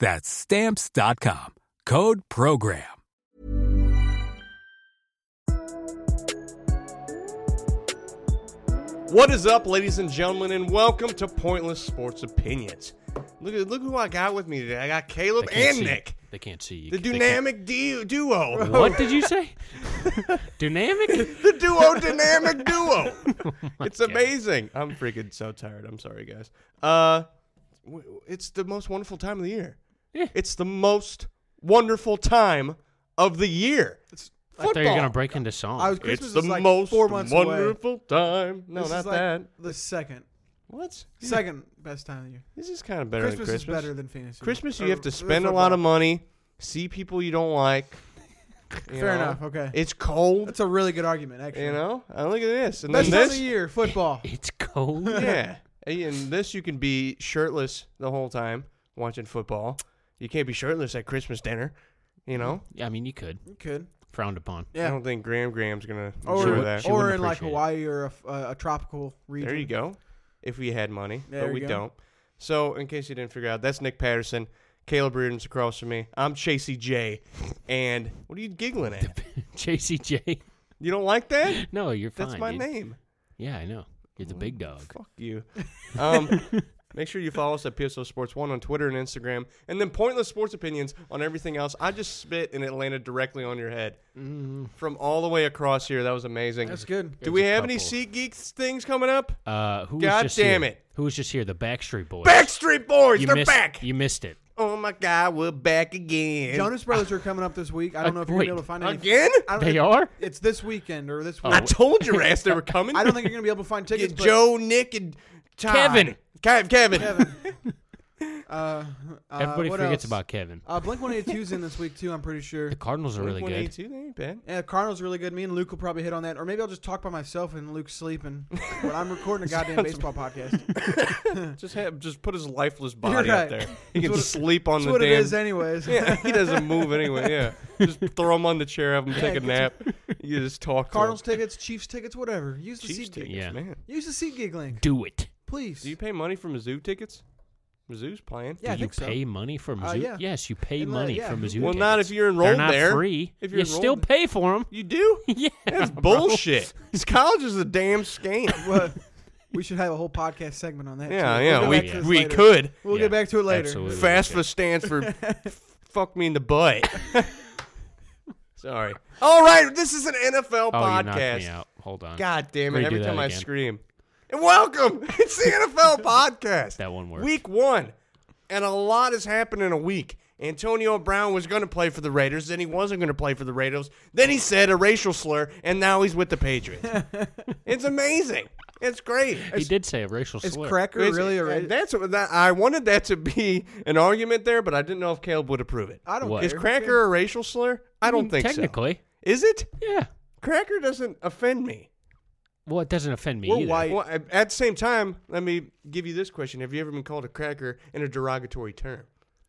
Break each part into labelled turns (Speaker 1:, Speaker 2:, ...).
Speaker 1: That's stamps.com. Code program.
Speaker 2: What is up, ladies and gentlemen, and welcome to Pointless Sports Opinions. Look at look who I got with me today. I got Caleb
Speaker 3: They can't
Speaker 2: and
Speaker 3: see-
Speaker 2: Nick,
Speaker 3: They can't see you.
Speaker 2: the
Speaker 3: They can't-
Speaker 2: dynamic du- duo,
Speaker 3: What did you say? dynamic?
Speaker 2: the duo dynamic duo. it's amazing. I'm freaking so tired. I'm sorry, guys. Uh, w- w- it's the most wonderful time of the year.
Speaker 3: Yeah.
Speaker 2: It's the most wonderful time of the year. It's
Speaker 3: I thought you were gonna break into song.
Speaker 4: I was Christmas
Speaker 2: it's the
Speaker 4: is like
Speaker 2: most
Speaker 4: four months away.
Speaker 2: wonderful time. No,
Speaker 4: This
Speaker 2: not
Speaker 4: is like
Speaker 2: that.
Speaker 4: The second,
Speaker 2: What?
Speaker 4: second best time of the year.
Speaker 2: This is kind of better
Speaker 4: Christmas,
Speaker 2: than
Speaker 4: is better than fantasy.
Speaker 2: Christmas,
Speaker 4: Or
Speaker 2: you have to
Speaker 4: the
Speaker 2: spend a lot of
Speaker 4: football.
Speaker 2: money, see people you don't like. you
Speaker 4: Fair
Speaker 2: know.
Speaker 4: enough, okay.
Speaker 2: It's cold.
Speaker 4: That's a really good argument, actually.
Speaker 2: you know, and look at this, and then
Speaker 4: best time of the
Speaker 2: this.
Speaker 4: year, football.
Speaker 3: it's cold.
Speaker 2: yeah, and this you can be shirtless the whole time watching football. You can't be shirtless at Christmas dinner. You know,
Speaker 3: Yeah, I mean, you could
Speaker 4: You could,
Speaker 3: frowned upon.
Speaker 2: I
Speaker 4: yeah. Oh,
Speaker 2: don't think Graham Graham's gonna
Speaker 4: Or,
Speaker 2: enjoy
Speaker 3: would-
Speaker 2: that.
Speaker 3: she
Speaker 4: or
Speaker 3: wouldn't
Speaker 4: in like
Speaker 3: appreciate it.
Speaker 4: Hawaii or a, f- uh, a tropical region.
Speaker 2: There you go. If we had money,
Speaker 4: There
Speaker 2: but we
Speaker 4: we go.
Speaker 2: don't. So, in case you didn't figure out, that's Nick Patterson. Caleb Reardon's across from me. I'm Chasey J. And what are you giggling at?
Speaker 3: JCJ.
Speaker 2: You don't like that?
Speaker 3: No, you're fine.
Speaker 2: That's my
Speaker 3: dude.
Speaker 2: name.
Speaker 3: Yeah, I know. You're the big dog.
Speaker 2: Fuck you. Um, make sure you follow us at PSO Sports One on Twitter and Instagram, and then pointless sports opinions on everything else. I just spit and it landed directly on your head from all the way across here. That was amazing.
Speaker 4: That's good.
Speaker 2: Do we
Speaker 3: There's a
Speaker 2: have any
Speaker 3: couple.
Speaker 2: Sea Geeks things coming up?
Speaker 3: Uh, who
Speaker 2: God
Speaker 3: was just
Speaker 2: damn
Speaker 3: here?
Speaker 2: it.
Speaker 3: Who was just here? The Backstreet Boys.
Speaker 2: Backstreet Boys,
Speaker 3: you
Speaker 2: they're
Speaker 3: missed,
Speaker 2: back.
Speaker 3: You missed it.
Speaker 2: Oh my God, we're back again.
Speaker 4: Jonas Brothers are coming up this week. I don't know if you're
Speaker 3: Wait,
Speaker 4: gonna be able to find any
Speaker 2: again?
Speaker 4: I don't,
Speaker 3: They
Speaker 4: it-
Speaker 3: are. Oh,
Speaker 4: It's this weekend or this week.
Speaker 2: I told your ass they were coming.
Speaker 4: I don't think you're gonna be able to find
Speaker 2: Get
Speaker 4: tickets. but,
Speaker 2: Joe, Nick, and Todd.
Speaker 3: Kevin.
Speaker 2: Kev, Kevin.
Speaker 4: Uh, uh,
Speaker 3: Everybody
Speaker 4: what
Speaker 3: forgets
Speaker 4: else?
Speaker 3: about Kevin.
Speaker 4: Uh, Blink 182's in this week too. I'm pretty sure.
Speaker 3: The Cardinals are really good.
Speaker 2: Blink-182, they ain't bad.
Speaker 4: Yeah, Cardinals are really good. Me and Luke will probably hit on that, or maybe I'll just talk by myself and Luke's sleeping. but I'm recording a goddamn baseball podcast.
Speaker 2: Just have, just put his lifeless body
Speaker 4: You're
Speaker 2: out
Speaker 4: right.
Speaker 2: there. He can
Speaker 4: That's what-
Speaker 2: sleep on
Speaker 4: That's
Speaker 2: the
Speaker 4: what
Speaker 2: damn.
Speaker 4: it is, anyways.
Speaker 2: Yeah, he doesn't move anyway. Yeah, just throw him on the chair, have him take a nap. You just talk.
Speaker 4: Cardinals
Speaker 2: to him.
Speaker 4: tickets, Chiefs tickets, whatever. Use the
Speaker 2: Chiefs
Speaker 4: seat
Speaker 2: tickets,
Speaker 3: Yeah.
Speaker 2: man.
Speaker 4: Use the seat gig link,
Speaker 3: Do it.
Speaker 4: please.
Speaker 2: Do you pay money for Mizzou tickets? Mizzou's playing.
Speaker 4: yeah, I
Speaker 3: Do you
Speaker 4: think so.
Speaker 3: pay money for Mizzou?
Speaker 4: Uh, yeah.
Speaker 3: Yes, you pay
Speaker 4: And, uh,
Speaker 3: money
Speaker 4: yeah.
Speaker 3: for Mizzou.
Speaker 2: Well, not
Speaker 3: tickets.
Speaker 2: if you're enrolled
Speaker 3: They're not
Speaker 2: there.
Speaker 3: free.
Speaker 2: If
Speaker 3: you
Speaker 2: you're
Speaker 3: still
Speaker 2: enrolled-
Speaker 3: pay for them.
Speaker 2: You do?
Speaker 3: Yeah,
Speaker 2: That's
Speaker 3: bro.
Speaker 2: bullshit. This college is a damn scam.
Speaker 4: Well, we should have a whole podcast segment on that.
Speaker 2: Yeah,
Speaker 4: too.
Speaker 2: yeah, we-
Speaker 4: We'll get back to this
Speaker 2: we
Speaker 4: later.
Speaker 2: could.
Speaker 4: We'll
Speaker 3: Yeah,
Speaker 4: get back to it later.
Speaker 3: absolutely.
Speaker 2: FAFSA stands for f- fuck me in the butt. Sorry. All right, this is an NFL
Speaker 3: Oh, you knocked me
Speaker 2: podcast.
Speaker 3: out. Hold on.
Speaker 2: God damn it!
Speaker 3: Redo
Speaker 2: Every
Speaker 3: that
Speaker 2: time I
Speaker 3: again.
Speaker 2: scream. And welcome. It's the NFL podcast.
Speaker 3: That one worked.
Speaker 2: Week one, and a lot has happened in a week. Antonio Brown was going to play for the Raiders, then he wasn't going to play for the Raiders. Then he said a racial slur, and now he's with the Patriots. it's amazing. It's great.
Speaker 3: He did say a racial
Speaker 4: Is
Speaker 3: slur.
Speaker 4: Cracker
Speaker 2: It's-
Speaker 4: really a
Speaker 2: uh,
Speaker 4: ra-
Speaker 2: That's what that, I wanted that to be an argument there, but I didn't know if Caleb would approve it.
Speaker 4: I don't
Speaker 3: What?
Speaker 4: care.
Speaker 2: Is cracker a racial slur? I don't
Speaker 3: mean,
Speaker 2: think
Speaker 3: technically.
Speaker 2: so. Is it?
Speaker 3: Yeah.
Speaker 2: Cracker doesn't offend me.
Speaker 3: Well, it doesn't offend me
Speaker 4: We're
Speaker 3: either.
Speaker 4: white.
Speaker 2: Well, I- at the same time, let me give you this question: Have you ever been called a cracker in a derogatory term?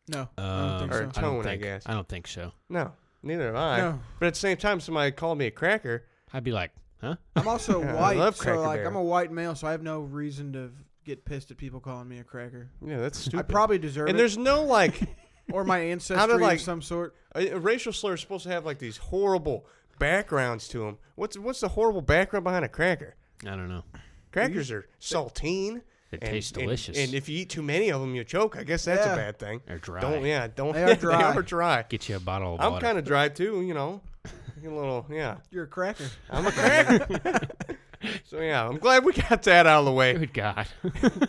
Speaker 4: No, I
Speaker 3: Um,
Speaker 4: don't
Speaker 2: or
Speaker 4: think so.
Speaker 2: tone, I
Speaker 3: think,
Speaker 2: guess.
Speaker 3: I don't think so.
Speaker 2: No, neither have I.
Speaker 4: No.
Speaker 2: But at the same time, somebody called me a cracker.
Speaker 3: I'd be like, huh?
Speaker 4: I'm also
Speaker 2: Yeah, I
Speaker 4: white,
Speaker 2: love
Speaker 4: so
Speaker 2: Cracker
Speaker 4: like
Speaker 2: Barrel.
Speaker 4: I'm a white male, so I have no reason to get pissed at people calling me a cracker.
Speaker 2: Yeah, that's stupid.
Speaker 4: I probably deserve
Speaker 2: and
Speaker 4: it,
Speaker 2: there's no like
Speaker 4: or my ancestry
Speaker 2: like-
Speaker 4: of some sort.
Speaker 2: a, a racial slur is supposed to have like these horrible backgrounds to them. What's what's the horrible background behind a cracker?
Speaker 3: I don't know.
Speaker 2: Crackers are saltine.
Speaker 3: They taste delicious.
Speaker 2: And, if you eat too many of them, you'll choke. I guess that's
Speaker 4: Yeah.
Speaker 2: a bad thing.
Speaker 3: They're dry.
Speaker 2: Don't yeah, don't
Speaker 4: They are
Speaker 2: they
Speaker 4: dry.
Speaker 2: are dry.
Speaker 3: Get you a bottle of
Speaker 2: I'm
Speaker 3: water.
Speaker 2: kind of dry too, you know. A little, yeah.
Speaker 4: You're a cracker.
Speaker 2: I'm a cracker. so yeah, I'm glad we got that out of the way.
Speaker 3: Good God.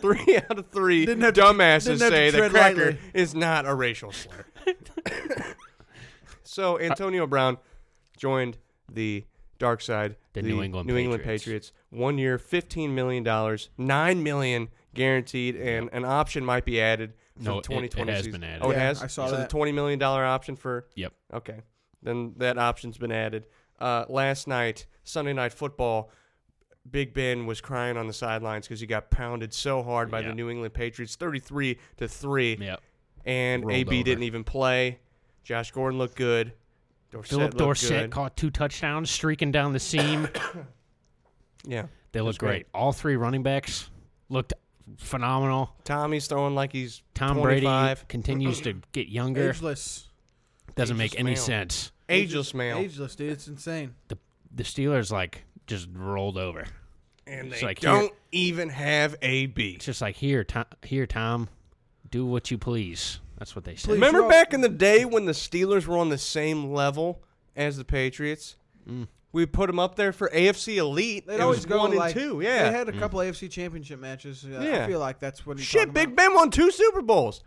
Speaker 2: Three out of three
Speaker 4: Didn't have to-
Speaker 2: dumbasses
Speaker 4: didn't have to
Speaker 2: say that
Speaker 4: tread
Speaker 2: cracker
Speaker 4: lightly.
Speaker 2: is not a racial slur. so Antonio Brown joined the dark side,
Speaker 3: The New England Patriots.
Speaker 2: Patriots. One year, fifteen million dollars, nine million guaranteed, and an option might be added for
Speaker 3: No,
Speaker 2: the
Speaker 3: it- it
Speaker 2: 2020
Speaker 3: has
Speaker 2: season.
Speaker 3: been added.
Speaker 2: Oh, it
Speaker 4: Yeah,
Speaker 2: has.
Speaker 4: I saw
Speaker 2: so the
Speaker 4: that.
Speaker 2: 20 million dollar option for
Speaker 3: yep.
Speaker 2: Okay. Then that option's been added. Uh, last night, Sunday night football, Big Ben was crying on the sidelines because he got pounded so hard by the
Speaker 3: Yeah.
Speaker 2: New England Patriots, thirty-three to three,
Speaker 3: Yep.
Speaker 2: and
Speaker 3: Rolled
Speaker 2: AB
Speaker 3: over.
Speaker 2: didn't even play. Josh Gordon looked good. Dorsett
Speaker 3: Philip
Speaker 2: looked
Speaker 3: Dorsett
Speaker 2: good.
Speaker 3: caught two touchdowns, streaking down the seam.
Speaker 2: Yeah,
Speaker 3: They look
Speaker 2: great.
Speaker 3: great. All three running backs looked phenomenal.
Speaker 2: Tommy's throwing like he's
Speaker 3: Tom
Speaker 2: 25.
Speaker 3: Brady continues to get younger.
Speaker 4: Ageless.
Speaker 3: Doesn't make any
Speaker 2: male.
Speaker 3: sense.
Speaker 2: ageless male,
Speaker 4: Ageless, dude. It's insane.
Speaker 3: The the Steelers like just rolled over.
Speaker 2: and
Speaker 3: It's
Speaker 2: they
Speaker 3: like,
Speaker 2: don't even have AB.
Speaker 3: It's just like here, Tom, here, Tom, do what you please. That's what they say.
Speaker 4: Please.
Speaker 2: Remember
Speaker 4: Rob-
Speaker 2: back in the day when the Steelers were on the same level as the Patriots? We put them up there for AFC Elite.
Speaker 4: They'd
Speaker 2: it
Speaker 4: always
Speaker 2: was
Speaker 4: go
Speaker 2: one
Speaker 4: like-
Speaker 2: and two. Yeah. Mm.
Speaker 4: They had a couple AFC Championship matches. Uh,
Speaker 2: Yeah.
Speaker 4: I feel like that's what. he's
Speaker 2: Shit,
Speaker 4: talking
Speaker 2: Big
Speaker 4: about.
Speaker 2: Ben won two Super Bowls.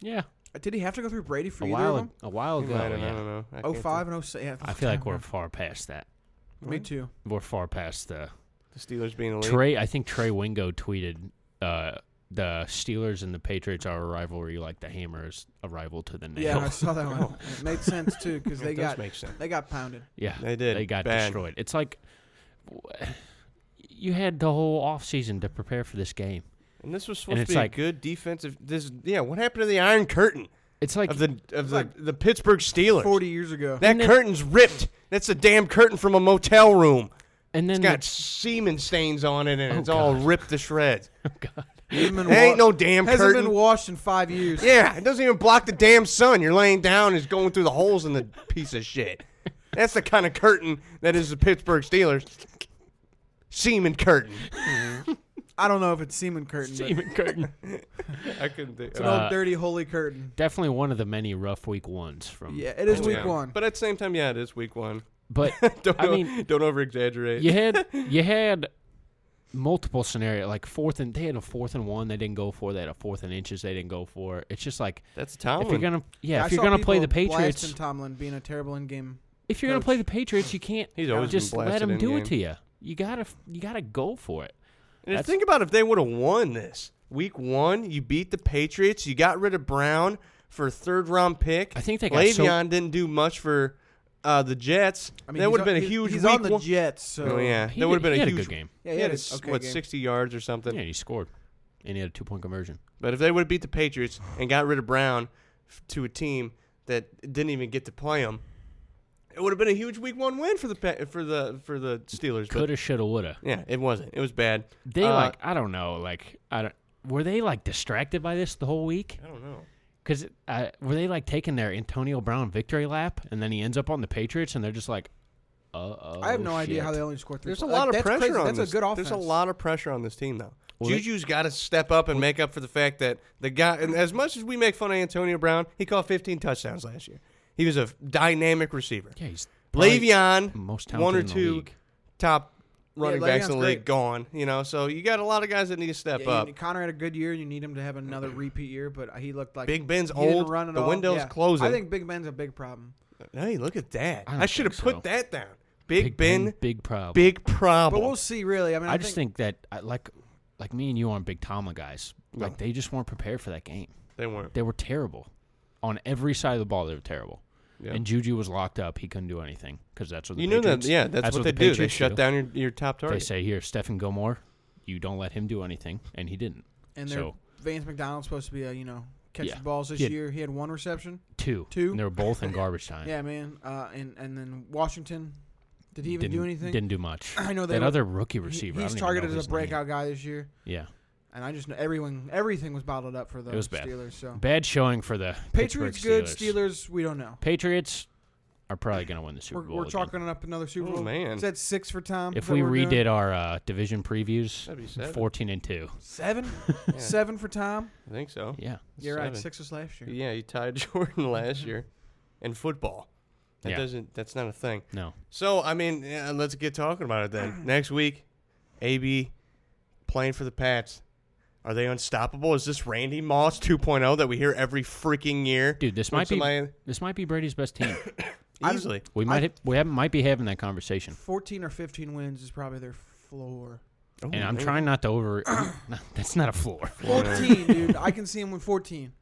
Speaker 3: Yeah,
Speaker 4: Did he have to go through Brady for
Speaker 3: a
Speaker 4: either
Speaker 3: while,
Speaker 4: of
Speaker 3: ag-
Speaker 4: them?
Speaker 3: a while ago.
Speaker 2: I don't know, I
Speaker 3: yeah.
Speaker 2: don't know. I
Speaker 4: Oh
Speaker 2: can't
Speaker 4: five and oh six. Yeah,
Speaker 3: I feel like we're far past that.
Speaker 4: Me too.
Speaker 3: We're far past the
Speaker 2: think The Steelers being elite.
Speaker 3: Trey. I think Trey Wingo tweeted uh, the Steelers and the Patriots are a rivalry like the hammer is a rival to the nail.
Speaker 4: Yeah, I saw that one. It made sense too because they
Speaker 2: does
Speaker 4: got
Speaker 2: make sense.
Speaker 4: they got pounded.
Speaker 3: Yeah,
Speaker 2: They did.
Speaker 3: They got
Speaker 2: Bad.
Speaker 3: destroyed. It's like w- you had the whole offseason to prepare for this game.
Speaker 2: and this was supposed
Speaker 3: And
Speaker 2: to
Speaker 3: it's
Speaker 2: be
Speaker 3: like-
Speaker 2: a good defensive. This, yeah. What happened to the Iron Curtain
Speaker 3: It's like
Speaker 2: of the of the, the Pittsburgh Steelers?
Speaker 4: Forty years ago.
Speaker 2: that curtain's ripped. That's a damn curtain from a motel room.
Speaker 3: and then
Speaker 2: It's got semen stains on it, and
Speaker 3: Oh,
Speaker 2: it's all
Speaker 3: God.
Speaker 2: ripped to shreds.
Speaker 4: Ain't
Speaker 2: ain't no damn
Speaker 4: Hasn't
Speaker 2: curtain.
Speaker 4: been washed in five years.
Speaker 2: Yeah, it doesn't even block the damn sun. You're laying down, it's going through the holes in the piece of shit. That's the kind of curtain that is the Pittsburgh Steelers. Semen curtain.
Speaker 4: I don't know if it's semen curtain,
Speaker 3: the
Speaker 4: but
Speaker 3: Steven Curtin.
Speaker 2: I couldn't think. oh,
Speaker 4: it's an
Speaker 3: uh,
Speaker 4: old dirty holy curtain.
Speaker 3: Definitely one of the many rough week ones from.
Speaker 4: Yeah, it is week one.
Speaker 2: Oh, But at the same time, yeah, it is week one.
Speaker 3: But
Speaker 2: Don't
Speaker 3: I mean,
Speaker 2: don't over exaggerate.
Speaker 3: you had you had multiple scenario like fourth and they had a fourth and one they didn't go for. They had a fourth and inches they didn't go for. It's just like
Speaker 2: That's
Speaker 3: if you're
Speaker 2: Tomlin.
Speaker 3: gonna yeah
Speaker 4: I
Speaker 3: if you're
Speaker 4: saw
Speaker 3: gonna play the
Speaker 4: people
Speaker 3: Patriots
Speaker 4: blasting Tomlin being a terrible in game.
Speaker 3: if you're gonna play the Patriots you can't
Speaker 2: He's always been
Speaker 3: just let
Speaker 2: blasted
Speaker 3: them
Speaker 2: in
Speaker 3: do
Speaker 2: game.
Speaker 3: it to you. You gotta f- you gotta go for it.
Speaker 2: And
Speaker 3: That's-
Speaker 2: think about if they would have won this week one. You beat the Patriots. You got rid of Brown for a third round pick.
Speaker 3: I think they got so-
Speaker 2: Le'Veon didn't do much for uh, the Jets.
Speaker 4: I mean,
Speaker 2: that
Speaker 4: he's
Speaker 2: would have
Speaker 4: on-
Speaker 2: been a
Speaker 4: he's-
Speaker 2: huge
Speaker 4: He's
Speaker 2: week
Speaker 4: on the
Speaker 2: one.
Speaker 4: Jets, so
Speaker 2: oh yeah,
Speaker 3: He
Speaker 2: that would have
Speaker 3: did-
Speaker 2: been
Speaker 3: he
Speaker 2: a
Speaker 3: had a
Speaker 2: huge
Speaker 3: good game.
Speaker 4: Yeah,
Speaker 2: he
Speaker 4: he
Speaker 2: had
Speaker 4: had
Speaker 2: s-
Speaker 4: a okay
Speaker 2: what
Speaker 4: game.
Speaker 2: sixty yards or something.
Speaker 3: Yeah, and he scored, and he had a two point conversion.
Speaker 2: But if they would have beat the Patriots and got rid of Brown f- to a team that didn't even get to play him, it would have been a huge Week One win for the pa- for the for the Steelers. But
Speaker 3: Coulda, shoulda, woulda.
Speaker 2: yeah, it wasn't. It was bad.
Speaker 3: They
Speaker 2: Uh,
Speaker 3: like I don't know like I don't. Were they like distracted by this the whole week?
Speaker 2: I don't know.
Speaker 3: Because uh, were they like taking their Antonio Brown victory lap, and then he ends up on the Patriots, and they're just like, uh oh.
Speaker 4: I have no idea how they only scored three.
Speaker 2: There's a
Speaker 4: points.
Speaker 2: lot
Speaker 4: Like,
Speaker 2: of
Speaker 4: that's
Speaker 2: pressure
Speaker 4: crazy.
Speaker 2: on
Speaker 4: That's
Speaker 2: this.
Speaker 4: a good offense.
Speaker 2: There's a lot of pressure on this team though.
Speaker 3: Well, they-
Speaker 2: Juju's got to step up and make up for the fact that the guy. And as much as we make fun of Antonio Brown, he caught 15 touchdowns last year. He was a f- dynamic receiver.
Speaker 3: Yeah, he's probably
Speaker 2: Le'Veon,
Speaker 3: most talented
Speaker 2: one or
Speaker 3: in the
Speaker 2: two
Speaker 3: league.
Speaker 2: top running backs in the
Speaker 4: Le'Veon's
Speaker 2: league
Speaker 4: great.
Speaker 2: gone. You know, so you got a lot of guys that need to step
Speaker 4: Yeah,
Speaker 2: up.
Speaker 4: you- Connor had a good year. You need him to have another repeat year, but he looked like
Speaker 2: Big Ben's
Speaker 4: he didn't
Speaker 2: old.
Speaker 4: Run at
Speaker 2: The
Speaker 4: all.
Speaker 2: window's
Speaker 4: Yeah.
Speaker 2: closing.
Speaker 4: I think Big Ben's a big problem.
Speaker 2: Hey, look at that!
Speaker 3: I don't
Speaker 2: I, should have
Speaker 3: think
Speaker 2: put
Speaker 3: so.
Speaker 2: that down. Big,
Speaker 3: Big
Speaker 2: Ben,
Speaker 3: Ben, big problem.
Speaker 2: Big problem.
Speaker 4: But we'll see. Really, I mean, I,
Speaker 3: I just think, that I, like like me and you aren't big Tama guys. Like
Speaker 2: No.
Speaker 3: they just weren't prepared for that game.
Speaker 2: they weren't.
Speaker 3: They were terrible on every side of the ball. They were terrible.
Speaker 2: Yeah.
Speaker 3: And Juju was locked up. He couldn't do anything because that's what the
Speaker 2: you knew that,
Speaker 3: Patriots-
Speaker 2: yeah. That's, what, they
Speaker 3: the
Speaker 2: do. They
Speaker 3: Patriots
Speaker 2: shut down your, your top
Speaker 3: They
Speaker 2: target.
Speaker 3: say here, Stephen Gilmore, you don't let him do anything, and he didn't.
Speaker 4: and they're
Speaker 3: so
Speaker 4: Vance McDonald's supposed to be a you know catch
Speaker 3: Yeah.
Speaker 4: the balls this
Speaker 3: He had-
Speaker 4: year. He had one reception.
Speaker 3: two,
Speaker 4: Two.
Speaker 3: and they were both in garbage time.
Speaker 4: Yeah, man. Uh, and and then Washington Did he even
Speaker 3: didn't,
Speaker 4: do anything?
Speaker 3: Didn't do much.
Speaker 4: I know they
Speaker 3: that
Speaker 4: were-
Speaker 3: other rookie
Speaker 4: He-
Speaker 3: receiver. I
Speaker 4: he's
Speaker 3: don't even know
Speaker 4: targeted as
Speaker 3: his
Speaker 4: a
Speaker 3: name.
Speaker 4: breakout guy this year,
Speaker 3: Yeah,
Speaker 4: and I just know everyone everything was bottled up for the
Speaker 3: it was bad.
Speaker 4: Steelers. So
Speaker 3: Bad showing for the
Speaker 4: Oh. Patriots
Speaker 3: Pittsburgh
Speaker 4: good,
Speaker 3: Steelers.
Speaker 4: Steelers we don't know.
Speaker 3: Patriots are probably going to win the Super
Speaker 4: We're,
Speaker 3: Bowl.
Speaker 4: we're
Speaker 3: again.
Speaker 4: chalking up another Super
Speaker 2: Oh,
Speaker 4: Bowl.
Speaker 2: man.
Speaker 4: is that six for Tom? Is
Speaker 3: If
Speaker 4: that
Speaker 3: we
Speaker 4: what we're
Speaker 3: redid
Speaker 4: doing?
Speaker 3: our uh, division previews,
Speaker 2: That'd be seven.
Speaker 3: fourteen and two.
Speaker 4: seven, seven for Tom.
Speaker 2: I think so.
Speaker 3: Yeah,
Speaker 4: You're right.
Speaker 2: Seven.
Speaker 4: Six was last year.
Speaker 2: Yeah, you tied Jordan last year in football. That
Speaker 3: Yeah.
Speaker 2: doesn't. That's not a thing.
Speaker 3: no,
Speaker 2: So I mean, yeah, let's get talking about it then. Next week, AB playing for the Pats. Are they unstoppable? Is this Randy Moss 2.0 that we hear every freaking year?
Speaker 3: dude, this
Speaker 2: When
Speaker 3: might be
Speaker 2: somebody-
Speaker 3: this might be Brady's best team.
Speaker 2: easily.
Speaker 3: We might ha- we have, might be having that conversation,
Speaker 4: Fourteen or fifteen wins is probably their floor.
Speaker 2: Oh,
Speaker 3: and I'm trying not to over. no, that's not a floor.
Speaker 4: Fourteen, dude. I can see him with fourteen.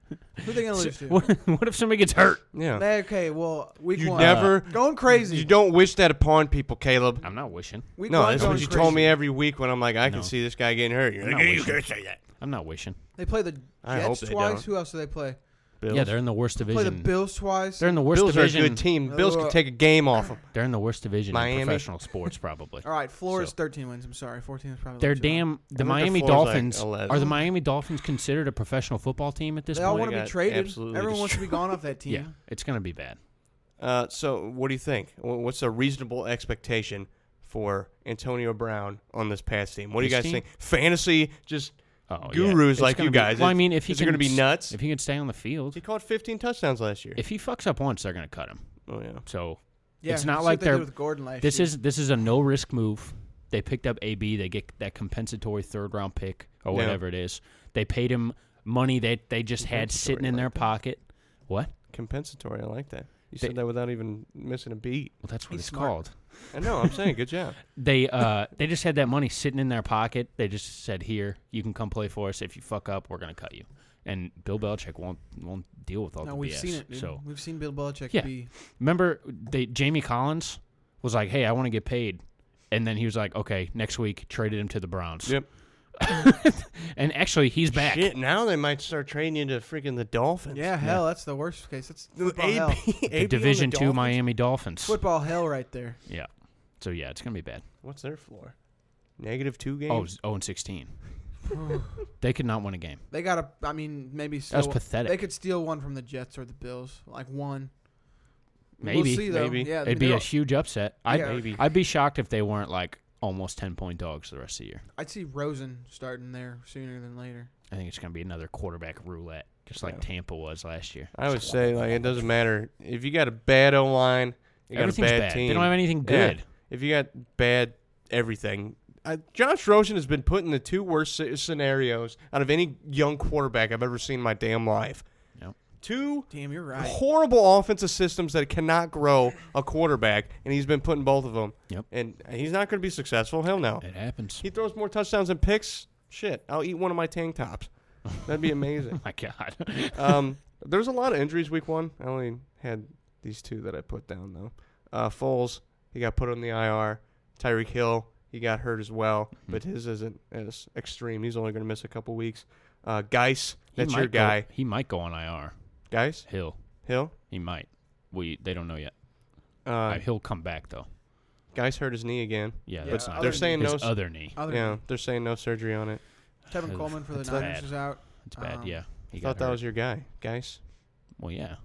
Speaker 4: Who they gonna lose to?
Speaker 3: What, what if somebody gets hurt?
Speaker 2: Yeah.
Speaker 4: Nah, Okay, well, week
Speaker 2: You
Speaker 4: one.
Speaker 2: never-
Speaker 4: going crazy.
Speaker 2: You don't wish that upon people, Caleb.
Speaker 3: I'm not wishing.
Speaker 4: Week
Speaker 2: No,
Speaker 4: one
Speaker 2: that's what
Speaker 4: going
Speaker 2: you
Speaker 4: crazy.
Speaker 2: told me every week when I'm like, I
Speaker 3: No.
Speaker 2: can see this guy getting hurt. You're
Speaker 3: I'm
Speaker 2: like,
Speaker 3: not
Speaker 2: you
Speaker 3: wishing.
Speaker 2: can't say that.
Speaker 3: I'm not wishing.
Speaker 4: They play the
Speaker 2: I
Speaker 4: Jets
Speaker 2: hope they
Speaker 4: twice.
Speaker 2: don't.
Speaker 4: Who else do they play?
Speaker 2: Bills.
Speaker 3: Yeah, they're in the worst
Speaker 4: Play the
Speaker 3: division.
Speaker 4: Bills twice.
Speaker 3: They're in the worst
Speaker 2: Bills are a
Speaker 3: division.
Speaker 2: good team. Bills
Speaker 4: Uh,
Speaker 2: could take a game off them.
Speaker 3: They're in the worst division
Speaker 2: Miami.
Speaker 3: in professional sports, probably.
Speaker 4: All right, floor is
Speaker 3: So-
Speaker 4: thirteen wins. I'm sorry, fourteen is probably.
Speaker 3: They're
Speaker 4: too high.
Speaker 3: damn. The
Speaker 2: think the
Speaker 3: Miami
Speaker 2: floor's like
Speaker 3: Dolphins
Speaker 2: 11.
Speaker 3: are the Miami Dolphins considered a professional football team at this
Speaker 4: They all
Speaker 3: point?
Speaker 4: want to
Speaker 2: got
Speaker 4: be traded.
Speaker 2: absolutely
Speaker 4: Everyone wants to be gone off that team.
Speaker 3: yeah, it's gonna be bad.
Speaker 2: Uh, so, what do you think? Wh- What's a reasonable expectation for Antonio Brown on this pass team? What do you
Speaker 3: This
Speaker 2: guys
Speaker 3: team?
Speaker 2: think? Fantasy just
Speaker 3: Oh, yeah.
Speaker 2: gurus
Speaker 3: It's
Speaker 2: like
Speaker 3: gonna
Speaker 2: you
Speaker 3: be-
Speaker 2: guys.
Speaker 3: well, I mean, if he
Speaker 2: is going to
Speaker 3: can
Speaker 2: be
Speaker 3: s-
Speaker 2: nuts,
Speaker 3: if he can stay on the field,
Speaker 2: he caught 15 touchdowns last year.
Speaker 3: if he fucks up once, they're gonna cut him.
Speaker 2: oh yeah.
Speaker 3: So
Speaker 4: Yeah,
Speaker 3: it's not like
Speaker 4: see what they did
Speaker 3: they're.
Speaker 4: with Gordon last
Speaker 3: this
Speaker 4: year.
Speaker 3: is this is a no risk move. They picked up AB. They get that compensatory third round pick or
Speaker 2: Yeah.
Speaker 3: whatever it is. They paid him money that they just had
Speaker 2: Compensatory
Speaker 3: sitting in
Speaker 2: like
Speaker 3: their
Speaker 2: that.
Speaker 3: pocket. What?
Speaker 2: Compensatory. I like that. You
Speaker 3: They-
Speaker 2: said that without even missing a beat.
Speaker 3: Well, that's what
Speaker 4: He's
Speaker 3: it's
Speaker 4: smart.
Speaker 3: called.
Speaker 2: I know. I'm saying good job.
Speaker 3: They uh they just had that money sitting in their pocket. They just said, "Here, you can come play for us. If you fuck up, we're gonna cut you." And Bill Belichick won't won't deal with all
Speaker 4: No,
Speaker 3: the
Speaker 4: we've
Speaker 3: BS.
Speaker 4: seen it. Dude.
Speaker 3: So
Speaker 4: we've seen Bill Belichick
Speaker 3: Yeah.
Speaker 4: be.
Speaker 3: remember, they Jamie Collins was like, "Hey, I want to get paid," and then he was like, "Okay, next week." Traded him to the Browns.
Speaker 2: Yep.
Speaker 3: And actually, he's back.
Speaker 2: Shit. Now they might start trading you to freaking the Dolphins.
Speaker 4: Yeah, hell, that's the worst case. That's
Speaker 2: The
Speaker 4: football hell.
Speaker 2: AB on
Speaker 3: The
Speaker 2: the
Speaker 3: Division Two
Speaker 2: Dolphins?
Speaker 3: Miami Dolphins.
Speaker 4: Football hell, right there.
Speaker 3: Yeah. So yeah, it's gonna be bad.
Speaker 2: What's their floor? Negative two games.
Speaker 3: Oh, z- oh, and sixteen. they could not win a game.
Speaker 4: They got to I mean, maybe. Steal,
Speaker 3: was pathetic.
Speaker 4: They could steal one from the Jets or the Bills, like one.
Speaker 3: Maybe.
Speaker 4: We'll see, though.
Speaker 2: Maybe.
Speaker 4: Yeah, I
Speaker 3: It'd
Speaker 4: mean,
Speaker 3: be
Speaker 4: they're-
Speaker 3: a huge upset. I'd,
Speaker 4: Yeah.
Speaker 2: Maybe.
Speaker 3: I'd be shocked if they weren't like almost ten point dogs the rest of the year.
Speaker 4: I'd see Rosen starting there sooner than later.
Speaker 3: I think it's gonna be another quarterback roulette, just like
Speaker 2: Yeah.
Speaker 3: Tampa was last year.
Speaker 2: I would say like it doesn't matter if you got a bad O line, you got a
Speaker 3: Everything's
Speaker 2: bad,
Speaker 3: bad. They
Speaker 2: team.
Speaker 3: don't have anything
Speaker 2: Yeah.
Speaker 3: good.
Speaker 2: If you got bad everything, I, Josh Rosen has been put in the two worst sce- scenarios out of any young quarterback I've ever seen in my damn life.
Speaker 3: Yep.
Speaker 2: Two
Speaker 4: Damn, you're right.
Speaker 2: horrible offensive systems that cannot grow a quarterback, and he's been put in both of them.
Speaker 3: Yep. Eh.
Speaker 2: And he's not going to be successful. Hell no.
Speaker 3: It happens.
Speaker 2: He throws more touchdowns and picks. Shit, I'll eat one of my tank tops. That'd be amazing.
Speaker 3: My God.
Speaker 2: um, there's a lot of injuries week one. I only had these two that I put down though. Uh, Foles, he got put on the IR. Tyreek Hill, he got hurt as well,
Speaker 3: Hmm.
Speaker 2: but his isn't as extreme. He's only going to miss a couple weeks. Uh, Geis,
Speaker 3: He
Speaker 2: that's your
Speaker 3: might go-
Speaker 2: guy.
Speaker 3: he might go on IR.
Speaker 2: Geis
Speaker 3: Hill.
Speaker 2: Hill.
Speaker 3: He might. We they don't know yet.
Speaker 2: Uh,
Speaker 3: Uh, he'll come back though.
Speaker 2: Geis hurt his knee again.
Speaker 3: Yeah,
Speaker 4: Yeah,
Speaker 3: that's
Speaker 4: other
Speaker 3: not
Speaker 2: They're
Speaker 3: good.
Speaker 4: than
Speaker 2: saying
Speaker 3: his
Speaker 2: no.
Speaker 3: other knee.
Speaker 4: Other
Speaker 2: yeah,
Speaker 4: than
Speaker 2: they're saying no surgery on it.
Speaker 4: Tevin Coleman for the
Speaker 3: That's
Speaker 4: Niners
Speaker 3: bad.
Speaker 4: is out.
Speaker 3: It's bad.
Speaker 4: Um,
Speaker 3: yeah,
Speaker 2: Oh.
Speaker 3: he
Speaker 2: I thought that was your guy, Geis.
Speaker 3: Well, yeah.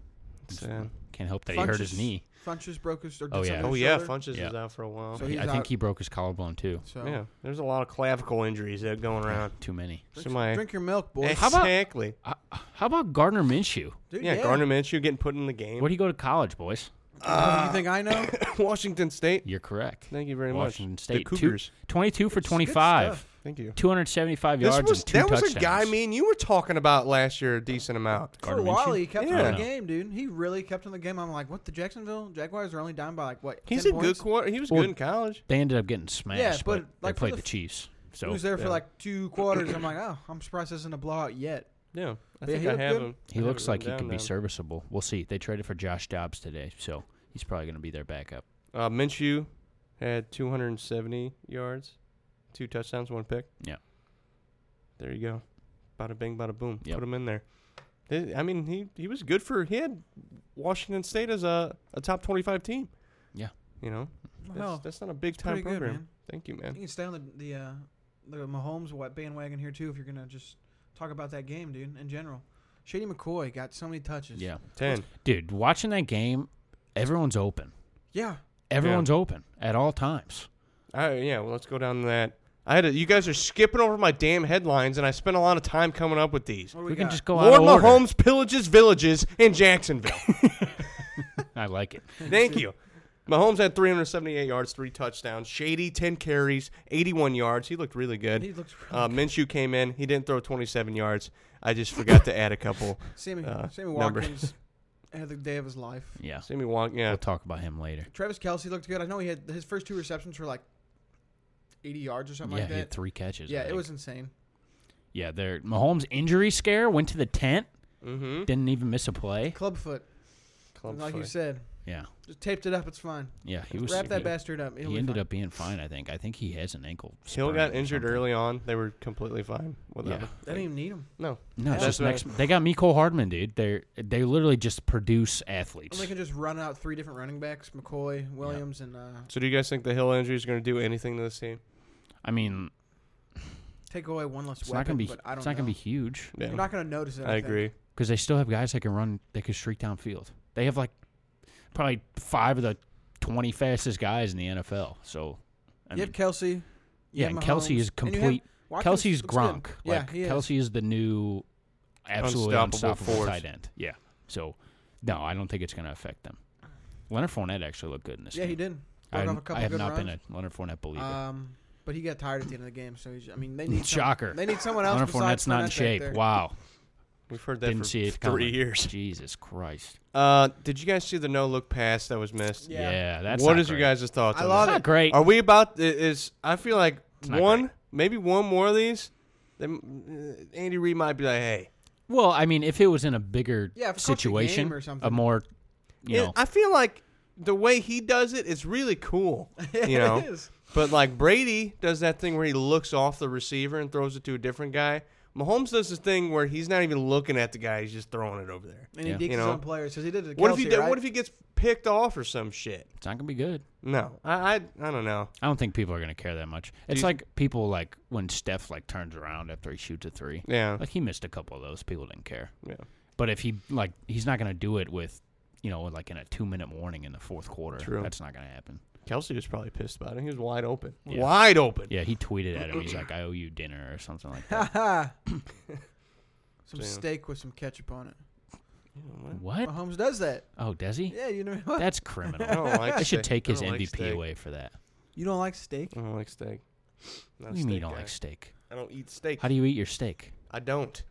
Speaker 2: It's sad.
Speaker 3: Can't help that he hurt his
Speaker 4: Funches-
Speaker 3: knee.
Speaker 4: Funches broke his. Or did
Speaker 3: Oh,
Speaker 4: something
Speaker 3: yeah.
Speaker 4: to
Speaker 2: Oh
Speaker 4: his
Speaker 2: yeah,
Speaker 4: shoulder.
Speaker 2: Funches
Speaker 3: Yeah.
Speaker 2: is out for a while.
Speaker 4: So
Speaker 3: He-
Speaker 4: he's
Speaker 3: I think
Speaker 4: out.
Speaker 3: he broke his collarbone too.
Speaker 4: So
Speaker 2: yeah, there's a lot of clavicle injuries that are going around.
Speaker 3: Too many.
Speaker 4: drink,
Speaker 2: Somebody-
Speaker 4: drink your milk, boy.
Speaker 3: How about-
Speaker 2: exactly?
Speaker 3: Uh, how about Gardner Minshew?
Speaker 4: Dude,
Speaker 2: yeah, Gardner Minshew getting put in the game.
Speaker 3: Where do you go to college, boys?
Speaker 4: What do you think I know?
Speaker 2: Washington State.
Speaker 3: You're correct.
Speaker 2: Thank you very
Speaker 3: Washington
Speaker 2: much.
Speaker 3: State.
Speaker 2: The
Speaker 3: Two-
Speaker 2: Cougars.
Speaker 3: 22 for
Speaker 4: It's good
Speaker 3: 25.
Speaker 4: stuff.
Speaker 2: Thank you.
Speaker 3: 275
Speaker 2: This
Speaker 3: yards
Speaker 2: was
Speaker 3: and two
Speaker 2: that
Speaker 3: touchdowns.
Speaker 2: was a guy me and you were talking about last year a decent amount.
Speaker 4: For a while, he kept
Speaker 2: Yeah.
Speaker 4: in the game, dude. He really kept in the game. I'm like, what? The Jacksonville Jaguars are only down by like what?
Speaker 2: He's
Speaker 4: 10
Speaker 2: a good
Speaker 4: points?
Speaker 2: quarter. He was
Speaker 3: Well,
Speaker 2: good in college.
Speaker 3: They ended up getting smashed,
Speaker 4: Yeah,
Speaker 3: but,
Speaker 4: but, like,
Speaker 3: they
Speaker 4: for
Speaker 3: played
Speaker 4: the
Speaker 3: the,
Speaker 4: f-
Speaker 3: Chiefs.
Speaker 4: He
Speaker 3: So
Speaker 4: was there
Speaker 2: yeah.
Speaker 4: for like two quarters. I'm like, oh, I'm surprised this isn't a blowout yet.
Speaker 2: Yeah, I
Speaker 4: Yeah,
Speaker 2: think
Speaker 4: he
Speaker 2: I
Speaker 4: looked
Speaker 2: have
Speaker 4: good.
Speaker 2: him. I
Speaker 3: he
Speaker 2: have
Speaker 3: looks
Speaker 2: it
Speaker 3: like he
Speaker 2: written
Speaker 3: could be
Speaker 2: down
Speaker 3: serviceable. We'll see. They traded for Josh Dobbs today, so he's probably going to be their backup.
Speaker 2: now. Uh, Minshew had 270 yards, two touchdowns, one pick.
Speaker 3: Yeah.
Speaker 2: There you go. Bada bing, bada boom.
Speaker 3: Yep.
Speaker 2: Put him in there. They- I mean, he he was good for. He had Washington State as a a top 25 team.
Speaker 3: Yeah.
Speaker 2: You know, That's,
Speaker 4: Well,
Speaker 2: that's not a big
Speaker 4: pretty
Speaker 2: time
Speaker 4: good,
Speaker 2: program.
Speaker 4: man.
Speaker 2: Thank you, man.
Speaker 4: You can stay on the the uh, the Mahomes what bandwagon here too if you're gonna just talk about that game, dude. In general, Shady McCoy got so many touches.
Speaker 3: Yeah,
Speaker 2: Ten.
Speaker 3: dude, watching that game, everyone's open.
Speaker 4: Yeah.
Speaker 3: Everyone's open at all times.
Speaker 2: All right, yeah, well, let's go down to that. I had a, you guys are skipping over my damn headlines, and I spent a lot of time coming up with these.
Speaker 4: What do
Speaker 3: We, can
Speaker 4: got?
Speaker 3: just go
Speaker 2: Lord
Speaker 3: out of order.
Speaker 2: Mahomes pillages villages in Jacksonville.
Speaker 3: I like it.
Speaker 2: Thank you. Mahomes had 378 yards, three touchdowns. Shady, 10 carries, 81 yards. He looked really good.
Speaker 4: He looked
Speaker 2: uh, Minshew came in. He didn't throw 27 yards. I just forgot to add a couple.
Speaker 4: Sammy
Speaker 2: uh,
Speaker 4: Sammy
Speaker 2: number.
Speaker 4: Watkins had the day of his life.
Speaker 3: Yeah,
Speaker 2: Sammy Wong, yeah.
Speaker 3: we'll talk about him later.
Speaker 4: Travis Kelsey looked good. I know he had his first two receptions were like eighty yards or something
Speaker 3: yeah,
Speaker 4: like
Speaker 3: he had
Speaker 4: that.
Speaker 3: three catches. I
Speaker 4: Yeah, it
Speaker 3: think.
Speaker 4: was insane.
Speaker 3: Yeah, there. Mahomes injury scare went to the tent.
Speaker 2: Mm-hmm.
Speaker 3: Didn't even miss a play.
Speaker 4: Club foot, like you said,
Speaker 3: Yeah,
Speaker 4: just taped it up. It's fine.
Speaker 3: yeah. He was
Speaker 4: Wrap that
Speaker 3: he-
Speaker 4: bastard up. He'll
Speaker 3: He
Speaker 4: be
Speaker 3: ended
Speaker 4: fine.
Speaker 3: up being fine. I think. I think he has an ankle.
Speaker 2: Hill
Speaker 3: sprain
Speaker 2: got
Speaker 3: or
Speaker 2: injured
Speaker 3: something.
Speaker 2: early on. They were completely fine. Whatever.
Speaker 4: They didn't even need him.
Speaker 2: No.
Speaker 3: No, it's
Speaker 2: That's
Speaker 3: just
Speaker 2: what I-
Speaker 3: next. They got Miko Hardman, dude. They they literally just produce athletes.
Speaker 4: And they can just run out three different running backs: McCoy, Williams, and uh,
Speaker 2: So do you guys think the Hill injury is going to do anything to this team?
Speaker 3: I mean,
Speaker 4: take away one less
Speaker 3: it's
Speaker 4: weapon.
Speaker 3: not gonna be.
Speaker 4: but I don't
Speaker 3: It's not gonna be
Speaker 4: know.
Speaker 3: huge
Speaker 2: Yeah.
Speaker 4: You're not gonna notice it.
Speaker 2: I
Speaker 4: think.
Speaker 2: agree.
Speaker 3: because they still have guys that can run. They can streak downfield. They have like probably five of the twenty fastest guys in the NFL. So, I
Speaker 4: you
Speaker 3: mean,
Speaker 4: have Kelsey. you
Speaker 3: yeah,
Speaker 4: have
Speaker 3: and Kelsey
Speaker 4: Mahomes,
Speaker 3: is
Speaker 4: and you have
Speaker 3: complete.
Speaker 4: Watkins
Speaker 3: Kelsey's
Speaker 4: looks good.
Speaker 3: Gronk.
Speaker 4: Yeah,
Speaker 3: Like,
Speaker 4: he is.
Speaker 3: Kelsey is the new absolutely
Speaker 2: Unstoppable
Speaker 3: unstoppable,
Speaker 2: force.
Speaker 3: tight end. Yeah. So, no, I don't think it's going to affect them. Leonard Fournette actually looked good in this
Speaker 4: Yeah,
Speaker 3: game.
Speaker 4: he did.
Speaker 3: I,
Speaker 4: Broke off
Speaker 3: hadn't- I
Speaker 4: a couple
Speaker 3: have
Speaker 4: good
Speaker 3: not
Speaker 4: runs.
Speaker 3: been a Leonard Fournette believer.
Speaker 4: Um, but he got tired at the end of the game, so he's, I mean, they need some-
Speaker 3: Shocker.
Speaker 4: They need someone else.
Speaker 3: Leonard
Speaker 4: besides
Speaker 3: Fournette's not in
Speaker 4: Fournette back
Speaker 3: shape.
Speaker 4: there.
Speaker 3: Wow.
Speaker 2: We've heard that
Speaker 3: Didn't
Speaker 2: for
Speaker 3: see it
Speaker 2: three
Speaker 3: coming.
Speaker 2: years.
Speaker 3: Jesus Christ.
Speaker 2: Uh, did you guys see the no look pass that was missed?
Speaker 4: Yeah.
Speaker 3: Yeah, that's
Speaker 2: what
Speaker 3: not
Speaker 2: is
Speaker 3: great.
Speaker 2: your guys' thoughts?
Speaker 4: I
Speaker 2: on
Speaker 4: love
Speaker 2: that?
Speaker 3: It's not great.
Speaker 2: Are we about? i- Is I feel like
Speaker 3: not
Speaker 2: one,
Speaker 3: great.
Speaker 2: maybe one more of these. Then uh, Andy Reid might be like, "Hey,
Speaker 3: Well, I mean, if it was in a bigger
Speaker 4: Yeah, if it cost the
Speaker 3: situation
Speaker 4: game or something.
Speaker 3: a more, you
Speaker 2: It-
Speaker 3: know,
Speaker 2: I feel like the way he does it is really cool." You know,
Speaker 4: it is.
Speaker 2: but like Brady does that thing where he looks off the receiver and throws it to a different guy. Mahomes does this thing where he's not even looking at the guy; he's just throwing it over there.
Speaker 4: And
Speaker 3: Yeah.
Speaker 4: he digs
Speaker 2: You
Speaker 4: his
Speaker 2: know.
Speaker 4: own players because he did it. To
Speaker 2: what if he
Speaker 4: Kelsey,
Speaker 2: did,
Speaker 4: Right?
Speaker 2: What if he gets picked off or some shit?
Speaker 3: it's not going to be good.
Speaker 2: No, I I, I don't know.
Speaker 3: I don't think people are going to care that much. It's
Speaker 2: you-
Speaker 3: like people like when Steph like turns around after he shoots a three.
Speaker 2: Yeah,
Speaker 3: Like he missed a couple of those. People didn't care.
Speaker 2: yeah.
Speaker 3: But if he like he's not going to do it with, you know, like in a two minute warning in the fourth quarter.
Speaker 2: True.
Speaker 3: That's not going to happen.
Speaker 2: Kelsey was probably pissed about it. He was wide open,
Speaker 3: Yeah.
Speaker 2: wide open.
Speaker 3: Yeah, he tweeted at him. He's like, "I owe you dinner" or something like that.
Speaker 4: Ha ha. Some
Speaker 2: Damn.
Speaker 4: steak with some ketchup on it.
Speaker 3: what?
Speaker 4: Mahomes does that.
Speaker 3: Oh, does he?
Speaker 4: Yeah, you know what?
Speaker 3: That's
Speaker 2: I
Speaker 3: criminal.
Speaker 2: don't like.
Speaker 3: I should
Speaker 2: steak.
Speaker 3: take his
Speaker 2: I don't like
Speaker 3: MVP
Speaker 2: steak.
Speaker 3: away for that.
Speaker 4: you don't like steak?
Speaker 2: I don't like steak. Not a
Speaker 3: What do you mean
Speaker 2: steak
Speaker 3: you don't
Speaker 2: guy.
Speaker 3: like steak?
Speaker 2: I don't eat steak.
Speaker 3: How do you eat your steak?
Speaker 2: I don't.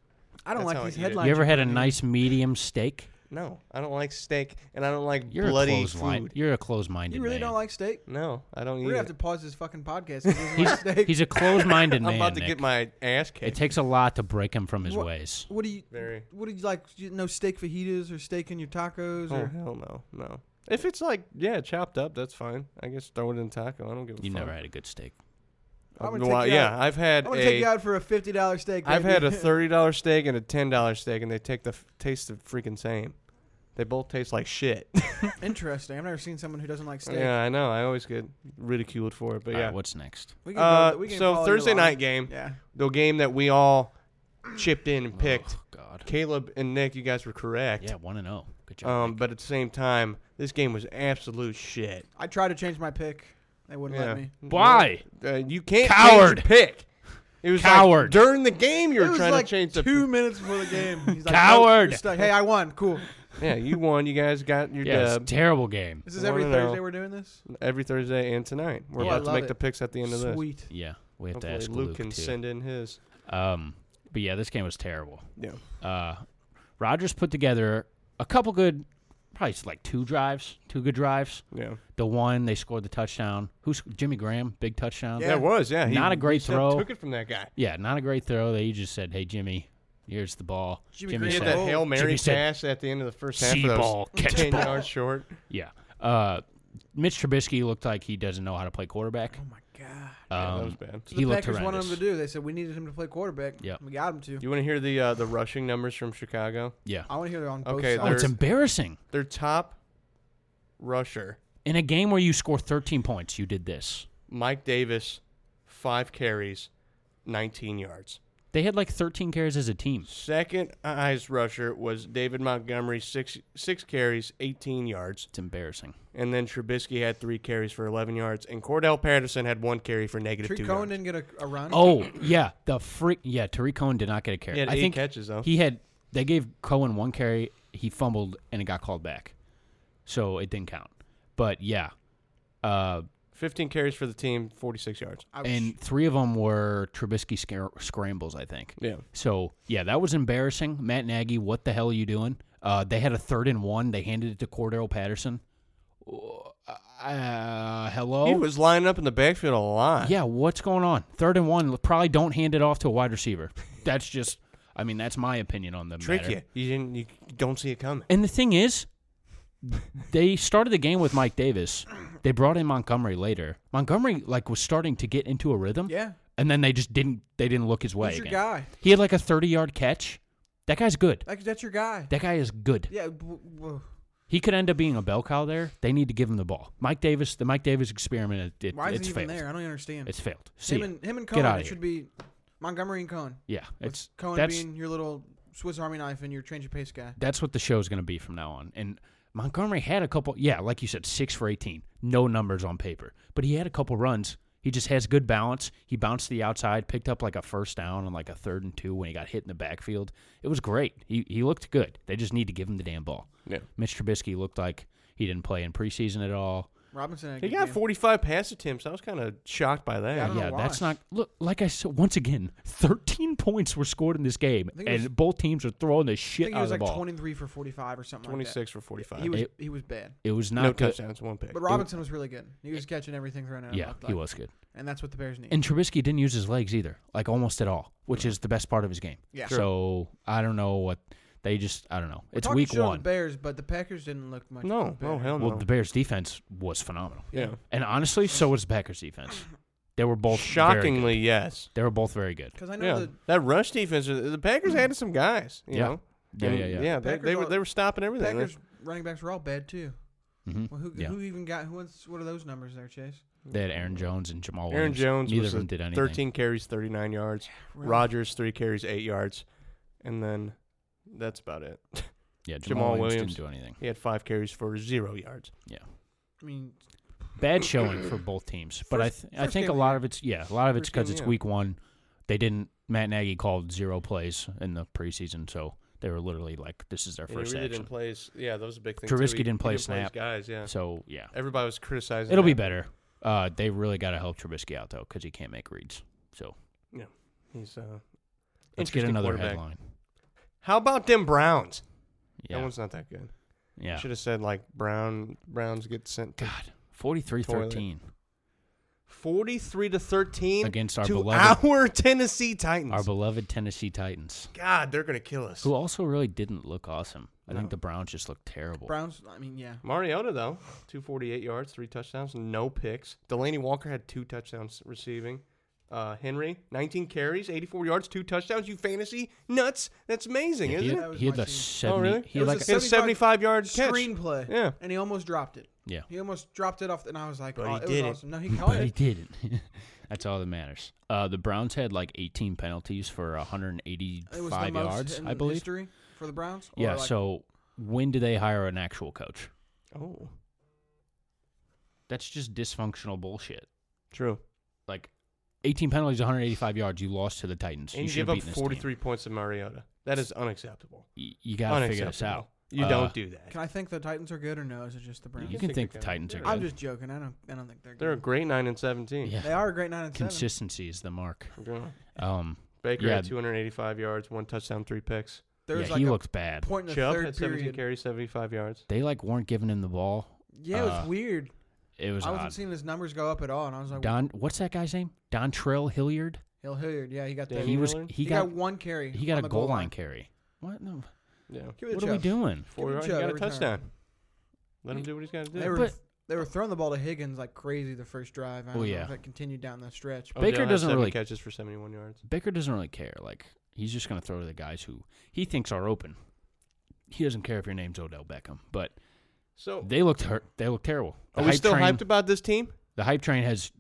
Speaker 4: I
Speaker 2: That's
Speaker 4: don't
Speaker 2: how
Speaker 4: like
Speaker 2: I
Speaker 4: these
Speaker 2: eat it.
Speaker 4: headlines.
Speaker 3: You ever
Speaker 4: you're
Speaker 3: had a
Speaker 4: putting in.
Speaker 3: nice medium steak?
Speaker 2: No, I don't like steak, and I don't like
Speaker 3: You're a
Speaker 2: bloody
Speaker 3: closed mind.
Speaker 2: food.
Speaker 3: You're a closed minded.
Speaker 4: You really
Speaker 3: man.
Speaker 4: don't like steak?
Speaker 2: No, I don't eat.
Speaker 4: We're gonna
Speaker 2: it.
Speaker 4: have to pause this fucking podcast. 'cause he doesn't
Speaker 3: He's,
Speaker 4: like steak.
Speaker 3: he's a closed minded
Speaker 2: I'm
Speaker 3: man.
Speaker 2: about to
Speaker 3: Nick.
Speaker 2: get my ass kicked.
Speaker 3: It takes a lot to break him from his
Speaker 4: What-
Speaker 3: ways.
Speaker 4: What do you?
Speaker 2: Very.
Speaker 4: What do you like? You no steak fajitas or steak in your tacos?
Speaker 2: Oh
Speaker 4: Or
Speaker 2: hell no, no. If it's like yeah, chopped up, that's fine. I guess throw it in taco. I don't give a
Speaker 3: You
Speaker 2: fuck.
Speaker 3: never had a good steak.
Speaker 4: I'm
Speaker 2: Uh,
Speaker 4: gonna take
Speaker 2: well,
Speaker 4: you
Speaker 2: yeah,
Speaker 4: out.
Speaker 2: I've had
Speaker 4: I'm gonna
Speaker 2: a.
Speaker 4: take you out for a fifty dollars steak.
Speaker 2: I've
Speaker 4: baby.
Speaker 2: had a thirty dollar steak and a ten dollar steak, and they take the f- taste the freaking same. They both taste like shit.
Speaker 4: Interesting. I've never seen someone who doesn't like steak.
Speaker 2: yeah, I know. I always get ridiculed for it, but
Speaker 3: All
Speaker 2: yeah.
Speaker 3: right, what's next?
Speaker 4: We can
Speaker 2: uh,
Speaker 4: go- we can
Speaker 2: so
Speaker 4: follow your
Speaker 2: Thursday
Speaker 4: line.
Speaker 2: night game,
Speaker 4: Yeah.
Speaker 2: the game that we all chipped in and picked.
Speaker 3: Oh, God.
Speaker 2: Caleb and Nick, you guys were correct.
Speaker 3: Yeah, one and zero. Good job.
Speaker 2: Um,
Speaker 3: Nick.
Speaker 2: but at the same time, this game was absolute shit.
Speaker 4: I tried to change my pick. They wouldn't
Speaker 2: Yeah.
Speaker 4: let me.
Speaker 3: Why?
Speaker 2: Uh, you can't
Speaker 3: Coward.
Speaker 2: change your pick. It was like,
Speaker 3: Coward.
Speaker 2: during the game you
Speaker 4: it
Speaker 2: were
Speaker 4: was
Speaker 2: trying
Speaker 4: like
Speaker 2: to change the
Speaker 4: two minutes before the game. He's like,
Speaker 3: Coward.
Speaker 4: "Nope, you're stuck." Hey, I won. Cool.
Speaker 2: Yeah, you won. You guys got your
Speaker 3: yeah,
Speaker 2: dub
Speaker 3: it's a terrible game.
Speaker 4: This is every
Speaker 2: One and oh.
Speaker 4: Thursday we're doing this.
Speaker 2: every Thursday and tonight. We're
Speaker 3: Yeah.
Speaker 2: about to
Speaker 4: Love
Speaker 2: make
Speaker 4: it.
Speaker 2: the picks at the end of this.
Speaker 4: Sweet.
Speaker 3: Yeah, we have
Speaker 2: Hopefully
Speaker 3: to ask
Speaker 2: Luke,
Speaker 3: Luke,
Speaker 2: can
Speaker 3: too.
Speaker 2: send in his.
Speaker 3: Um, but yeah, this game was terrible.
Speaker 2: Yeah.
Speaker 3: Uh, Rogers put together a couple good, probably s- like two drives, two good drives.
Speaker 2: Yeah.
Speaker 3: The one they scored the touchdown. Who's Jimmy Graham? Big touchdown.
Speaker 2: Yeah, it was. Yeah.
Speaker 3: Not a great
Speaker 2: took-
Speaker 3: throw.
Speaker 2: Took it from that guy.
Speaker 3: Yeah, not a great throw. They just said, "Hey, Jimmy, here's the ball."
Speaker 4: Jimmy
Speaker 2: He
Speaker 4: Graham
Speaker 2: had
Speaker 3: said-
Speaker 2: that Hail Mary
Speaker 3: Jimmy said,
Speaker 2: pass at the end of the first half.
Speaker 3: "See
Speaker 2: that was
Speaker 3: ball, catch
Speaker 2: 10
Speaker 3: ball."
Speaker 2: yards short.
Speaker 3: Yeah. Uh, Mitch Trubisky looked like he doesn't know how to play quarterback.
Speaker 4: Oh my god.
Speaker 2: Yeah, that
Speaker 3: Um,
Speaker 2: was bad.
Speaker 4: So
Speaker 3: he
Speaker 4: the
Speaker 3: looked
Speaker 4: Packers wanted him
Speaker 3: horrendous.
Speaker 4: to do. They said we needed him to play quarterback.
Speaker 3: Yep.
Speaker 4: We got him to.
Speaker 2: You want to hear the uh, the rushing numbers from Chicago?
Speaker 3: Yeah.
Speaker 4: I want to hear on both
Speaker 2: Okay,
Speaker 3: Oh, it's
Speaker 4: sides.
Speaker 2: they're-
Speaker 3: embarrassing.
Speaker 2: Their top rusher
Speaker 3: In a game where you score 13 points, you did this.
Speaker 2: Mike Davis, five carries, 19 yards.
Speaker 3: They had like 13 carries as a team.
Speaker 2: Second highest rusher was David Montgomery, six six carries, 18 yards.
Speaker 3: It's embarrassing.
Speaker 2: And then Trubisky had three carries for 11 yards. And Cordell Patterson had one carry for negative
Speaker 4: Tariq
Speaker 2: two
Speaker 4: Cohen
Speaker 2: yards.
Speaker 4: didn't get a, a run.
Speaker 3: Oh yeah, the freak. Yeah, Tariq Cohen did not get a carry.
Speaker 2: He had
Speaker 3: I
Speaker 2: eight
Speaker 3: think
Speaker 2: catches, though.
Speaker 3: He had. They gave Cohen one carry. He fumbled and it got called back, so it didn't count. But yeah, uh,
Speaker 2: 15 carries for the team, 46 yards.
Speaker 4: Ouch.
Speaker 3: and three of them were Trubisky scar- scrambles. I think.
Speaker 2: Yeah.
Speaker 3: So yeah, that was embarrassing. Matt Nagy, what the hell are you doing? Uh, they had a third and one. They handed it to Cordero Patterson. Uh, hello.
Speaker 2: He was lining up in the backfield a lot.
Speaker 3: Yeah, what's going on? Third and one. Probably don't hand it off to a wide receiver. That's just, I mean, that's my opinion on the
Speaker 2: Trick
Speaker 3: matter.
Speaker 2: you. You, didn't, you don't see it coming.
Speaker 3: And the thing is, they started the game with Mike Davis. They brought in Montgomery later. Montgomery like was starting to get into a rhythm.
Speaker 4: yeah,
Speaker 3: And then they just didn't. They didn't look his way.
Speaker 4: that's your
Speaker 3: again.
Speaker 4: guy.
Speaker 3: He had like a thirty-yard catch. That guy's good.
Speaker 4: Like, that's your guy.
Speaker 3: That guy is good.
Speaker 4: yeah. w- w-
Speaker 3: He could end up being a bell cow there. They need to give him the ball. Mike Davis. The Mike Davis experiment. It, it,
Speaker 4: Why is
Speaker 3: it's
Speaker 4: he even
Speaker 3: failed.
Speaker 4: there? I don't understand.
Speaker 3: It's failed. See
Speaker 4: him
Speaker 3: ya.
Speaker 4: and him and
Speaker 3: Get
Speaker 4: Cohen.
Speaker 3: outta
Speaker 4: It
Speaker 3: here.
Speaker 4: should be Montgomery and Cohen.
Speaker 3: Yeah,
Speaker 4: With
Speaker 3: it's
Speaker 4: Cohen
Speaker 3: that's,
Speaker 4: being your little Swiss Army knife and your change of pace guy.
Speaker 3: that's what the show's going to be from now on. And Montgomery had a couple, yeah, like you said, six for 18. No numbers on paper, but he had a couple runs. He just has good balance. He bounced to the outside, picked up like a first down and like a third and two when he got hit in the backfield. It was great. He, he looked good. They just need to give him the damn ball.
Speaker 2: Yeah.
Speaker 3: Mitch Trubisky looked like he didn't play in preseason at all.
Speaker 4: Robinson. had a
Speaker 2: He
Speaker 4: good
Speaker 2: got
Speaker 4: game.
Speaker 2: 45 pass attempts. I was kind of shocked by that.
Speaker 4: Yeah, I don't know
Speaker 3: Yeah,
Speaker 4: why.
Speaker 3: that's not look. Like I said, once again, thirteen points were scored in this game,
Speaker 4: think it
Speaker 3: and
Speaker 4: was-
Speaker 3: both teams are throwing the
Speaker 4: I
Speaker 3: shit
Speaker 4: think
Speaker 3: out of
Speaker 4: he was
Speaker 3: the
Speaker 4: like
Speaker 3: ball.
Speaker 4: 23 for 45 or something.
Speaker 2: 26 for
Speaker 4: Like
Speaker 2: 45.
Speaker 4: that. He was
Speaker 3: It-
Speaker 4: he was bad.
Speaker 3: It was not
Speaker 2: no
Speaker 3: good.
Speaker 2: touchdowns, one pick.
Speaker 4: But Robinson was really good. He was catching everything thrown at him.
Speaker 3: Yeah,
Speaker 4: looked
Speaker 3: he
Speaker 4: like.
Speaker 3: was good.
Speaker 4: And that's what the Bears need.
Speaker 3: And Trubisky didn't use his legs either, like almost at all, which is the best part of his game.
Speaker 4: Yeah. Sure.
Speaker 3: So I don't know what they just. I don't know.
Speaker 4: We're
Speaker 3: it's
Speaker 4: talking
Speaker 3: week
Speaker 4: shit on
Speaker 3: one.
Speaker 4: The Bears, but the Packers didn't look much.
Speaker 2: no,
Speaker 4: better.
Speaker 2: no, hell no.
Speaker 3: Well, the Bears' defense was phenomenal,
Speaker 2: yeah.
Speaker 3: and honestly, so was the Packers' defense. They were both very good.
Speaker 2: Shockingly, yes.
Speaker 3: They were both very good.
Speaker 4: Because I know
Speaker 2: Yeah.
Speaker 4: the Hmm.
Speaker 2: that rush defense, uh, the Packers added some guys, you
Speaker 3: Yeah.
Speaker 2: know?
Speaker 3: Yeah,
Speaker 2: And
Speaker 3: yeah, yeah.
Speaker 2: they, they,
Speaker 4: Packers
Speaker 2: were,
Speaker 4: are-
Speaker 2: they were stopping everything.
Speaker 4: Packers running backs were all bad too.
Speaker 3: hmm
Speaker 4: Well, who,
Speaker 3: yeah.
Speaker 4: who even got who? What's, what are those numbers there, Chase?
Speaker 3: they had Aaron Jones and Jamal.
Speaker 2: Aaron
Speaker 3: Williams.
Speaker 2: Jones
Speaker 3: Neither
Speaker 2: was
Speaker 3: of them
Speaker 2: a
Speaker 3: did anything.
Speaker 2: 13 carries, 39 yards.
Speaker 4: really.
Speaker 2: Rogers, three carries, eight yards. And then that's about it.
Speaker 3: Yeah, Jamal,
Speaker 2: Jamal
Speaker 3: Williams,
Speaker 2: Williams.
Speaker 3: didn't do anything.
Speaker 2: he had five carries for zero yards.
Speaker 3: Yeah.
Speaker 4: I mean,
Speaker 3: bad showing for both teams. But
Speaker 4: First-
Speaker 3: I th- I
Speaker 4: first
Speaker 3: think
Speaker 4: game
Speaker 3: a
Speaker 4: of the
Speaker 3: lot
Speaker 4: year.
Speaker 3: of it's yeah, a lot of it's
Speaker 2: First game
Speaker 3: because
Speaker 2: of
Speaker 3: it's
Speaker 2: the year.
Speaker 3: week one. They didn't. Matt Nagy called zero plays in the preseason, so they were literally like, "This is their
Speaker 2: And he
Speaker 3: first
Speaker 2: really
Speaker 3: action."
Speaker 2: didn't play. his- yeah, that was a big thing.
Speaker 3: Trubisky
Speaker 2: too. He-
Speaker 3: didn't
Speaker 2: he
Speaker 3: play
Speaker 2: didn't his
Speaker 3: snap.
Speaker 2: guys, yeah.
Speaker 3: So yeah,
Speaker 2: Everybody was criticizing.
Speaker 3: it'll be
Speaker 2: that.
Speaker 3: better. Uh, they really got to help Trubisky out though, because he can't make reads. So
Speaker 2: He's uh,
Speaker 3: let's get
Speaker 2: interesting
Speaker 3: another
Speaker 2: quarterback.
Speaker 3: headline.
Speaker 2: How about them Browns? That
Speaker 3: Yeah,
Speaker 2: one's not that good.
Speaker 3: yeah.
Speaker 2: Should have said like Brown. Browns get sent to
Speaker 3: God, 43-13.
Speaker 2: forty-three to thirteen
Speaker 3: Against our
Speaker 2: to
Speaker 3: beloved-
Speaker 2: our Tennessee Titans.
Speaker 3: Our beloved Tennessee Titans,
Speaker 2: God, they're gonna kill us.
Speaker 3: who also really didn't look awesome. I
Speaker 2: No.
Speaker 3: think the Browns just looked terrible.
Speaker 4: Browns. I mean, yeah.
Speaker 2: Mariota though, two forty-eight yards, three touchdowns, no picks. Delaney Walker had two touchdowns receiving. Uh, Henry, 19 carries, 84 yards, two touchdowns. You fantasy nuts? That's amazing,
Speaker 3: Yeah, he
Speaker 2: isn't
Speaker 3: had,
Speaker 2: it?
Speaker 4: That was
Speaker 3: he had
Speaker 4: my
Speaker 3: the
Speaker 4: team.
Speaker 2: oh,
Speaker 3: 70
Speaker 2: really?
Speaker 3: He
Speaker 4: It
Speaker 3: had
Speaker 4: was
Speaker 3: like
Speaker 4: a
Speaker 3: a-
Speaker 2: He had a 75 yard catch.
Speaker 4: screenplay.
Speaker 2: Yeah.
Speaker 4: and he almost dropped it.
Speaker 3: yeah.
Speaker 4: He almost dropped it off, and I was like,
Speaker 2: But
Speaker 4: oh,
Speaker 2: he
Speaker 4: it was
Speaker 2: did it.
Speaker 4: awesome. No, he caught
Speaker 3: but he
Speaker 4: it.
Speaker 3: didn't. That's all that matters. Uh, the Browns had like 18 penalties for 185
Speaker 4: It was the most
Speaker 3: yards,
Speaker 4: in
Speaker 3: I believe.
Speaker 4: history for the Browns. Or
Speaker 3: yeah.
Speaker 4: like-
Speaker 3: so when do they hire an actual coach?
Speaker 2: Oh,
Speaker 3: That's just dysfunctional bullshit.
Speaker 2: true.
Speaker 3: Like 18 penalties, 185 yards. You lost to the Titans.
Speaker 2: And you,
Speaker 3: should
Speaker 2: give up
Speaker 3: have beaten this team.
Speaker 2: 43 points to Mariota. That is unacceptible.
Speaker 3: Y- You got to figure this
Speaker 2: Unacceptable.
Speaker 3: out.
Speaker 2: You
Speaker 3: Uh,
Speaker 2: don't do that.
Speaker 4: can I think the Titans are good or no? Is it just the Browns?
Speaker 3: You
Speaker 2: Yes,
Speaker 3: can
Speaker 2: they
Speaker 3: think the
Speaker 2: could
Speaker 3: Titans are
Speaker 2: count.
Speaker 3: good.
Speaker 4: I'm just joking. I don't. I don't think they're.
Speaker 2: They're a
Speaker 4: good.
Speaker 2: great nine and 17.
Speaker 3: yeah.
Speaker 4: They are a great nine and seven.
Speaker 3: Consistency is the mark.
Speaker 2: Yeah.
Speaker 3: Um,
Speaker 2: Baker
Speaker 3: Yeah.
Speaker 2: had 285 yards, one touchdown, three picks.
Speaker 3: yeah,
Speaker 4: There's
Speaker 3: he
Speaker 4: like
Speaker 3: looks
Speaker 4: a
Speaker 3: bad.
Speaker 4: point in the
Speaker 2: Chubb had
Speaker 4: third
Speaker 2: 17
Speaker 4: period.
Speaker 2: carries, 75 yards.
Speaker 3: They like weren't giving him the ball.
Speaker 4: Yeah, it was
Speaker 3: Uh,
Speaker 4: weird.
Speaker 3: It was
Speaker 4: I
Speaker 3: odd.
Speaker 4: wasn't seeing his numbers go up at all, and I was like,
Speaker 3: Don, what's that guy's name? Dontrell Hilliard.
Speaker 4: Hill Hilliard. Yeah, he got
Speaker 2: Yeah,
Speaker 4: the.
Speaker 3: He was.
Speaker 2: Hilliard?
Speaker 3: He,
Speaker 4: He got, one carry.
Speaker 3: He got
Speaker 4: on
Speaker 3: a
Speaker 4: the
Speaker 3: goal line carry. What? No.
Speaker 2: Yeah.
Speaker 4: Give it to
Speaker 3: What are we
Speaker 4: Chubb.
Speaker 3: doing?
Speaker 2: Four
Speaker 4: Give it
Speaker 2: yards, he
Speaker 4: to
Speaker 2: got a
Speaker 4: every time.
Speaker 2: touchdown. Let him do what he's got to do.
Speaker 4: They were
Speaker 3: But-
Speaker 4: they were throwing the ball to Higgins like crazy the first drive. I
Speaker 3: Oh,
Speaker 4: don't know
Speaker 3: yeah.
Speaker 4: if that continued down the stretch.
Speaker 2: Odell
Speaker 3: Baker
Speaker 2: Oh, had
Speaker 3: doesn't
Speaker 2: seven
Speaker 3: really-
Speaker 2: catches for 71 yards.
Speaker 3: Baker doesn't really care. Like he's just gonna throw to the guys who he thinks are open. He doesn't care if your name's Odell Beckham. But
Speaker 2: So
Speaker 3: They looked hurt. They looked terrible. The
Speaker 2: Oh. are we still
Speaker 3: train,
Speaker 2: hyped about this team?
Speaker 3: The hype train has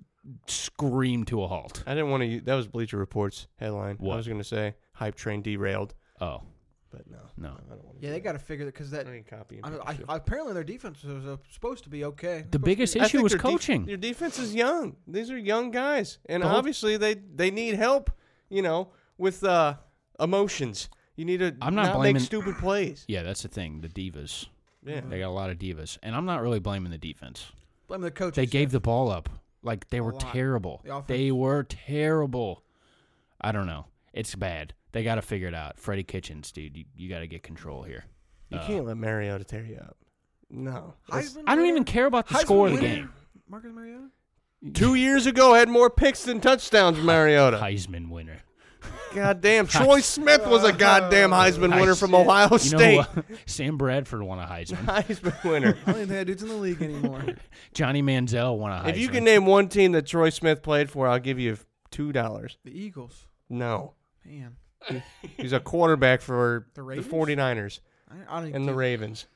Speaker 3: screamed to a halt.
Speaker 2: I didn't want to. That was Bleacher Report's headline. I
Speaker 3: What?
Speaker 2: was going to say hype train derailed,
Speaker 3: Oh
Speaker 2: but no,
Speaker 3: no.
Speaker 2: I don't want to.
Speaker 4: Yeah, they got to figure that because that.
Speaker 2: I need copy. And
Speaker 4: I, mean,
Speaker 2: paste
Speaker 4: I,
Speaker 2: it.
Speaker 4: I, apparently their defense was uh, supposed to be
Speaker 3: The
Speaker 4: okay. Supposed to
Speaker 3: biggest
Speaker 4: be-
Speaker 2: I
Speaker 3: issue
Speaker 2: think
Speaker 3: was
Speaker 2: your def-
Speaker 3: coaching.
Speaker 2: your defense is young. These are young guys, and
Speaker 3: The whole-
Speaker 2: obviously they they need help. You know, with uh, emotions. You need to
Speaker 3: I'm not
Speaker 2: make
Speaker 3: blaming-
Speaker 2: stupid plays.
Speaker 3: yeah, that's the thing. The divas.
Speaker 2: Yeah.
Speaker 3: They got a lot of divas, and I'm not really blaming the defense.
Speaker 4: Blame the coach.
Speaker 3: They gave the ball up. Like they were
Speaker 4: lot.
Speaker 3: terrible.
Speaker 4: The offense-
Speaker 3: they were terrible. I don't know. It's bad. They got to figure it out. Freddie Kitchens, dude, you, you got to get control here. uh,
Speaker 2: You can't let Mariota tear you up. No. That's-
Speaker 4: Heisman
Speaker 3: I don't
Speaker 4: winner?
Speaker 3: even care about the
Speaker 4: Heisman
Speaker 3: score of the
Speaker 4: winner?
Speaker 3: game.
Speaker 4: Marcus Mariota.
Speaker 2: Two years ago, had more picks than touchdowns, Mariota.
Speaker 3: Heisman winner.
Speaker 2: Goddamn, Troy Smith was a goddamn Heisman winner from Ohio
Speaker 3: Uh, You know
Speaker 2: State.
Speaker 3: what? Sam Bradford won a Heisman.
Speaker 2: Heisman winner.
Speaker 4: I don't even think that dude's in the league anymore.
Speaker 3: Johnny Manziel won a Heisman.
Speaker 2: If you can name one team that Troy Smith played for, I'll give you two dollars.
Speaker 4: the Eagles.
Speaker 2: No,
Speaker 4: Man,
Speaker 2: he's a quarterback for
Speaker 4: The
Speaker 2: the,
Speaker 4: Ravens?
Speaker 2: 49ers
Speaker 4: I, I don't even.
Speaker 2: and the
Speaker 4: think-
Speaker 2: Ravens.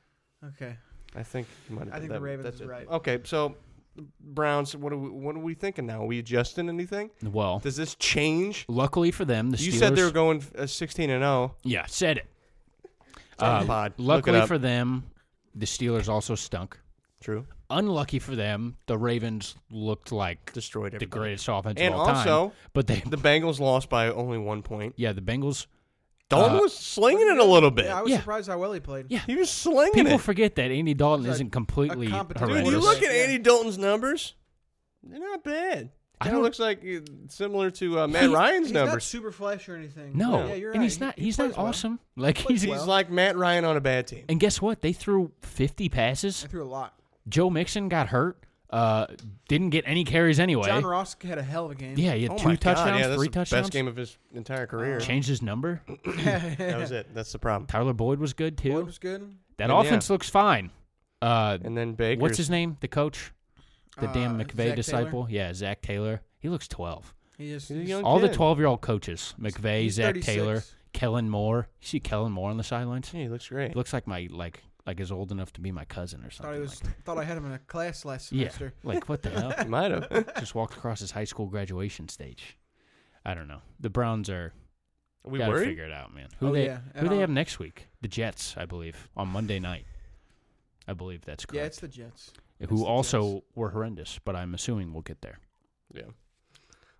Speaker 4: Okay.
Speaker 2: I think you might. Have
Speaker 4: I think
Speaker 2: that,
Speaker 4: the Ravens
Speaker 2: that's
Speaker 4: is
Speaker 2: it.
Speaker 4: right.
Speaker 2: Okay, so Browns. What are we? What are we thinking now? Are we adjusting anything?
Speaker 3: well,
Speaker 2: Does this change?
Speaker 3: luckily for them, the Steelers.
Speaker 2: you said they were going uh, 16 and 0.
Speaker 3: Yeah, said it.
Speaker 2: on
Speaker 3: Uh,
Speaker 2: the pod. Look it
Speaker 3: Luckily
Speaker 2: up.
Speaker 3: for them, the Steelers also stunk.
Speaker 2: True.
Speaker 3: Unlucky for them, the Ravens looked like
Speaker 2: Destroyed
Speaker 3: the greatest offense
Speaker 2: And
Speaker 3: of all time.
Speaker 2: also,
Speaker 3: but they,
Speaker 2: The Bengals lost by only one point.
Speaker 3: yeah, the Bengals.
Speaker 2: Dalton
Speaker 3: Uh,
Speaker 2: was slinging it a little bit.
Speaker 4: Yeah, I was
Speaker 3: Yeah.
Speaker 4: surprised how well he played.
Speaker 3: Yeah.
Speaker 2: he was slinging
Speaker 3: People
Speaker 2: it.
Speaker 3: forget that Andy Dalton
Speaker 4: He's a-
Speaker 3: isn't completely
Speaker 4: a competent
Speaker 2: Dude,
Speaker 3: horrendous.
Speaker 2: you look at
Speaker 4: Yeah.
Speaker 2: Andy Dalton's numbers; they're not bad.
Speaker 3: I
Speaker 2: Kind of
Speaker 3: don't-
Speaker 2: looks like uh, similar to uh, Matt
Speaker 3: He-
Speaker 2: Ryan's
Speaker 4: He's not
Speaker 2: numbers.
Speaker 4: super flash or anything.
Speaker 3: no,
Speaker 4: Yeah, you're
Speaker 3: and
Speaker 4: right.
Speaker 3: he's not.
Speaker 4: He- he
Speaker 3: He's not
Speaker 4: plays well.
Speaker 3: awesome. Like he's.
Speaker 4: Plays
Speaker 2: He's
Speaker 4: well.
Speaker 2: like Matt Ryan on a bad team.
Speaker 3: And guess what? They threw 50
Speaker 4: I
Speaker 3: passes.
Speaker 4: threw a lot.
Speaker 3: Joe Mixon got hurt. Uh, didn't get any carries anyway.
Speaker 4: John Ross had a hell of a game.
Speaker 3: eh? Yeah, he had
Speaker 2: Oh
Speaker 3: two
Speaker 2: my God,
Speaker 3: touchdowns,
Speaker 2: yeah, that's
Speaker 3: three
Speaker 2: the
Speaker 3: touchdowns.
Speaker 2: Best game of his entire career.
Speaker 3: Changed his number.
Speaker 2: that was it. That's the problem.
Speaker 3: Tyler Boyd was good too.
Speaker 4: Boyd was good.
Speaker 3: that
Speaker 2: Yeah.
Speaker 3: offense looks fine. Uh,
Speaker 2: And then Baker.
Speaker 3: what's his name? The coach, the damn
Speaker 4: Uh,
Speaker 3: McVay
Speaker 4: Zach
Speaker 3: disciple. Yeah, Zach Taylor. He looks twelve.
Speaker 4: He just
Speaker 2: He's a
Speaker 4: he's-
Speaker 2: young
Speaker 3: All the
Speaker 2: kid.
Speaker 3: twelve-year-old coaches: McVay,
Speaker 4: he's
Speaker 3: Zach
Speaker 4: 36.
Speaker 3: Taylor, Kellen Moore. You see Kellen Moore on the sidelines?
Speaker 2: Yeah, he looks great.
Speaker 3: He looks like my like like is old enough to be my cousin or
Speaker 4: thought
Speaker 3: something.
Speaker 4: I was
Speaker 3: like
Speaker 4: thought I had him in a class last
Speaker 3: that. yeah,
Speaker 4: semester.
Speaker 3: like what the hell?
Speaker 2: He might have.
Speaker 3: Just walked across his high school graduation stage. I don't know. The Browns are
Speaker 2: we
Speaker 3: gotta
Speaker 2: worried.
Speaker 3: figure it out, man. Who
Speaker 4: Oh,
Speaker 3: they
Speaker 4: yeah.
Speaker 3: who
Speaker 4: And
Speaker 3: they
Speaker 4: I'll-
Speaker 3: have next week? The Jets, I believe, on Monday night. I believe that's
Speaker 4: Yeah,
Speaker 3: correct.
Speaker 4: it's the Jets.
Speaker 3: who
Speaker 4: it's the
Speaker 3: also were horrendous, but I'm assuming we'll get there.
Speaker 2: Yeah.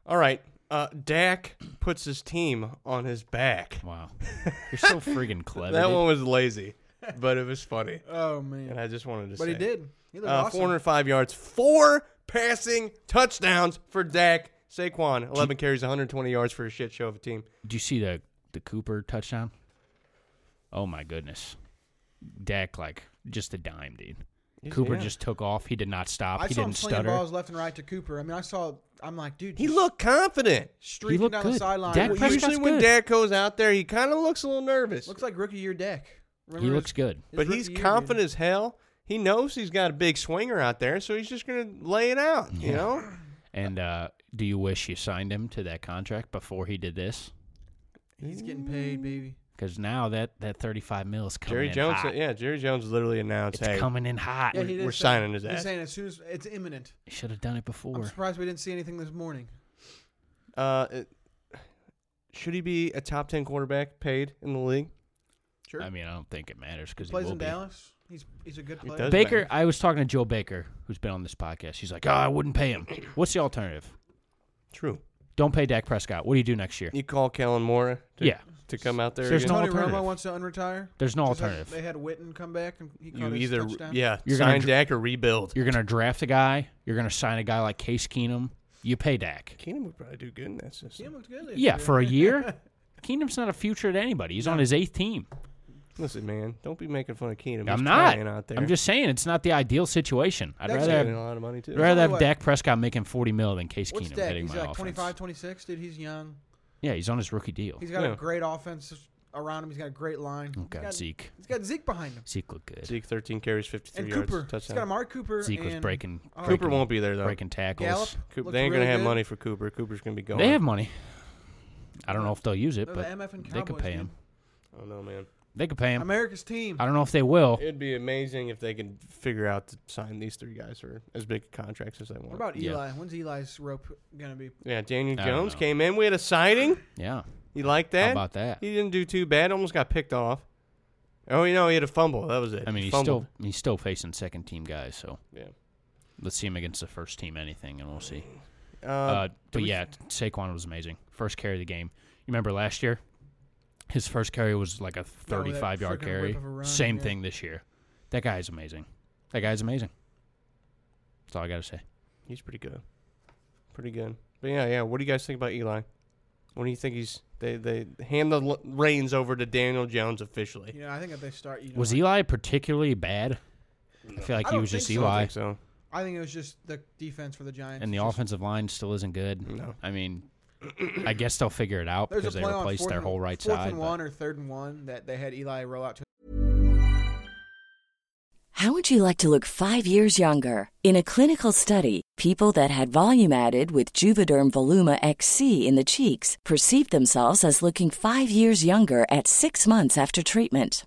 Speaker 2: All right. Uh, Dak puts his team on his back.
Speaker 3: Wow, you're so friggin' clever.
Speaker 2: that
Speaker 3: dude.
Speaker 2: one was lazy, but it was funny,
Speaker 4: Oh man.
Speaker 2: and I just wanted to
Speaker 4: but
Speaker 2: say.
Speaker 4: he did. He looked
Speaker 2: Uh,
Speaker 4: awesome.
Speaker 2: 405 yards, four passing touchdowns for Dak. Saquon, 11 carries, 120 yards for a shit show of a team.
Speaker 3: Did you see the the Cooper touchdown? Oh my goodness, Dak like just a dime, dude. Cooper
Speaker 2: yeah.
Speaker 3: just took off. He did not stop.
Speaker 4: I
Speaker 3: he
Speaker 4: saw him
Speaker 3: didn't
Speaker 4: slinging
Speaker 3: stutter.
Speaker 4: balls left and right to Cooper. I mean, I saw. I'm like, dude,
Speaker 2: He
Speaker 4: just
Speaker 2: looked confident.
Speaker 4: streaking
Speaker 3: looked
Speaker 4: down
Speaker 3: good.
Speaker 4: the sideline.
Speaker 3: Dak
Speaker 4: Looks-
Speaker 2: Well,
Speaker 3: Prescott's
Speaker 2: usually when
Speaker 3: good.
Speaker 2: Dak goes out there, he kind of looks a little nervous,
Speaker 4: looks like rookie year Dak. Remember
Speaker 3: he
Speaker 4: his-
Speaker 3: looks good.
Speaker 4: his
Speaker 2: but
Speaker 4: rookie
Speaker 2: he's
Speaker 4: year, dude?
Speaker 2: confident as hell. He knows he's got a big swinger out there, so he's just gonna lay it out. You know,
Speaker 3: And uh, do you wish you signed him to that contract before he did this?
Speaker 4: He's getting paid, baby.
Speaker 3: Because now that that 35 mil is coming
Speaker 2: Jerry
Speaker 3: in
Speaker 2: Jones.
Speaker 3: hot.
Speaker 2: Yeah, Jerry Jones literally announced,
Speaker 3: It's
Speaker 2: "Hey,
Speaker 3: coming in hot.
Speaker 4: he did
Speaker 2: we're
Speaker 4: say-
Speaker 2: signing his
Speaker 4: he's
Speaker 2: ass.
Speaker 4: saying as soon as it's imminent.
Speaker 3: Should have done it
Speaker 4: I'm
Speaker 3: before.
Speaker 4: surprised we didn't see anything this morning.
Speaker 2: uh, it- should he be a top ten quarterback paid in the league?"
Speaker 4: Sure.
Speaker 3: I mean, I don't think it matters because he
Speaker 4: plays
Speaker 3: will
Speaker 4: in
Speaker 3: be.
Speaker 4: Dallas. He's he's a good
Speaker 2: He
Speaker 4: player.
Speaker 2: does.
Speaker 3: Baker,
Speaker 2: matter.
Speaker 3: I was talking to Joe Baker, who's been on this podcast. He's like, "Oh, I wouldn't pay him. What's the alternative?
Speaker 2: True.
Speaker 3: Don't pay Dak Prescott. What do you do next year?
Speaker 2: You call Kellen Moore to,
Speaker 3: Yeah.
Speaker 2: to come out there.
Speaker 3: There's
Speaker 2: again?
Speaker 3: no
Speaker 4: Tony Romo
Speaker 3: alternative.
Speaker 4: wants to unretire.
Speaker 3: There's no
Speaker 4: Just like
Speaker 3: alternative.
Speaker 4: They had Witten come back and he caught
Speaker 2: you
Speaker 4: his
Speaker 2: either
Speaker 4: touchdown.
Speaker 2: yeah
Speaker 3: You're gonna
Speaker 2: sign
Speaker 3: dr-
Speaker 2: Dak or rebuild.
Speaker 3: You're gonna draft a guy. You're gonna sign a guy like Case Keenum. You pay Dak.
Speaker 2: Keenan would probably do good in that system.
Speaker 4: He looked good. this
Speaker 3: Yeah,
Speaker 4: year.
Speaker 3: for a year. Keenum's not a future to anybody. He's on his eighth team.
Speaker 2: Listen, man, don't be making fun of Keenan.
Speaker 3: I'm
Speaker 2: He's
Speaker 3: not.
Speaker 2: trying out there.
Speaker 3: I'm just saying it's not the ideal situation. I'd
Speaker 4: Dak's
Speaker 3: rather
Speaker 2: saving
Speaker 3: have,
Speaker 2: a lot of money too.
Speaker 3: I'd rather have
Speaker 4: Tell you what.
Speaker 3: Dak Prescott making 40 mil than Case
Speaker 4: What's
Speaker 3: Keenum
Speaker 4: Dak?
Speaker 3: hitting
Speaker 4: He's
Speaker 3: my
Speaker 4: like
Speaker 3: offense.
Speaker 4: 25, 26, dude. He's young.
Speaker 3: Yeah, he's on his rookie deal.
Speaker 4: He's got
Speaker 2: Yeah.
Speaker 4: a great offense around him. He's got a great line.
Speaker 3: Oh,
Speaker 4: He's
Speaker 3: God,
Speaker 4: got-
Speaker 3: Zeke.
Speaker 4: He's got Zeke behind him.
Speaker 3: Zeke looked good.
Speaker 2: Zeke 13 carries, 53
Speaker 4: And
Speaker 2: yards,
Speaker 4: Cooper. He's
Speaker 2: touchdown.
Speaker 4: got Amari Cooper.
Speaker 3: Zeke was
Speaker 4: and
Speaker 3: breaking.
Speaker 4: Oh.
Speaker 2: Cooper
Speaker 3: breaking-
Speaker 2: won't be there though.
Speaker 3: breaking tackles.
Speaker 4: Gallop.
Speaker 2: Coop,
Speaker 4: Looked
Speaker 2: they ain't gonna
Speaker 4: really
Speaker 2: have
Speaker 4: good.
Speaker 2: money for Cooper. Cooper's gonna be gone.
Speaker 3: They have money. I don't know if they'll use it,
Speaker 4: They're
Speaker 3: but
Speaker 4: the MF and
Speaker 3: they could
Speaker 4: Cowboys,
Speaker 3: pay
Speaker 4: dude.
Speaker 3: him.
Speaker 2: I don't know, man.
Speaker 3: They could pay him.
Speaker 4: America's team.
Speaker 3: I don't know if they will.
Speaker 2: It'd be amazing if they can figure out to sign these three guys for as big contracts as they want.
Speaker 4: What about
Speaker 3: Yeah.
Speaker 4: Eli? When's Eli's rope gonna be?
Speaker 2: yeah, Daniel
Speaker 3: I don't
Speaker 2: Jones
Speaker 3: know.
Speaker 2: came in. We had a signing.
Speaker 3: Yeah.
Speaker 2: You like that?
Speaker 3: about that?
Speaker 2: He didn't do too bad. Almost got picked off. Oh, you know, he had a fumble. That was it.
Speaker 3: I mean,
Speaker 2: He
Speaker 3: he's
Speaker 2: fumbled.
Speaker 3: still he's still facing second team guys, so
Speaker 2: Yeah.
Speaker 3: let's see him against the first team anything, and we'll see.
Speaker 2: Uh,
Speaker 3: Uh, but yeah, Saquon was amazing. First carry of the game. You remember last year? His first carry was like a 35 yard
Speaker 4: frickin'
Speaker 3: carry.
Speaker 4: whip of a run,
Speaker 3: Same
Speaker 4: yeah.
Speaker 3: thing this year. That guy is amazing. That guy's amazing. That's all I got to say.
Speaker 2: he's pretty good. Pretty good. But yeah, yeah. What do you guys think about Eli? What do you think he's? They they hand the l- reins over to Daniel Jones officially.
Speaker 4: You know, I think if they start, you know,
Speaker 3: Was
Speaker 4: like-
Speaker 3: Eli particularly bad? I feel like
Speaker 4: I
Speaker 3: he
Speaker 4: don't
Speaker 3: was just
Speaker 4: think so.
Speaker 2: I
Speaker 3: Eli,
Speaker 2: think so.
Speaker 4: I think it was just the defense for the Giants.
Speaker 3: and the
Speaker 4: It's just-
Speaker 3: offensive line still isn't good.
Speaker 2: No.
Speaker 3: I mean, I guess they'll figure it out
Speaker 4: There's a
Speaker 3: because they
Speaker 4: play on
Speaker 3: replaced
Speaker 4: fourth
Speaker 3: their
Speaker 4: and-
Speaker 3: whole right
Speaker 4: fourth
Speaker 3: side.
Speaker 4: and
Speaker 3: but-
Speaker 4: one or third and one that they had Eli roll out to.
Speaker 5: How would you like to look five years younger? In a clinical study, people that had volume added with Juvederm Voluma XC in the cheeks perceived themselves as looking five years younger at six months after treatment.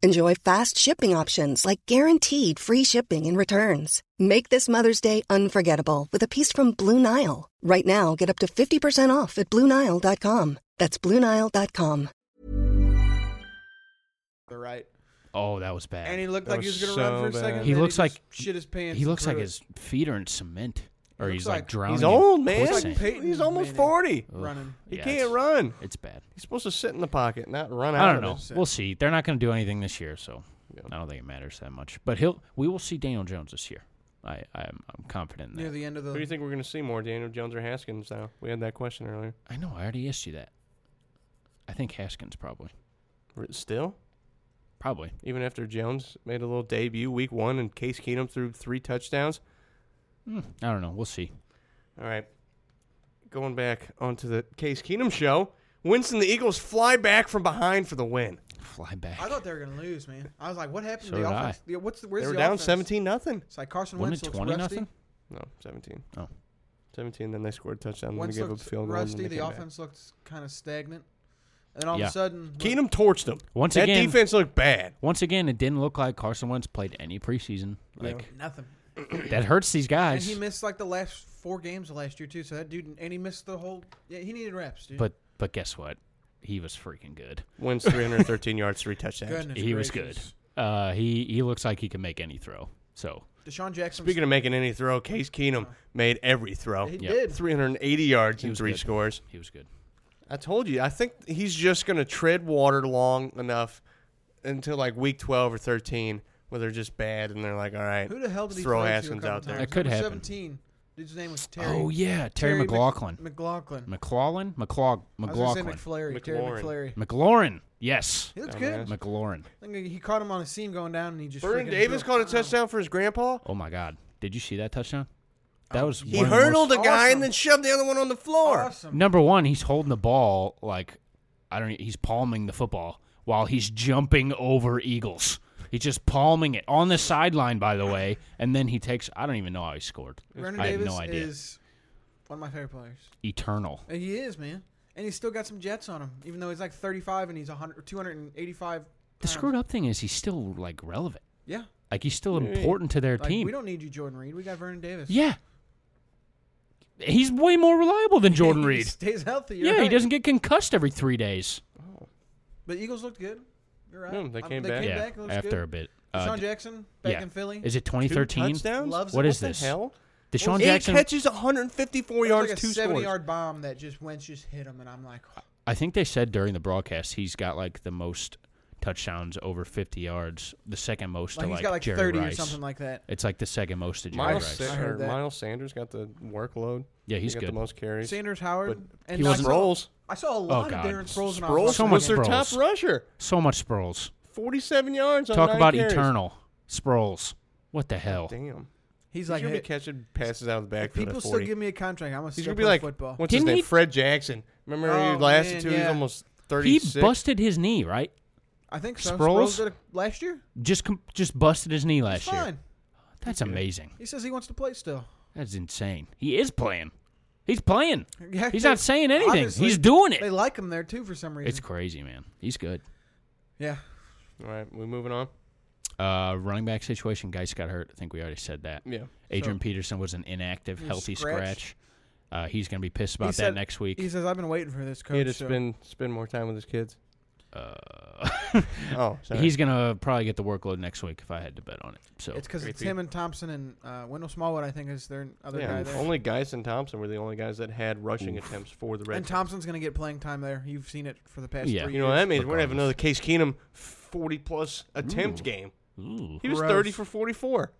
Speaker 6: Enjoy fast shipping options like guaranteed free shipping and returns. Make this Mother's Day unforgettable with a piece from Blue Nile. Right now, get up to 50% off at BlueNile.com. That's BlueNile.com.
Speaker 4: The right,
Speaker 3: Oh, that was bad.
Speaker 4: and he looked
Speaker 2: That
Speaker 4: like he
Speaker 2: was
Speaker 4: was gonna
Speaker 2: so
Speaker 4: run for a
Speaker 2: bad.
Speaker 4: second. and
Speaker 3: He
Speaker 4: then
Speaker 3: looks like-
Speaker 4: just shit his pants.
Speaker 3: He
Speaker 4: and
Speaker 3: looks
Speaker 4: threw
Speaker 3: like
Speaker 4: it.
Speaker 3: his feet are in cement, or
Speaker 4: He
Speaker 3: he's
Speaker 4: looks
Speaker 3: like,
Speaker 4: like-
Speaker 3: drowning.
Speaker 2: He's
Speaker 3: in
Speaker 2: old man.
Speaker 4: He's
Speaker 3: quicksand.
Speaker 4: like Peyton
Speaker 2: He's almost
Speaker 4: Manning.
Speaker 2: forty.
Speaker 3: Ugh.
Speaker 4: running.
Speaker 2: He
Speaker 3: Yeah,
Speaker 2: can't
Speaker 3: it's-
Speaker 2: run.
Speaker 3: It's bad.
Speaker 2: He's supposed to sit in the pocket, not run out.
Speaker 3: I
Speaker 2: of
Speaker 3: don't know.
Speaker 2: it.
Speaker 3: We'll see. They're not going to do anything this year, so I don't think it matters that much. But he'll. We will see Daniel Jones this year. I I'm, I'm confident in that.
Speaker 4: near the end of the.
Speaker 2: Who do you think we're going to see more, Daniel Jones or Haskins? Now we had that question earlier.
Speaker 3: I know. I already asked you that. I think Haskins probably.
Speaker 2: R- Still,
Speaker 3: Probably.
Speaker 2: even after Jones made a little debut week one, and Case Keenum threw three touchdowns.
Speaker 3: Hmm, I don't know. We'll see.
Speaker 2: All right, going back onto the Case Keenum show. Winston, the Eagles fly back from behind for the win.
Speaker 3: Fly back.
Speaker 4: I thought they were gonna lose, man. I was like, what happened
Speaker 3: So
Speaker 4: to
Speaker 3: did
Speaker 4: the
Speaker 3: I.
Speaker 4: offense? The- What's the, where's
Speaker 2: they were
Speaker 4: the
Speaker 2: down
Speaker 4: offense?
Speaker 2: seventeen nothing.
Speaker 4: It's like Carson
Speaker 3: Wasn't
Speaker 4: Wentz
Speaker 3: it
Speaker 4: looks
Speaker 3: twenty
Speaker 4: rusty.
Speaker 3: nothing?
Speaker 2: No, seventeen.
Speaker 3: Oh,
Speaker 2: Seventeen. Then they scored a touchdown. Then they
Speaker 4: Wentz
Speaker 2: gave up a
Speaker 4: looked
Speaker 2: field goal. and then
Speaker 4: rusty.
Speaker 2: they
Speaker 4: The
Speaker 2: came back.
Speaker 4: offense looked kind of stagnant, and then all
Speaker 3: Yeah.
Speaker 4: of a sudden,
Speaker 2: Keenum torched them.
Speaker 3: Once
Speaker 2: that
Speaker 3: again-
Speaker 2: defense looked bad.
Speaker 3: Once again, it didn't look like Carson Wentz played any preseason. Like
Speaker 4: nothing.
Speaker 3: that hurts these
Speaker 4: And
Speaker 3: guys.
Speaker 4: he missed like the last four games of last year too. So that dude, and he missed the whole. Yeah, he needed reps, dude.
Speaker 3: but but guess what? He was freaking good.
Speaker 2: Wins three hundred thirteen yards, three touchdowns.
Speaker 4: Goodness
Speaker 3: he was good.
Speaker 4: gracious.
Speaker 3: Uh, he he looks like he can make any throw. So
Speaker 4: Deshaun Jackson.
Speaker 2: Speaking of making any throw, Case Keenum made every throw.
Speaker 4: he
Speaker 3: Yeah.
Speaker 4: did.
Speaker 2: 380 yards
Speaker 3: he
Speaker 2: and
Speaker 3: was
Speaker 2: three
Speaker 3: good.
Speaker 2: scores.
Speaker 3: He was good.
Speaker 2: I told you, I think he's just going to tread water long enough until like week 12 or 13 where they're just bad and they're like, all right,
Speaker 4: Who the hell did he
Speaker 2: throw
Speaker 4: throw
Speaker 2: Haskins
Speaker 4: to a couple
Speaker 2: out there.
Speaker 4: times?
Speaker 3: That could
Speaker 4: Number
Speaker 3: happen.
Speaker 4: Seventeen. Dude's name was Terry.
Speaker 3: Oh yeah, Terry,
Speaker 4: Mc-
Speaker 3: McLaughlin.
Speaker 4: McLaughlin.
Speaker 3: McLaughlin, McLaug,
Speaker 4: I was gonna say
Speaker 3: McLaughlin,
Speaker 4: McFlurry. Terry
Speaker 2: McLaurin.
Speaker 4: McFlurry.
Speaker 3: McLaurin. Yes,
Speaker 4: He looks
Speaker 2: Oh,
Speaker 4: good.
Speaker 2: man.
Speaker 3: McLaurin.
Speaker 4: I think he caught him on a seam going down, and he just.
Speaker 2: Vernon
Speaker 4: freaking
Speaker 2: Davis
Speaker 4: threw
Speaker 2: caught a touchdown for his grandpa.
Speaker 3: Oh my God, did you see that touchdown? That
Speaker 4: Oh,
Speaker 3: was
Speaker 2: He
Speaker 3: one of the
Speaker 2: hurdled
Speaker 3: most-
Speaker 2: a guy
Speaker 4: Awesome.
Speaker 2: and then shoved the other one on the floor.
Speaker 4: Awesome.
Speaker 3: Number one, he's holding the ball like I don't. e, He's palming the football while he's jumping over Eagles. He's just palming it on the sideline, by the way, and then he takes. I don't even know how he scored.
Speaker 4: Vernon
Speaker 3: I have
Speaker 4: Davis
Speaker 3: no idea.
Speaker 4: is one of my favorite players.
Speaker 3: Eternal.
Speaker 4: And Uh, he is, man. And he's still got some jets on him, even though he's like 35 and he's 100, 285.
Speaker 3: The
Speaker 4: pounds.
Speaker 3: screwed up thing is he's still like relevant.
Speaker 4: Yeah.
Speaker 3: Like he's still important to their
Speaker 4: Like,
Speaker 3: team.
Speaker 4: We don't need you, Jordan Reed. We got Vernon Davis.
Speaker 3: yeah. He's way more reliable than Jordan
Speaker 4: He
Speaker 3: Reed.
Speaker 4: stays healthy. you're
Speaker 3: Yeah, he
Speaker 4: right.
Speaker 3: doesn't get concussed every three days.
Speaker 4: But Eagles looked good. You're right.
Speaker 2: Yeah, they
Speaker 4: I'm-
Speaker 2: came
Speaker 4: they
Speaker 2: back.
Speaker 4: Came
Speaker 3: yeah,
Speaker 4: back. it looks
Speaker 3: after
Speaker 4: good.
Speaker 3: a bit.
Speaker 4: Deshaun
Speaker 3: Uh, d-
Speaker 4: Jackson back
Speaker 3: yeah.
Speaker 4: in Philly.
Speaker 3: Is it
Speaker 2: Two
Speaker 3: 2013?
Speaker 2: touchdowns?
Speaker 4: Loves it.
Speaker 3: What is
Speaker 2: the
Speaker 3: this?
Speaker 2: hell?
Speaker 3: Deshaun
Speaker 2: Eight
Speaker 3: Jackson.
Speaker 2: catches, 154
Speaker 4: It was
Speaker 2: yards,
Speaker 4: like a
Speaker 2: two
Speaker 4: 70
Speaker 2: scores.
Speaker 4: yard bomb that just Wentz just hit him, and I'm like,
Speaker 3: I think they said during the broadcast he's got like the most touchdowns over 50 yards, the second most
Speaker 4: like
Speaker 3: to
Speaker 4: he's
Speaker 3: like
Speaker 4: got like
Speaker 3: Jerry
Speaker 4: 30
Speaker 3: Rice.
Speaker 4: or something like that.
Speaker 3: It's like the second most to Jerry
Speaker 2: Miles,
Speaker 3: Rice.
Speaker 2: Sa-
Speaker 4: I
Speaker 2: or
Speaker 4: heard that.
Speaker 2: Miles Sanders got the workload.
Speaker 3: Yeah, he's
Speaker 2: he got
Speaker 3: good.
Speaker 2: the most carries.
Speaker 4: Sanders Howard and
Speaker 3: He
Speaker 4: I
Speaker 3: was-
Speaker 4: saw-
Speaker 2: Sproles.
Speaker 4: I saw a lot of
Speaker 3: God.
Speaker 4: Darren Sproles. and I
Speaker 2: Sproles
Speaker 4: was
Speaker 3: So
Speaker 4: like,
Speaker 3: much
Speaker 2: was their top
Speaker 3: Sproles.
Speaker 2: rusher.
Speaker 3: So much Sproles.
Speaker 2: 47 yards on
Speaker 3: Talk
Speaker 2: nine
Speaker 3: about
Speaker 2: carries.
Speaker 3: eternal Sproles. What the hell?
Speaker 2: Damn.
Speaker 4: He's
Speaker 2: He's
Speaker 4: like,
Speaker 2: going to
Speaker 4: hey,
Speaker 2: be catching passes out of the
Speaker 4: if
Speaker 2: backfield
Speaker 4: people
Speaker 2: at
Speaker 4: still
Speaker 2: 40.
Speaker 4: give me a contract. I'm gonna
Speaker 2: he's
Speaker 4: still
Speaker 2: going to be
Speaker 4: play
Speaker 2: like,
Speaker 4: football.
Speaker 2: what's
Speaker 3: Didn't
Speaker 2: his name?
Speaker 3: he-
Speaker 2: Fred Jackson. Remember
Speaker 4: Oh,
Speaker 2: he lasted
Speaker 4: man,
Speaker 2: two?
Speaker 4: yeah.
Speaker 2: He's almost
Speaker 3: He
Speaker 2: 36.
Speaker 3: busted his knee, right?
Speaker 4: I think so.
Speaker 3: Sproles?
Speaker 4: Sproles did it last year.
Speaker 3: Just com- just busted his knee
Speaker 4: It's
Speaker 3: last year.
Speaker 4: fine.
Speaker 3: That's amazing.
Speaker 4: He says he wants to play still.
Speaker 3: That's insane. He is playing. He's playing.
Speaker 4: Yeah,
Speaker 3: He's
Speaker 4: they-
Speaker 3: not saying anything.
Speaker 4: obviously,
Speaker 3: He's doing
Speaker 4: They
Speaker 3: it.
Speaker 4: like him there too for some reason.
Speaker 3: It's crazy, man. He's good.
Speaker 4: yeah.
Speaker 2: All right, we moving on.
Speaker 3: Uh, running back situation. Geis got hurt. I think we already said that.
Speaker 2: Yeah.
Speaker 3: Adrian
Speaker 4: So-
Speaker 3: Peterson was an inactive,
Speaker 4: He
Speaker 3: healthy
Speaker 4: scratched.
Speaker 3: scratch. Uh, he's going to be pissed
Speaker 4: He
Speaker 3: about
Speaker 4: said-
Speaker 3: that next week.
Speaker 4: He says I've been waiting for this
Speaker 2: He
Speaker 4: coach.
Speaker 2: had to
Speaker 4: so-
Speaker 2: spend, spend more time with his kids.
Speaker 3: Uh,
Speaker 2: Oh, sorry.
Speaker 3: he's going to probably get the workload next week if I had to bet on it. So
Speaker 4: It's because it's
Speaker 2: Creepy.
Speaker 4: him and Thompson and uh, Wendell Smallwood. I think is their other guy
Speaker 2: yeah,
Speaker 4: there.
Speaker 2: only Geis and Thompson were the only guys that had rushing attempts for the
Speaker 4: and
Speaker 2: Reds.
Speaker 4: Thompson's gonna get playing time there. You've seen it for the past
Speaker 3: Yeah.
Speaker 4: three
Speaker 2: You know what that
Speaker 4: years.
Speaker 2: means? We're gonna have
Speaker 3: Regardless.
Speaker 2: another Case Keenum forty plus attempt game.
Speaker 3: Ooh.
Speaker 2: He was
Speaker 4: Gross.
Speaker 2: thirty for forty four.